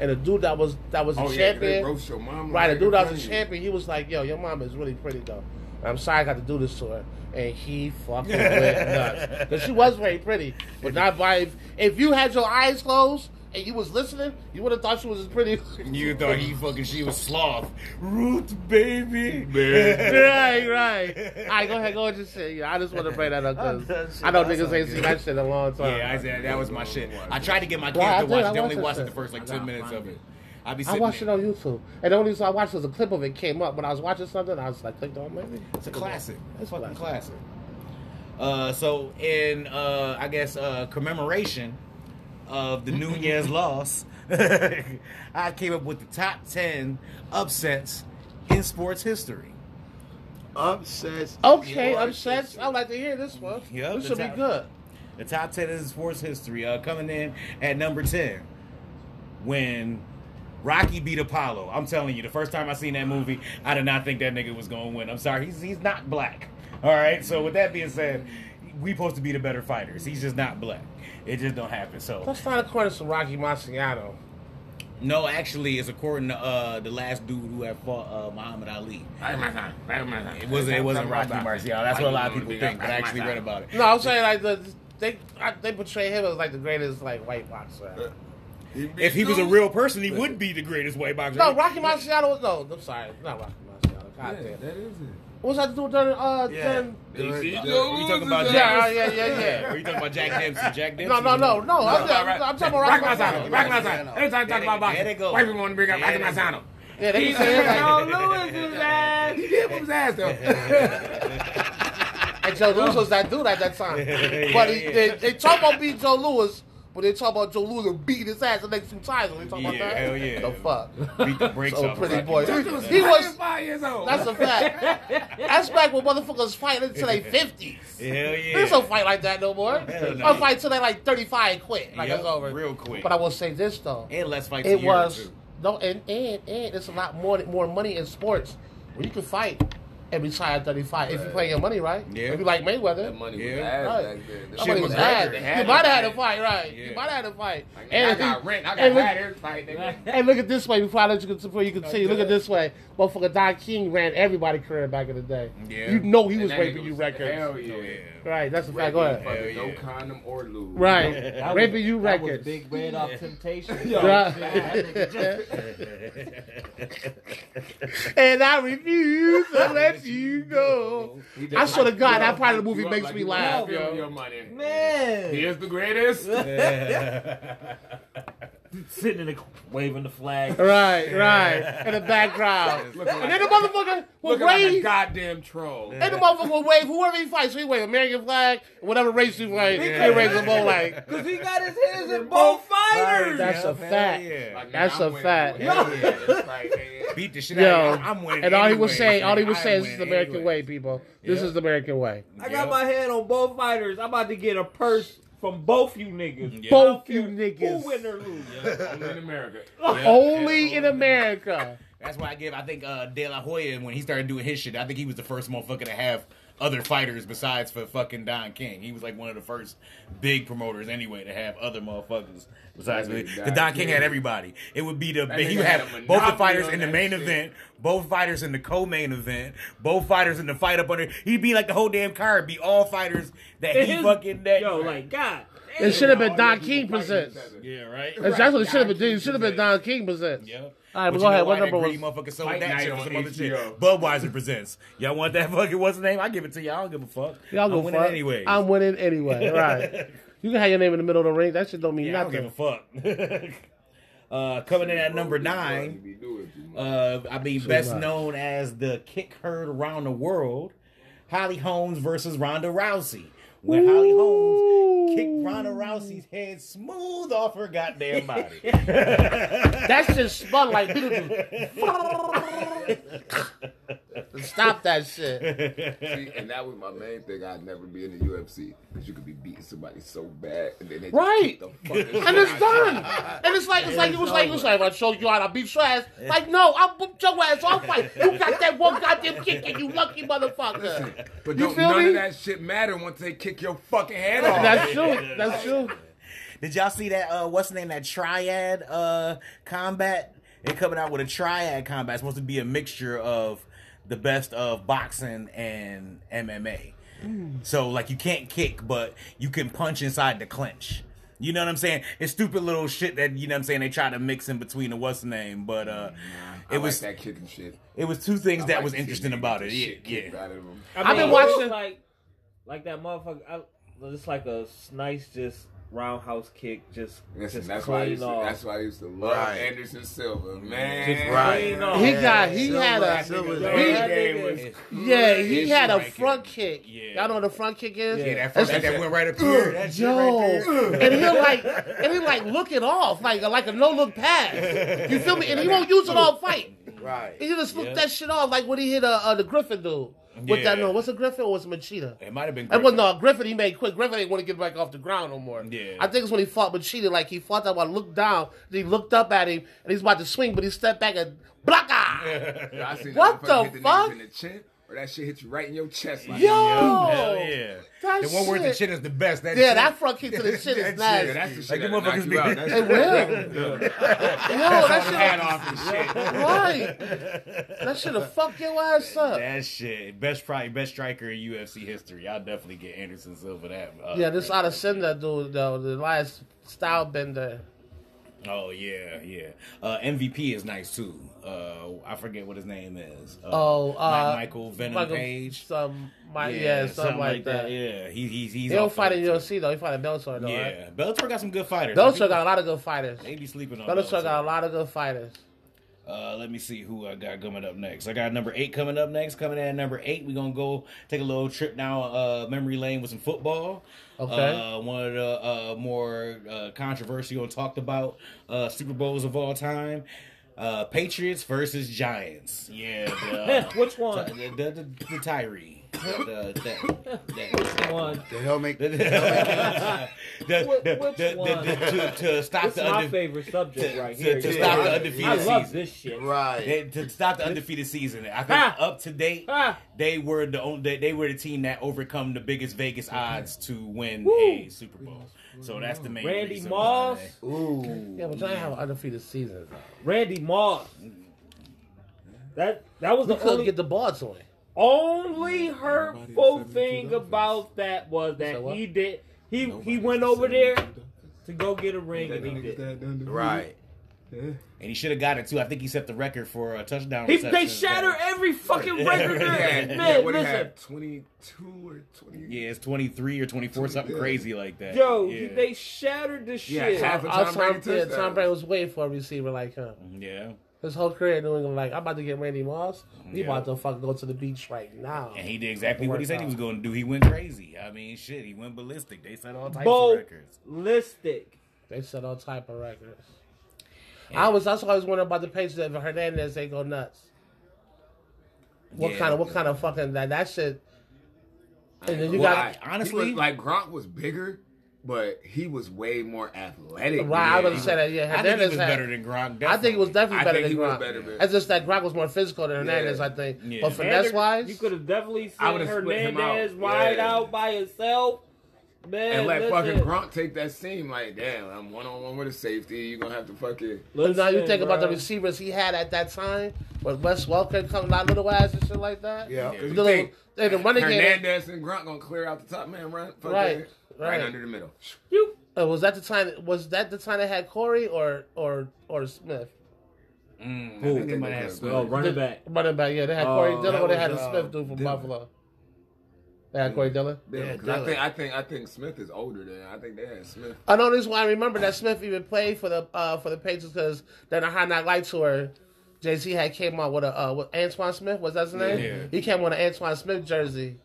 and the dude that was that was a Oh yeah, they champion. roast your mama. Right, the nigga, dude that funny. was a champion, he was like, "Yo, your mama is really pretty though. I'm sorry I got to do this to her." And he fucking went nuts because she was very pretty, but not by. If, if you had your eyes closed and you was listening, you would have thought she was as pretty. You thought he fucking she was sloth. Root baby. right, right. All right, go ahead, go ahead. Just say, yeah, I just want to bring that up because I know niggas ain't seen that shit in a long time. Yeah, I said that was my shit. I tried to get my kids Well, I to did, watch I it. They only watched watched that it the shit. first like ten minutes of it. I be I sitting watched it there. on YouTube, and the only reason I watched was a clip of it came up. When I was watching something, I was like, clicked on maybe. It's a classic. It's It's fucking classic. classic. Uh, so in uh, I guess uh, commemoration of the Nunez loss, I came up with the top ten upsets in sports history. Upsets. Okay, Your upsets. sister. I like to hear this one. Yeah, this the should be top- good. The top 10 in sports history. Uh, coming in at number 10, when Rocky beat Apollo. I'm telling you, the first time I seen that movie, I did not think that nigga was going to win. I'm sorry. He's, he's not black. All right. So, with that being said, we supposed to be the better fighters. He's just not black. It just don't happen. So, That's not according to Rocky Marciano. no, actually, it's according to uh, the last dude who had fought uh, Muhammad Ali. It wasn't. It wasn't Rocky Marciano. That's what a lot of people think. But I actually read about it. No, I'm saying like the, they I, they portray him as like the greatest like white Uh, boxer. If he was a real person, he would be the greatest white boxer. No, Rocky Marciano. No, I'm sorry, not Rocky Marciano. Yeah, God that is damn. it. What's that dude during uh? During, During- We during- talking about Yeah, yeah, Jack? yeah, yeah, yeah. Are you talking about Jack Dempsey? Jack Dempsey? No, no, no, no. I'm, Rocky I'm, I'm talking about Rocky Marciano. Rocky Marciano. Every time I talk about boxing, white people want to bring up Rocky Marciano. Yeah, they can say it like. He did whoop his ass though. And Joe Lewis was that dude at that time. Yeah, but he, yeah. They, they talk about beating Joe Lewis, but they talk about Joe Lewis beating his ass the next two times. When they talk about Yeah, that, hell yeah. the fuck. Beat the brakes So off. pretty Rocky boy. Marciano. He was. five years old. That's a fact. That's back when motherfuckers fight until they fifties. Hell yeah. They don't fight like that no more. Hell no. I'll fight till they like thirty five and quit. Like Yup, it's over. real quick. But I will say this though. And let's fight. It was no and and and it's a lot more more money in sports. When you can fight and retire at 35 if you Right. play your money right. Yeah. If you like Mayweather, That money Yeah. was ass Right. back then. that That money was bad. record. You might have had a fight, right? Yeah. You might have had a fight. Like, I And, got rent. I got and look- had every fight. nigga. and look at this way before I let you before you continue. Look at this way, motherfucker. Don King ran everybody career back in the day. Yeah. You know he And was that raping nigga you was- records. Hell yeah. Right, that's the fact. Raping Go ahead. fucking Hell No yeah. condom or lube. Right, That was- raping you that was records. Big red off temptation. Right. That nigga just- and I refuse to let you go. He I just- swear to God, you that up- part of you the movie up makes like me you laugh, feel yo. Your money. He Man, is the greatest. sitting in the waving the flag. Right, right. In the background. Looking And like, then the motherfucker will looking like a wave. goddamn troll. and the motherfucker will wave whoever he fights. So he wave American flag, whatever race he like. He raises them all like. Cause he got his hands in both fighters. That's a fact. Like, nigga, That's I'm a winning. fact. Yeah, it's like, nigga, Beat the shit Yo, out of you. I'm winning. and all he anyway, was saying, all he was I saying, this is win the American anyway. way, people. This Yep. is the American way. I got my hand on both fighters. I'm about to get a purse from both you niggas. Yeah. Both you Who win niggas. or lose? Only in America. Yep. Only in America. That's why I give. I think uh, De La Hoya when he started doing his shit, I think he was the first motherfucker to have other fighters besides for fucking Don King. He was like one of the first big promoters anyway to have other motherfuckers besides. That The nigga Don, Don King King. had everybody. It would be the That big, nigga you had had a both the monopoly fighters on in the that main shit. event, both fighters in the co-main event, both fighters in the fight up under. He'd be like the whole damn card. Be all fighters that And he his- fucking that. Yo, like God. It should have been All Don these King people fighting each presents. other. yeah, right. That's that's what it should have been. It should have been Don King possessed. Yeah. All right, But but you go know ahead. why What that number greedy was? motherfucker sold Fight that night shit for on some other shit? HBO. Budweiser presents. Y'all want that fucking what's the name? I give it to y'all. I don't give a fuck. Y'all I'm go winning fuck. anyway. I'm winning anyway. Right. You can have your name in the middle of the ring. That shit don't mean yeah, I don't give nothing. a fuck. uh, coming in at number nine. You do it too much. Uh, I mean, best much. known as the kick heard around the world, Holly Holmes versus Ronda Rousey. When Holly Holmes kicked Ronda Rousey's head smooth off her goddamn body. That shit spun like Beetlejuice. Stop that shit. See, and that was my main thing. I'd never be in the UFC because you could be beating somebody so bad, and then they just Right. kick the fucking shit And it's out you. done. And it's like it's like it was like it was like if I choke you out, I beat your ass. Like no, I whooped your ass. So I'll fight. You got that one goddamn kick, and you lucky motherfucker. But You don't feel none me? of that shit matter once they kick your fucking head off. That's true. That's true. Did y'all see that? Uh, what's the name? That triad uh, combat. They're coming out with a triad combat. It's supposed to be a mixture of the best of boxing and MMA. Mm. So like you can't kick, but you can punch inside the clinch. You know what I'm saying? It's stupid little shit that you know what I'm saying. They try to mix in between the what's the name, but uh, I it was like that kicking shit. it was two things I that like was to see interesting niggas about get it. the Yeah, shit kicked yeah. out of 'em. I I've been mean, it was watching- like like that motherfucker. I, it's like a s- nice just roundhouse kick, just Listen, just that's why, I clean used to, off. that's why I used to love Right. Anderson Silva, man. Just Right. clean off. He got he Silver, had a silver, Nigga, Yeah, that that game nigga was is- yeah he It's had a right front there. kick. Yeah. Y'all know what a front kick is? Yeah, That, first, That's- that, that went right up here. That shit right there. Yo, and he'll like, and he like look it off, like like a no look pass. You feel me? And he won't use it all fight. Right. He just looked that shit off, like when he hit uh, uh the Griffin dude. What Yeah. that no? What's a Griffin or was it Machida? It might have been. That was no Griffin. He made quick. Griffin ain't want to get back off the ground no more. Yeah. I think it's when he fought Machida. Like he fought that one, looked down, then he looked up at him, and he's about to swing, but he stepped back and blocka. Yo, I seen What that the motherfucker hit the niggas fuck? in the chin, or that shit hit you right in your chest. Like, Yo, Hell yeah. that The one where the shit- shit is the best. That Yeah, shit. that front kick to the shit is That shit, Yeah, nasty. that's the Like them shit that'll knock motherfuckers you be- out. That's It will. Yo, that shit. hat off and shit. Right. That should have fucked your ass up. That shit. Best probably best striker in UFC history. I'll definitely get Anderson Silva that. Uh, Yeah, this Adesanya dude, though, the last style bender. Oh yeah, yeah. Uh, MVP is nice too. Uh, I forget what his name is. Uh, Oh, uh, Mi- Michael Venom Michael- Page. Some, my, yeah, something, like, that. Yeah, he, he's he's. He don't off fight in that, UFC, though. He fight in Bellator, though, right? too. Yeah, Bellator got some good fighters. Bellator got a lot of good fighters. They be sleeping on Bellator got a lot of good fighters. Uh, let me see who I got coming up next. I got number eight coming up next. Coming in at number eight, we're gonna go take a little trip down uh, memory lane with some football. Okay. Uh, one of the uh, more uh, controversial and talked about uh, Super Bowls of all time. Uh, Patriots versus Giants. Yeah. Uh, the- Which one? The, the, the- the Tyree. the, that, that, One. They don't make. the, the, the, Which the, one? the- to, to stop This is the my under, favorite subject to- right to- here. to yeah. stop the undefeated I love season. this shit. Right. they, to stop the undefeated season. I think Ha! up to date, Ah, they were the only, they, they were the team that overcome the biggest Vegas odds to win a Woo! Super Bowl. So that's the main Randy reason Moss. why they- Yeah, but y'all have an undefeated season. Randy Moss. That that was We the couldn't only get the bars on it. only hurtful $72 thing about that was that said what? he did he Nobody he went said over there nothing. to go get a ring That and he nigga's did. that undefeated. Right. Yeah. and he should have got it too. I think he set the record for a touchdown. He, reception. they shatter every fucking record there. Yeah, Yeah, Man, what he listen. had, 22 or 20? Yeah, it's twenty three or twenty four, something Yeah. crazy like that. Yo, yeah. they shattered this Yeah, shit. half a Our Tom Brady Uh, Tom, yeah, touchdown. Tom Brady was waiting for a receiver like him. yeah, His whole career in New England, like, I'm about to get Randy Moss. He Yeah. about to fucking go to the beach right now. and he did exactly what he Worked said he out. was going to do. He went crazy. I mean, shit, he went ballistic. They set all types Bo- of records. Ballistic. They set all type of records. I was that's why I was wondering about the Patriots if Hernandez they go nuts. What Yeah. kind of what kind of fucking that that shit? And then you Well, got I- honestly- he was, like Gronk was bigger, but he was way more athletic. right. I was than gonna him. say that yeah. I think he Hernandez was had- better than Gronk. I think it was definitely definitely. I better think than he was Gronk. better, man. It's just that Gronk was more physical than Hernandez, Yeah. I think. Yeah. But finesse wise, you could have definitely I seen would've split him Hernandez out. wide Yeah. out by himself. Man, And let listen, fucking Gronk take that seam. Like, damn, I'm one on one with a safety. You're going to have to fucking. but now you listen, think about the bruh. receivers he had at that time with Wes Welker coming out little ass and shit like that. Yeah. Yeah. Cause you Little- think and the running game Hernandez and Gronk going to clear out the top, man. Right. Fucking, Right, right. right. under the middle. You uh, was that the time was that the time they had Corey or or or Smith? Mm, Who? I think they might have Oh, oh, split. running back. Running back, yeah. They had Oh, Corey that Dillon, or they was, had a uh, Smith dude from Dillon. Buffalo. They had Corey Dillon. Yeah, Yeah, 'cause I Dillon. think I think I think Smith is older than I think they had Smith. I know this is why I remember that Smith even played for the uh, for the Patriots because then the High Night Light tour, Jay Z had came out with a uh, with Antoine Smith was that his name? Yeah. He came with an Antoine Smith jersey,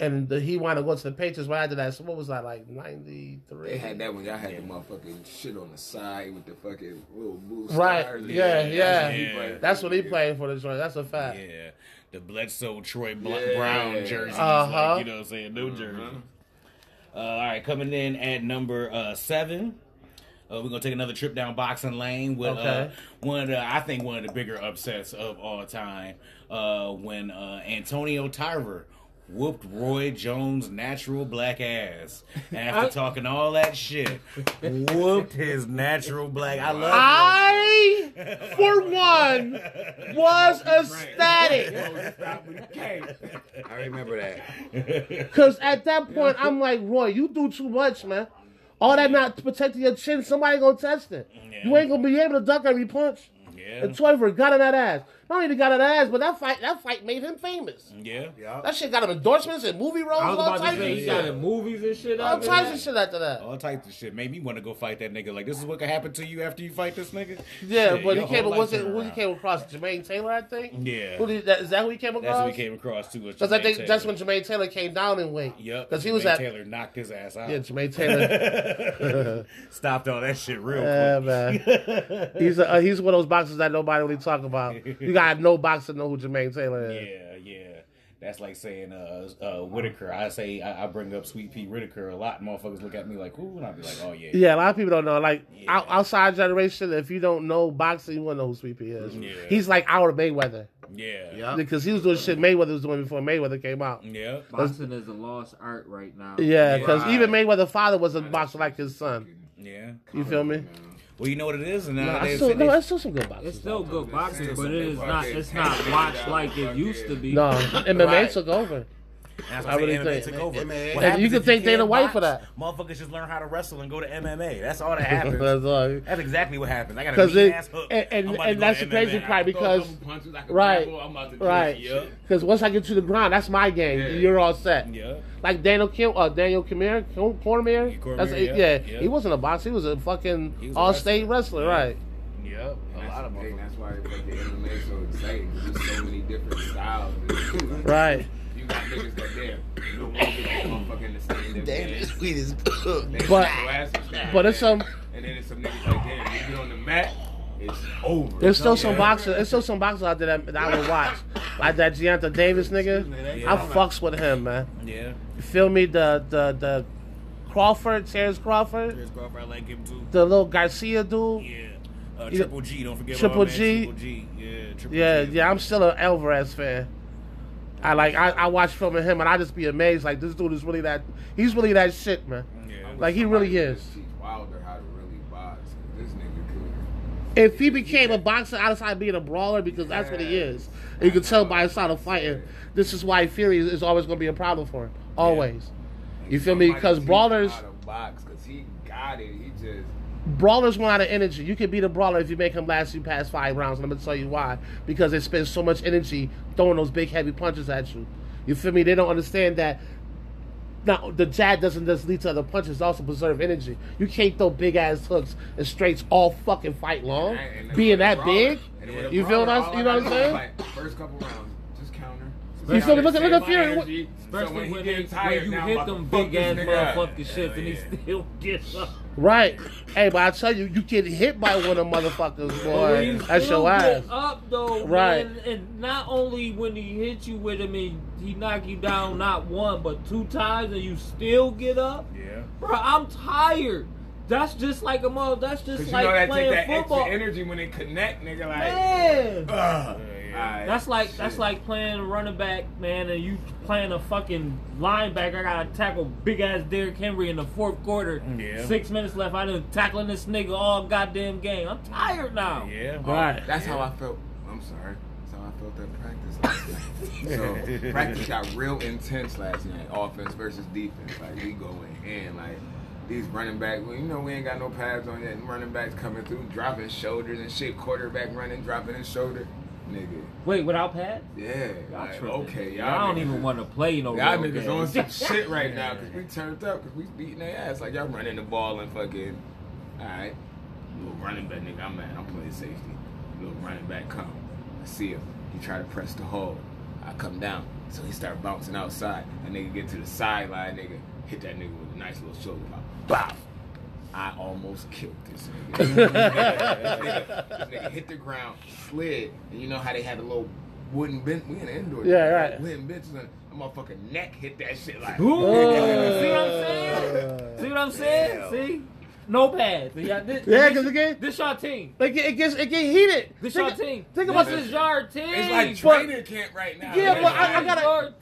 and the, he wanted to go to the Patriots right after that. So what was that like ninety They three? had that when y'all had the motherfucking shit on the side with the fucking little blue Right, stars. yeah, yeah. That's what he Yeah. played. That's what he played for the joint. That's a fact. Yeah, the Bledsoe Troy Bl- Yeah. Brown jerseys, Uh-huh. like, you know what I'm saying? New jersey. Uh, all right, coming in at number uh, seven. Uh, we're gonna take another trip down boxing lane with uh, Okay. one of the, I think one of the bigger upsets of all time uh, when uh, Antonio Tarver whooped Roy Jones' natural black ass and after talking all that shit, whooped his natural black. I love. I, for one, was ecstatic I remember that. because at that point I'm like, Roy, you do too much, man. All that not protecting your chin, somebody gonna test it. You ain't gonna be able to duck every punch. Yeah, And Toiver got in that ass. Not only got in that ass, but that fight that fight made him famous. yeah. That shit got him endorsements and movie roles, I was all about to types of say he got in shit. movies and shit. All out types there. of shit after that. All types of shit. Made me want to go fight that nigga. Like, this is what could happen to you after you fight this nigga? Yeah, Shit, but your he came. whole Was life it turned who he around. came across? Jermaine Taylor, I think. Yeah. Who did, that, is that who he came across? That's what he came across, too. was Because I Jermaine think that's Taylor. when Jermaine Taylor came down in weight. Yep. Because he was Jermaine at Taylor knocked his ass out. yeah Jermaine Taylor. Stopped all that shit real yeah, quick. man. He's a, uh, he's one of those boxers that nobody really talk about. You got no boxer know who Jermaine Taylor is. Yeah, yeah. That's like saying uh, uh, Whitaker. I say I, I bring up Sweet Pea Whitaker a lot. Motherfuckers look at me like, who? And I be like, oh yeah, Yeah, a lot of people don't know. Like Yeah. out, outside generation, if you don't know boxing, you won't know who Sweet Pea is. Yeah. He's like our Mayweather yeah, Yeah. because he was doing shit Mayweather was doing before Mayweather came out. yeah. Boxing is a lost art right now. Yeah, because Right. even Mayweather's father was a boxer like his son. yeah. You feel me? Well, you know what it is, and No, I nowadays still, they- no, that's still some good boxing. It's still good boxing, It's but it is fucking not. It's not fucking watched down, like it fucking- used to be. No, MMA Right. took over. That's I what I really really think- MMA took over. MMA. What And happens you can if thank can't Dana White box, for that. Motherfuckers just learn how to wrestle and go to MMA. That's all that That's happens. all. That's exactly what happens. I got a Because mean it ass hook. and and, I'm about to and go that's to the crazy MMA. part because right, right. because once I get to the ground, that's my game. Yeah. You're all set. Yeah. Like Daniel Kim, uh, Daniel Cormier, Cormier, Cormier? Cormier, that's yeah, yeah. yeah. yeah. He wasn't a boxer. He was a fucking He was a all-state wrestler, right? Yep. A lot of motherfuckers. That's why they make the MMA so exciting. 'cause There's so many different styles. Right. You got niggas that damn, no one can get motherfucking in the stand. Damn, this weed is good. But- but it's some- And then it's some niggas like damn, you get on the mat, it's over. There's still Yeah. some boxers. There's still some boxers out there that, that I would watch. Like that Gianta Davis nigga, I fucks with him, man. Yeah. You feel me? The the the Crawford, Terrence Crawford, Chris Crawford, I like him too. the little Garcia dude. Yeah. Uh, You- Triple G, don't forget Triple about my G. man, Triple G. Yeah, Triple Yeah, G. yeah, I'm still an Alvarez fan. I like I, I watch film of him and I just be amazed. Like this dude is really that he's really that shit, man. Yeah. Like he really is. Teach Wilder how to really box. 'cause This nigga could. If he became a boxer outside being a brawler, because that's what he is. And you can tell by his style of fighting. This is why Fury is, is always going to be a problem for him. Always. You feel me? Somebody Because teach him brawlers, How to box? Because he got it. He just. brawlers run out of energy. You can beat a brawler if you make him last you past five rounds, and I'm gonna tell you why. Because they spend so much energy throwing those big heavy punches at you. You feel me? They don't understand that. Now the jab doesn't just lead to other punches; it also preserve energy. You can't throw big ass hooks and straights all fucking fight long, and with a being that brawler- big. and with a You feel what brawler, I'm- all you know I what I'm gotta do is, saying? like, First couple rounds, just counter. Just You feel me? Look at- look at save my Fury. energy. So Especially when he when, getting they, tired when you now, hit about to them fuck big this ass nigga up. motherfucking shits and he still gets up. Right. Hey, but I tell you, you get hit by one of them motherfuckers, When boy. you uh, That's still your ass. get up though, Right. man, and not only when he hit you with him and he knock you down not one but two times and you still get up, Yeah. bro. I'm tired. That's just like a mother. That's just Cause you like know that take playing that football, extra energy when they connect, nigga. Like, man. Uh, ugh. Alright, That's like shit. that's like playing running back, man, and you playing a fucking linebacker. I gotta tackle big ass Derrick Henry in the fourth quarter. Mm. Yeah. Six minutes left. I done tackling this nigga all goddamn game. I'm tired now. Yeah. Right. That's how I felt. I'm sorry. That's how I felt at practice last night. so practice got real intense last night. Offense versus defense. Like we going in. Like these running backs. Well, you know we ain't got no pads on yet. And running backs coming through, dropping shoulders and shit. Quarterback running, dropping his shoulder. Nigga. Wait, without pads? Yeah. Y'all Like, tripping. okay. Y'all. I don't niggas- even want to play no Y'all real niggas games. on some shit right now because we turned up because we beating their ass. Like, y'all running the ball and fucking. Alright. Little running back, nigga, I'm mad. I'm playing safety. Little running back come. I see him. He try to press the hole. I come down. So he start bouncing outside. That nigga get to the sideline, nigga. Hit that nigga with a nice little shoulder pop. Bow! I almost killed this nigga. this, nigga this nigga hit the ground, slid, and you know how they had a little wooden bench. We in the indoor. Yeah, right. Wooden benches, and my motherfucking neck hit that shit like. Ooh, see what I'm Uh. saying? See what I'm saying? See? No pads. Y'all- This, Yeah, this- because again, this your team. like it gets it get heated. This Think- your team. Think this about is your team. It's like But- training camp right now. Yeah, It's but I- I like-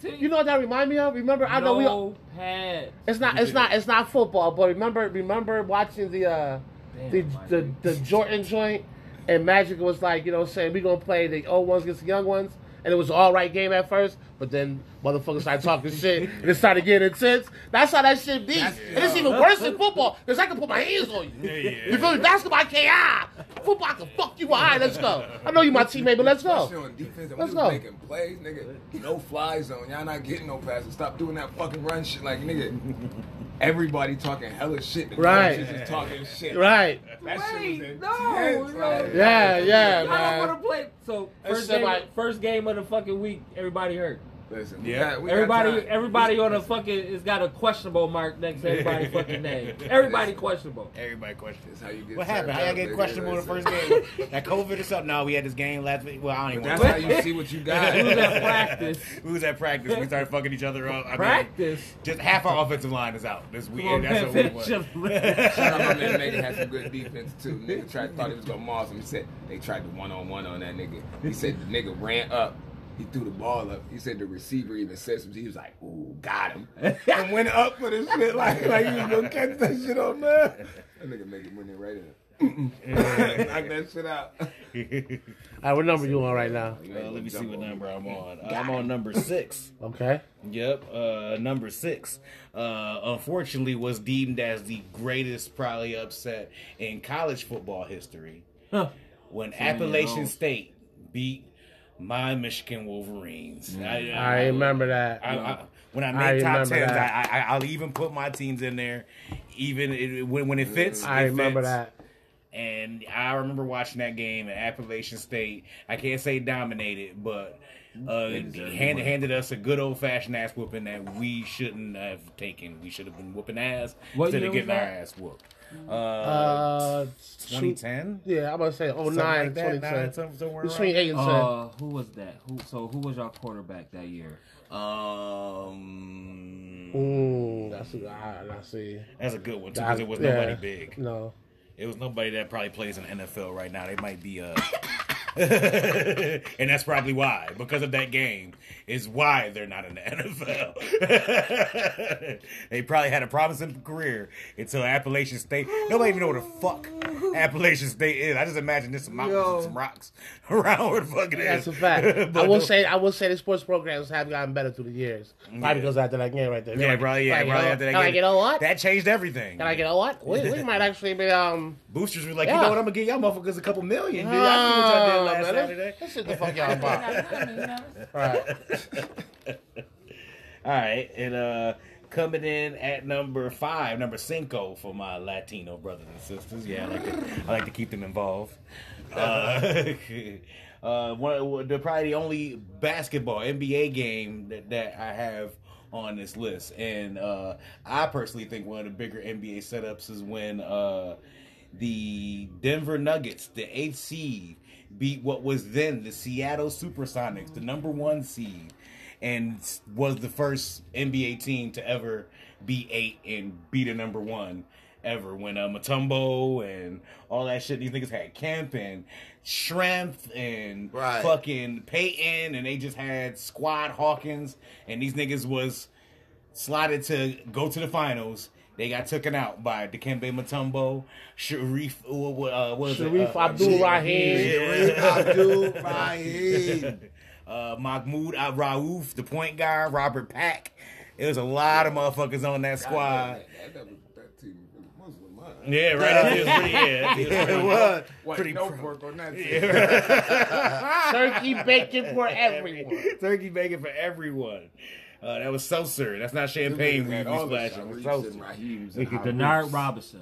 gotta- You know what that remind me of? Remember, I know we. all no pads. It's not. It's not. It's not football. But remember, remember watching the uh, the, Damn, the the Jordan joint, and Magic was like, you know, what I'm saying we gonna play the old ones against the young ones, and it was an all right game at first, but then motherfuckers started talking shit, and it started getting intense. That's how that shit be. That's- and it's even worse than football, cause I can put my hands on you. You feel me? Basketball, I can't. Ah, Football, I can fuck you. All right, let's go. I know you my teammate, but let's That shit go. on defense, and Let's we go. was making plays, nigga. No fly zone. Y'all not getting no passes. Stop doing that fucking run shit, like nigga. Everybody talking hella shit. The Right. coaches is talking shit. Right. That shit was Wait, intense. no, no. Yeah. Yeah, I don't man. want to play. So That's first game, somebody- first game of the fucking week, everybody hurt. Listen, Yeah. yeah. We got, we Everybody, got time. everybody on the fucking has got a questionable mark next to everybody fucking name. Everybody questionable. Everybody questions. That's how you get What happened? turned How y'all up, get nigga. questionable the first Listen. game? That COVID or something? No, we had this game last week. Well, I don't even That's want how to. you see what you We was got. at practice. We was at practice. We started fucking each other up. I mean, Practice. just half our offensive line is out this Come on, weekend. That's what man, we was. finish Shout out my man Megan had some good defense too. Nigga tried thought he was gonna maul him. He said they tried the one on one on that nigga. He said the nigga ran up. He threw the ball up. He said the receiver even said something. He was like, "Ooh, got him," and went up for this shit like like he was gonna catch that shit on man. That nigga Megan went in right Uh, in. Knock that shit out. All right, what number you on right now? Uh, let me see what number I'm on. Uh, I'm on number six. Okay. Yep, uh, number six. Uh, unfortunately, was deemed as the greatest probably upset in college football history Huh. when Appalachian State beat my Michigan Wolverines. Mm. I, I remember that. I, I, when I I make top remember tens, I, that. I, I'll even put my teams in there, even it, when when it fits. it I remember fits. that. And I remember watching that game at Appalachian State. I can't say dominated, but uh, hand, handed us a good old fashioned ass whooping that we shouldn't have taken. We should have been whooping ass What instead year of was getting our that? ass whooped. Uh, Uh, 2010? yeah, I'm gonna say oh Something nine, like that. Nah, 2010. it's some- somewhere Between around. eight and ten. Uh, who was that? Who? So who was your quarterback that year? Um, mm, I see. I, I see. that's a good one too because it was Yeah. nobody big. No. It was nobody that probably plays in the NFL right now. They might be uh and that's probably why. Because of that game is why they're not in the NFL. they probably had a promising career until Appalachian State. Nobody even know what the fuck Appalachian State is. I just imagine there's some mountains Yo. and some rocks around where the fuck it is. That's a fact. I But will no- say, I will say, the sports programs have gotten better through the years. Probably because after that game right there. Yeah, probably yeah, Like, probably you after know, that like, game. you know what? That changed everything. Can I get a what? We, we might actually be um. Boosters were like, Yeah. you know what, I'm gonna give y'all motherfuckers a couple million. Dude. I see Ah, what y'all did Oh, last man, Saturday. Let's sit the fuck out about. Right. All right, and uh coming in at number five, number cinco for my Latino brothers and sisters. Yeah, I like to, I like to keep them involved. Uh, uh, one, the probably the only basketball NBA game that, that I have on this list, and uh I personally think one of the bigger NBA setups is when uh the Denver Nuggets, the eighth seed, beat what was then the Seattle Supersonics, the number one seed, and s- was the first NBA team to ever be eight and beat a number one ever. When uh, Matumbo and all that shit, these niggas had Kemp and Shrimp and Right. fucking Peyton, and they just had Squad Hawkins, and these niggas was slotted to go to the finals. They got taken out by Dikembe Mutombo, Sharif, uh, what, uh, what is Sharif it? Uh, Abdul Rahim. Yeah. Abdul Rahim. uh, Mahmoud Al- Raouf, the point guard, Robert Pack. It was a lot of motherfuckers on that squad. That, that, was- that team was Muslim, huh? Yeah, right. It was pretty, yeah, it was pretty- It was. White Pretty no pro- work on that team. Turkey bacon for everyone. Turkey bacon for everyone. Uh, that was seltzer. That's not champagne we Had used all to the splash. It was seltzer. Raheems and Denard Robinson,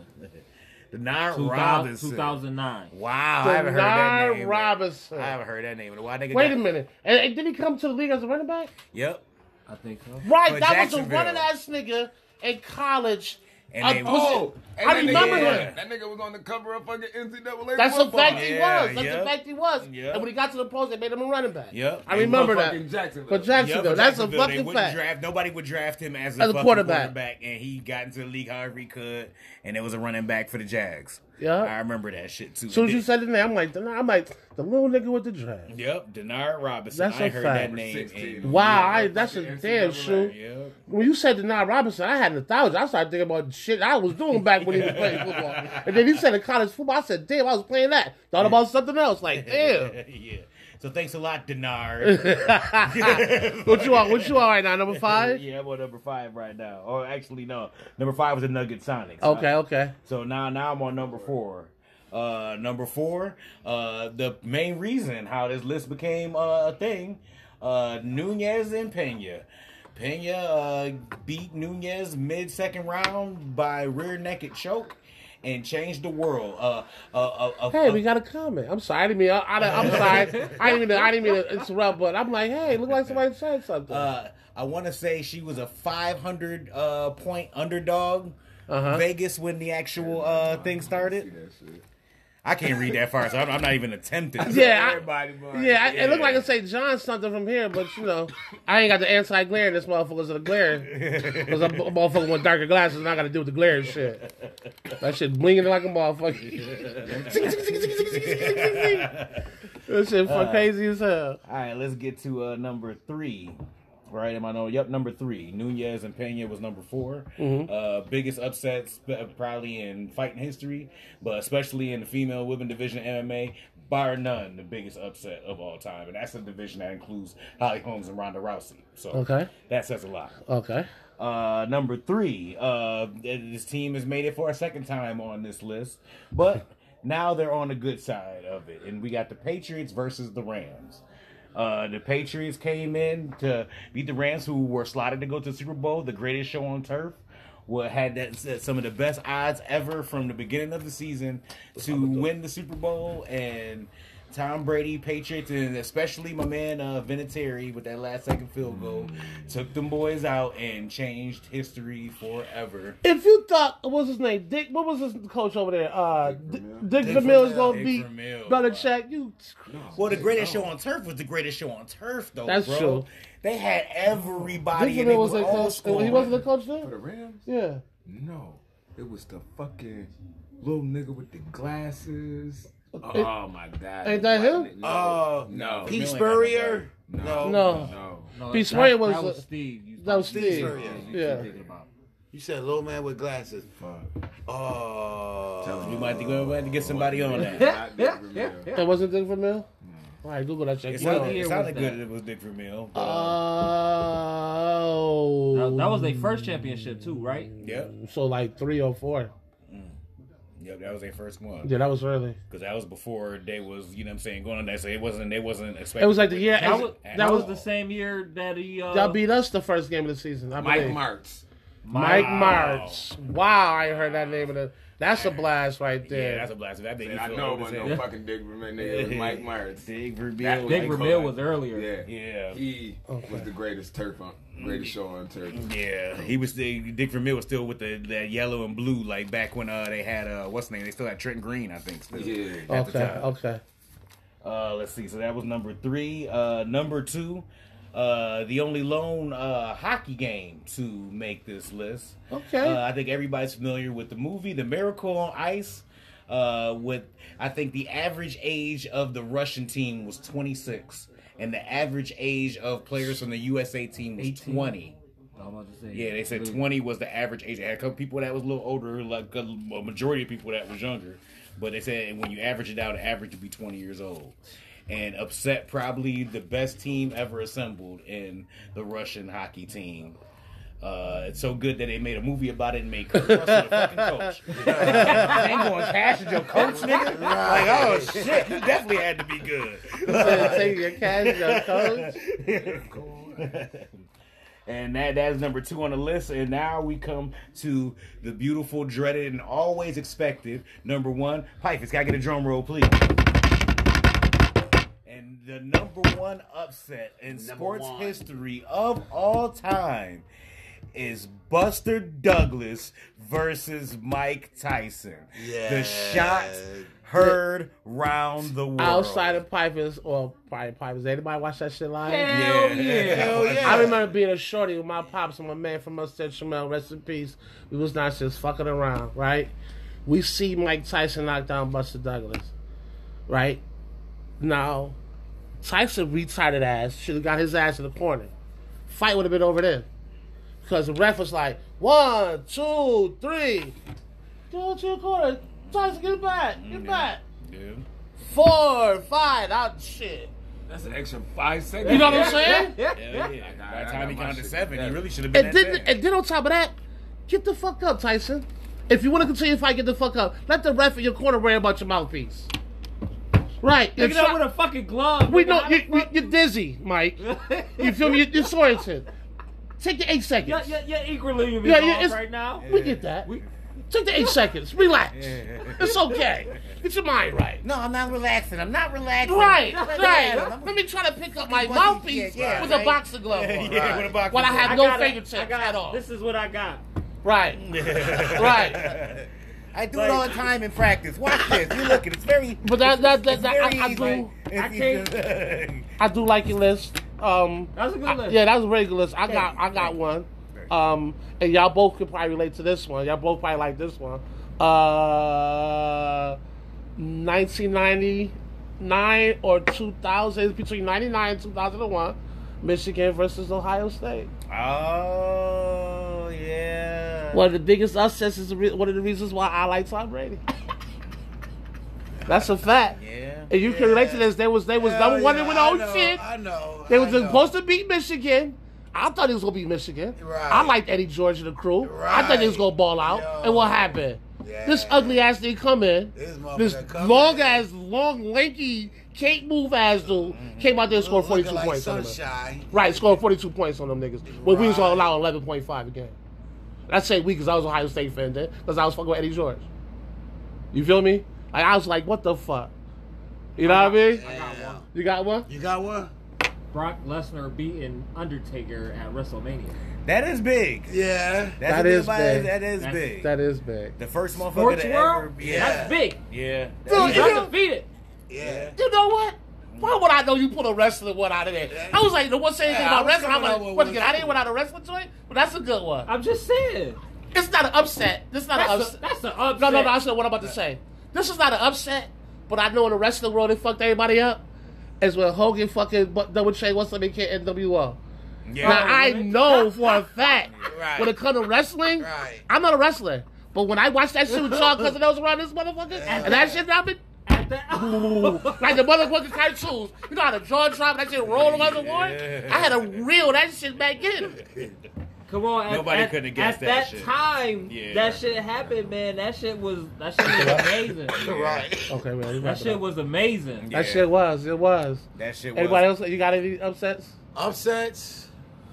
Denard 2000- Robinson. 2009. Wow, I haven't heard that Denard name. Robinson. I haven't heard that name in a while. Nigga Wait got- a minute. And, and did he come to the league as a running back? Yep. I think so. Right. For that was a Jacksonville. running ass nigga in college. And Uh, they was it- Oh, and I that nigga- remember him. That nigga was on the cover of fucking NCAA. That's a football. fact he Yeah, was. That's a yep. fact he was. Yep. And when he got to the pros, they made him a running back. Yep. I And remember that. Motherfucking For Jacksonville. Jacksonville. Yeah, for that's Jacksonville, a they fucking wouldn't fact. Draft, nobody would draft him as a, As a fucking quarterback. quarterback. and he got into the league however he could, and it was a running back for the Jags. Yeah. I remember that shit too. As soon as you said the name, I'm like, the- I'm like, the little nigga with the draft. "Yep, Denard Robinson," That's I a heard fact. that name. 16. and- Wow, I, that's a damn NCAA. shoe. Yep. When you said Denard Robinson, I had a thousand. I started thinking about the shit I was doing back when he was playing football. And then he said in college football, I said, damn, I was playing that. Thought about something else. Like, damn. yeah. So thanks a lot, Denard. what you on? What you on right now? Number five? yeah, I'm on number five right now. Or actually, no, number five was the Nugget Sonics. Okay, okay. So now now I'm on number four. Uh, number four. Uh, the main reason how this list became uh, a thing. Uh, Nunez and Pena. Pena uh, beat Nunez mid second round by rear naked choke. And changed the world. Uh, uh, uh, uh, Hey, we got a comment. I'm sorry. I didn't mean. I, I, I'm sorry. I didn't mean. To, I didn't mean to interrupt, but I'm like, hey, look like somebody said something. uh, I want to say she was a 500 uh, point underdog. Uh-huh. Vegas when the actual uh, thing started. I can't read that far, so I'm, I'm not even attempting. yeah, I- Everybody, man. yeah, I, It looked like I Yeah. say John something from here, but you know, I ain't got the anti glare in this motherfucker's the glare because I'm a motherfucker with darker glasses, and I got to deal with the glare and shit. That shit blinging like a motherfucker. Zing, zing, zing, zing, zing, zing, zing, zing, zing. that shit fuck crazy as hell. All right, let's get to uh, number three. Right, am I know? Yep, number three. Nunez and Pena was number 4 Uh, biggest upsets uh, probably in fighting history, but especially in the female women division of MMA, bar none, the biggest upset of all time, and that's a division that includes Holly Holmes and Ronda Rousey. So Okay. that says a lot. Okay. Uh, number three, uh, this team has made it for a second time on this list, but now they're on the good side of it, and we got the Patriots versus the Rams. Uh, the Patriots came in to beat the Rams, who were slotted to go to the Super Bowl, the greatest show on turf. What had that said some of the best odds ever from the beginning of the season to win the Super Bowl, and Tom Brady, Patriots, and especially my man uh, Vinatieri with that last second field goal took them boys out and changed history forever. If you thought what was his name, Dick, what was his coach over there? Uh, D- Dick Dick Vermeil is Vermeil. gonna Dick beat Vermeil. Belichick. You, Well, the greatest show on turf was the greatest show on turf, though. That's bro. true. They had everybody. Dick and they Vermeil was was a all coach. school. He wasn't a coach For the then. Rams? Yeah. No. It was the fucking little nigga with the glasses. Oh my god. Ain't that him? No. Uh, no. Pete Spurrier. No. No. No. No, Pete that- Swear that, was that was a- Steve. You- That was Steve. Sure, yeah. you- you Yeah. thinking about. You said little man with glasses. Fuck. Oh. We might have to go we might have to get somebody on that. Not Dick Vermeil. That wasn't Dick Vermeil. All right, Google that It shit. sounded, year it sounded was good that? that it was Dick Vermeil. but, uh, Oh. That, that was their first championship too, right? yep, so like three or four. yep, that was their first one. Yeah, that was early. Because that was before they was, you know what I'm saying, going on that. So it wasn't, they wasn't expecting. It was like the win year. at That was, all. that was the same year that he uh, Y'all beat us the first game of the season. I Mike believe. Martz. Mike Wow. Martz. Wow, I ain't heard that name of the. That's a blast right Yeah, there. that's a blast. That made me And I feel know old it as wasn't hell. no fucking Dick Vermeil nigga. It was Mike Martz. Dick That Vermeil. was Dick like Vermeil Kobe. was earlier. Yeah. Yeah. Mm. He was the greatest turf on greatest show on turf. Yeah, he was Dick Vermeil was still with the that yellow and blue like back when uh they had uh what's the name they still had Trent Green I think still Yeah. at the okay, time. okay. Uh, let's see. So that was number three. Uh, number two, uh, the only lone uh, hockey game to make this list. Okay. Uh, I think everybody's familiar with the movie The Miracle on Ice. Uh, with I think the average age of the Russian team was 26, and the average age of players from the USA team was 20. I'm about to say. Yeah, they said Mm-hmm. 20 was the average age. They had a couple people that was a little older, like a a majority of people that was younger. But they said when you average it out, the average would be 20 years old. And upset probably the best team ever assembled in the Russian hockey team. Uh, it's so good that they made a movie about it and made Kurt Russell the fucking coach. they going cash at your coach, nigga? Like, oh shit, you definitely had to be good. Take your cash, your coach. And that that is number two on the list. And now we come to the beautiful, dreaded, and always expected number one. Pipers, gotta get a drum roll, please. And the number one upset in sports history of all time is Buster Douglas versus Mike Tyson. The shots heard round the world. Outside of Pipers, or probably Pipers. Anybody watch that shit live? Hell yeah. Hell yeah. I remember being a shorty with my pops and my man from upstate Chamel, rest in peace. We was not just fucking around, right? We see Mike Tyson knock down Buster Douglas, right? Now, Tyson retarded ass should have got his ass in the corner. Fight would have been over then. Because the ref was like, one, two, three. Go to the corner. Tyson, get back. Get back. Yeah. Four, five, out shit. That's an extra five seconds. You know what I'm saying? Hell yeah. By the I time he got my counted shit seven, he together. really should have been. And at then, 10. and then on top of that, get the fuck up, Tyson. If you want to continue to fight, get the fuck up. Let the ref in your corner worry about your mouthpiece. Right. Look If at that so- with a fucking glove. we nigga. know How the you, you, fuck- you're dizzy, Mike. You feel me? You're disoriented. Take the eight Yeah, seconds. yeah, yeah. Equilibrium Yeah, yeah, yeah, it's- right now. We get that. Take the eight seconds. Relax. It's okay. Get your mind right. No, I'm not relaxing. I'm not relaxing. Right, right. Let me try to pick up my mouthpiece yeah, with a right. boxer glove on. Yeah, with a box. When I I have no gotta- fingertips I gotta- at all. This is what I got. Right, right. I do it all the time in practice. Watch this. You look at it. It's very. But that that that, It's that very I, I easy. do It's- can't- it's- I do like your list. Um, That was a good I- list. yeah, that was a very good list. I got you, I got thank you. one. Um, and y'all both could probably relate to this one. Y'all both probably like this one. Uh, 1999 or 2000 it's between 99 and 2001, Michigan versus Ohio State. Oh yeah. One of the biggest upsets is the re- one of the reasons why I like Tom Brady. That's a fact. Yeah. And you can relate to this. They was they was number one with Oh, I all know, shit. I know. They I was know. supposed to beat Michigan. I thought it was gonna be Michigan. Right. I liked Eddie George and the crew. I thought they was Right. gonna ball out. Yo. And what happened? Yeah. This ugly ass dude come in. This motherfucker This come long in. ass, long, lanky, can't move ass dude came out there and scored Mm-hmm. Looking 42 like points on them. Sunshine. Right, scored 42 points on them niggas. Well, we was Right. gonna allow 11.5 a game. And I say we because I was an Ohio State fan then, because I was fucking with Eddie George. You feel me? Like I was like, what the fuck? You know what I mean? Yeah. You got one? You got one? Brock Lesnar beating Undertaker at Wrestlemania. That is big. Yeah. That's That the thing is about it, big. That is That's- big. That is big. the first motherfucker Sports to World? ever. Yeah. That's big. Yeah. Dude, He's you know- undefeated. Yeah. You know what? Why would I know you put a wrestling one out of there? I was like, the one saying Yeah, I about was wrestling, I'm coming like, up with what's one good? I too. didn't without a wrestling joint, but that's a good one. I'm just saying. It's not an upset. This is not an That's, a, upset. that's an upset. No, no, no. I said what I'm about to say. This is not an upset, but I know in the rest of the world they fucked everybody up. Is when Hogan fucking bu- double check what's up kid NWO. Yeah. Now I really? know for a fact Right. when it comes to wrestling, Right. I'm not a wrestler. But when I watch that shit with y'all cousin that was around this motherfucker, and that shit happened, At that- like the motherfucking cartoons, you know how the jaw drop that shit roll around the one? I had to reel that shit back in. Come on, at, Nobody at- coulda guessed at that that, shit. time. Yeah. That shit happened, man. That shit was that shit was amazing. Right. Okay, man. we that wrapping shit up. was amazing. Yeah. That shit was. It was. That shit was. Everybody else, you got any upsets? Upsets?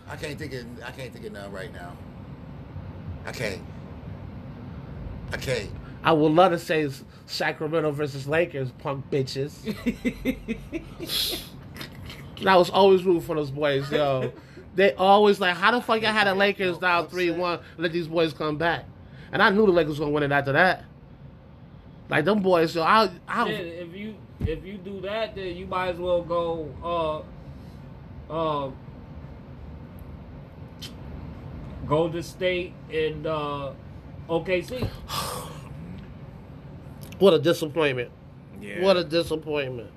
I can't think of I can't think of none right now. I can't. I can't. I would love to say it's Sacramento versus Lakers, punk bitches. and I was always rooting for those boys, yo. They always like, how the fuck I had the Lakers down three one, let these boys come back, and I knew the Lakers was gonna win it after that. Like them boys, yo, I, I, Shit, if you if you do that, then you might as well go uh uh Golden State and uh OKC. what a disappointment. Yeah. What a disappointment.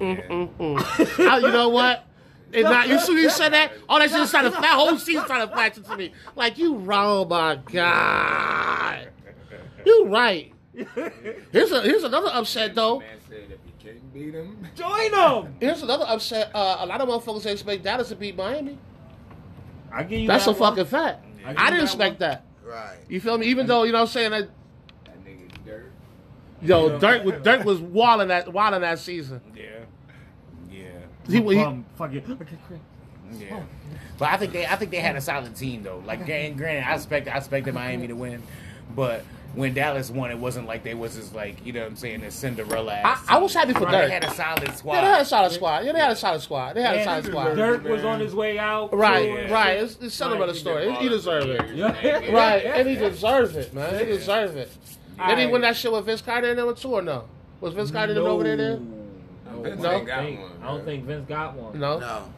Yeah. Mm. I- you know what? It's not, you soon as you said that, all that shit started flat. Whole season started flashing to me. Like you wrong, my God. You right. Here's a, here's another upset though. Man said if you can't beat him, Join them. Here's another upset. Uh, a lot of motherfuckers didn't expect Dallas to beat Miami. I give you That's that a one. fucking fact. I give I you didn't that expect that. Right. You feel me? Even though you know what I'm saying that, that nigga's dirt. yo, Dirk was Dirk was wilding that wilding that season. Yeah. Yeah. He, he, Um, fuck it. Okay, great. Yeah. But I think they I think they had a solid team though. Like and granted, I expect I expected Miami to win, but when Dallas won, it wasn't like they was just like you know what I'm saying this Cinderella. I, I was happy for They Dirk. had a solid squad. Yeah, they had a solid squad. Yeah, they had a solid squad. They had a solid squad. Dirk was on his way out. Right, too, and right. shit. It's, it's something about the story. He deserved it. Yeah. Right, and he deserves it, man. He deserves it. All Did he right. win that shit with Vince Carter in there with two or no? Was Vince Carter No. over there then? No, I don't, Vince No. ain't got think, one, I don't man. think Vince got one. No. No.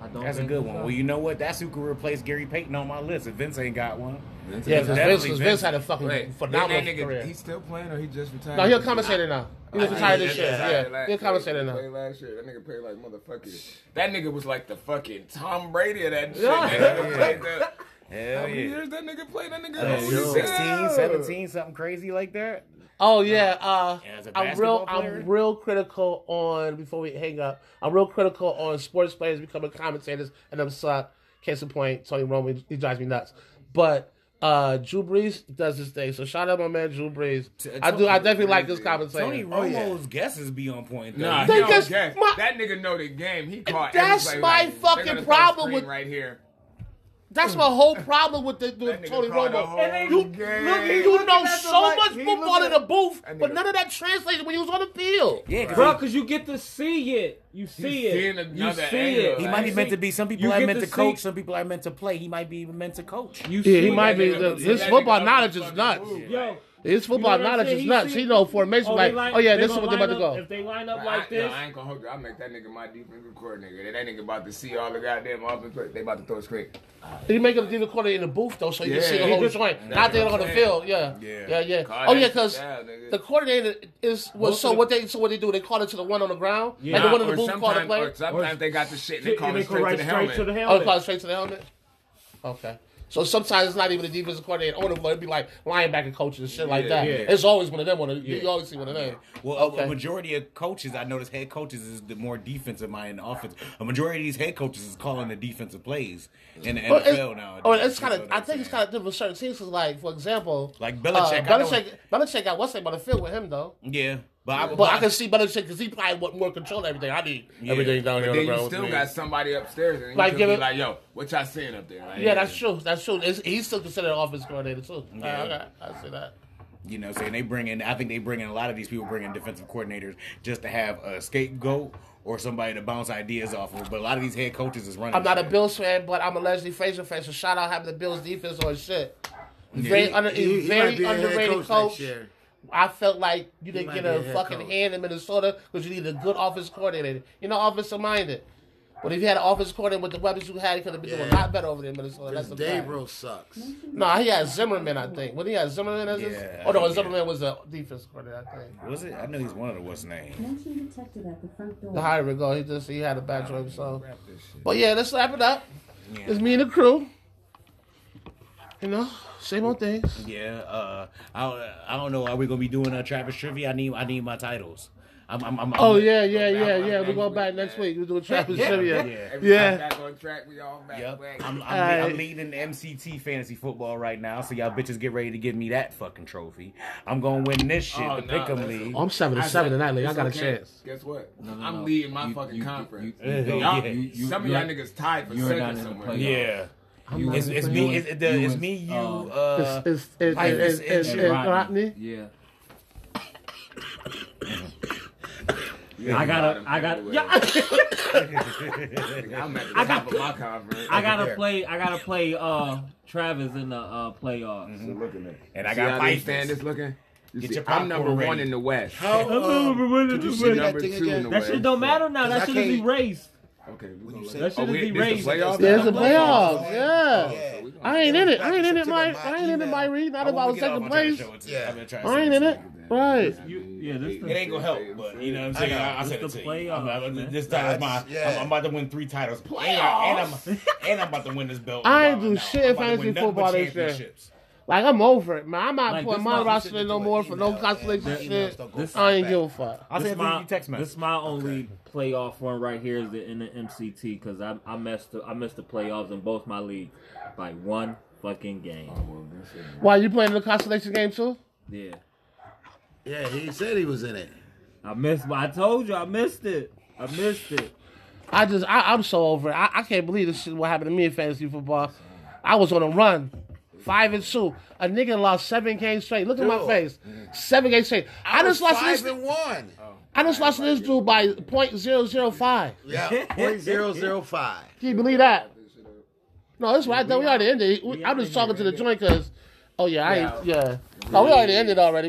I don't That's a think good Vince one. got Well, you know what? That's who could replace Gary Payton on my list. If Vince ain't got one, Vince Yeah, ain't because got Vince, Definitely cause Vince Vince. had a fucking Wait, phenomenal that nigga, career. He's still playing or he just retired? no, he'll compensate it now. He'll Nah, retire he this year. just retired Yeah, last he'll year. compensate it He now. played last year. That nigga played like motherfuckers. That nigga was like the fucking Tom Brady of that shit. Yeah. That nigga played the- How hell many yeah. years that nigga played? That nigga Uh, Oh, yeah. 16, 17, something crazy like that. Oh yeah, uh, As a I'm real. basketball player? I'm real critical on before we hang up. I'm real critical on sports players becoming commentators, and I'm suck. Case in point, Tony Romo, he drives me nuts. But uh, Drew Brees does his thing, so shout out my man Drew Brees. uh, I do. I definitely like this commentator. Tony Oh, yeah. Romo's guesses be on point. Though. Nah, You he know- don't guess- guess. my- that nigga know the game. He caught. That's every play my like, they're fucking gonna throw problem screen with- right here. That's my whole problem with the with That nigga Tony called the Romo. whole And they- you game. look, He you looking know at the so light. much He football looking in the booth, That but nigga- none of that translated when he was on the field. Yeah, 'cause Bro, cause you get to see it. You see He's seeing it. You another see angle. it. he, he Like, might be you meant to be. Some people you I get meant to to coach. see- Some people I meant to play. He might be even meant to coach. You Yeah, see he it. might be. that nigga- His that nigga football up knowledge his is fucking nuts. move. Yo, His football You know what I'm knowledge saying? is He nuts. see- He know formation. they like, line- oh yeah, they this is gonna what they're about to line go. up- If they line I, up like no, this, I ain't gonna hold you. I make that nigga my defensive coordinator. That nigga about to see all the goddamn offense. play. They about to throw a screen. He make him do the corner in the booth though, so you Yeah. can see the He whole just- joint. That's Not there what on I'm the saying. field. Yeah, Yeah. yeah, yeah. Call Oh that yeah, shit because down, nigga. the coordinator is well, Most so of the- what they so what they do? They call it to the one on the ground, like the Nah, one in the or booth call the sometime- player. or sometimes they got the shit and they call and it go straight, right to the straight helmet. to the Oh, they helmet. call it straight to the helmet. Okay. So sometimes it's not even the defensive coordinator on the floor. It'd be like linebacker coaches and shit like Yeah, that. yeah. It's always one of them. One of, You always see one of them. uh, Well, a- Okay. a majority of coaches, I notice head coaches is the more defensive minded offense. A majority of these head coaches is calling the defensive plays in the Well, it's, NFL now. well, it's kind of. I think it's kind of different with certain teams. 'cause like, for example, Like Belichick, Uh, I know- Belichick, Belichick got what's name on the field with him though. Yeah, but I, But I can see Belichick because he probably want more control of everything. I need everything down here But on the ground. then you with still me. got somebody upstairs and you Like, could give be it- like, yo, what y'all seeing up there? Like, yeah, that's true. That's true. It's, he's still considered an offense coordinator too. Yeah. Yeah. I, I see that. You know, what I'm saying they bring in. I think they bring in a lot of these people bring in defensive coordinators just to have a scapegoat or somebody to bounce ideas off of. But a lot of these head coaches is running. I'm not a shit. Bills fan, but I'm a Leslie Frazier fan. So shout out having the Bills defense on shit. Very, under, He- he very might be a head underrated coach coach. next year. I felt like you didn't might get be a a head fucking coach. hand in Minnesota because you need a good offense coordinator. You're not offensive minded. But if you had an offense coordinator with the weapons you had, it could have been doing a Yeah. lot better over there in Minnesota. That's Because a fact. Dable sucks. No, he had Zimmerman, I think. When he had Zimmerman as his, Yeah, oh no, yeah. Zimmerman was a defense coordinator, I think. Was it? I know he's one of the what's name. Mention detected at the front door. The higher we go, he just he had a back job. So, but yeah, let's wrap it up. It's me and the crew. You know, same old things. Yeah. Uh, I don't, I don't know. Are we gonna be doing a Travis trivia? I need I need my titles. I'm. I'm, I'm Oh yeah, yeah, I'm- yeah, I'm yeah. We back go with back that. next week. We do a Travis Yeah, trivia. yeah. Everybody Yeah. back on track. We all back. Yep. back. I'm, I'm, Alright. I'm leading fantasy fantasy football right now, so y'all bitches get ready to give me that fucking trophy. I'm gonna win this shit, Oh, the no, Pick'em that's- League. I'm seven to I seven said, tonight, league. I it's got a okay. chance. Guess what? No, no, I'm no. leading my You- fucking you- conference. you- you- you- Y'all- Yeah. you- Some of you're- y'all niggas tied for you're not second in the somewhere. playoff. yeah, I'm You- not it's, even it's You thinking- me. was- It's, the, you it's was, me. You. Oh. um, Uh, It's it's it's Pipers it's and it's- it's Rodney. Yeah. I gotta, I gotta, yeah, I'm at the I top got- of my conference. I gotta play, I gotta play, uh, Travis in the uh, playoffs. looking at. and I See got how they stand Pipers. is looking. You Get see, your I'm popcorn number one ready. in the West. How, um, that could you shit say that number thing two in the again? West. don't matter now. I That shit can't- is erased. Okay, we you gonna say- let- That shit oh, is we- this erased. the playoff? There's a playoff, Oh, yeah. So we gonna- I ain't in it. I ain't in it. Took My my I ain't in it. email. My read. Not I about won't get off second on trying place. to show it to- Yeah. I'm gonna try to I ain't say in it. something. Right. You- yeah, this It ain't gonna help, but you know what I'm saying. I know. I, I said It's it to the you. I'm, playoffs, I'm- man. this time, That's- my, yeah. I'm, I'm about to win three titles. Playoffs, and I'm, and I'm about to win this belt. I ain't Wow, do now. shit I'm in about to win fantasy nothing but football this year. championships. Like I'm over it, man. I'm not Like, putting this my might- roster in no do more an for no email, consolation man. shit. Emails don't go I ain't back. give a fuck. I'll This send my, you text message. this my only playoff one right here is the, in the MCT because I I messed the, I missed the playoffs in both my leagues by one fucking game. Oh, Why you playing the consolation game too? Yeah, Yeah, he said he was in it. I missed. I told you I missed it. I missed it. I just I, I'm so over it. I, I can't believe this shit what happened to me in fantasy football. I was on a run. Five and two. A nigga lost seven games straight. Look at my Dude. face. Seven games straight. I, just lost to five this and one. I just lost to this dude by point zero zero five. Yeah, point zero zero five. Can you believe that? No, that's right. We already ended. We- I'm just talking to the joint because, oh yeah, I ain't, yeah. No, we already ended already.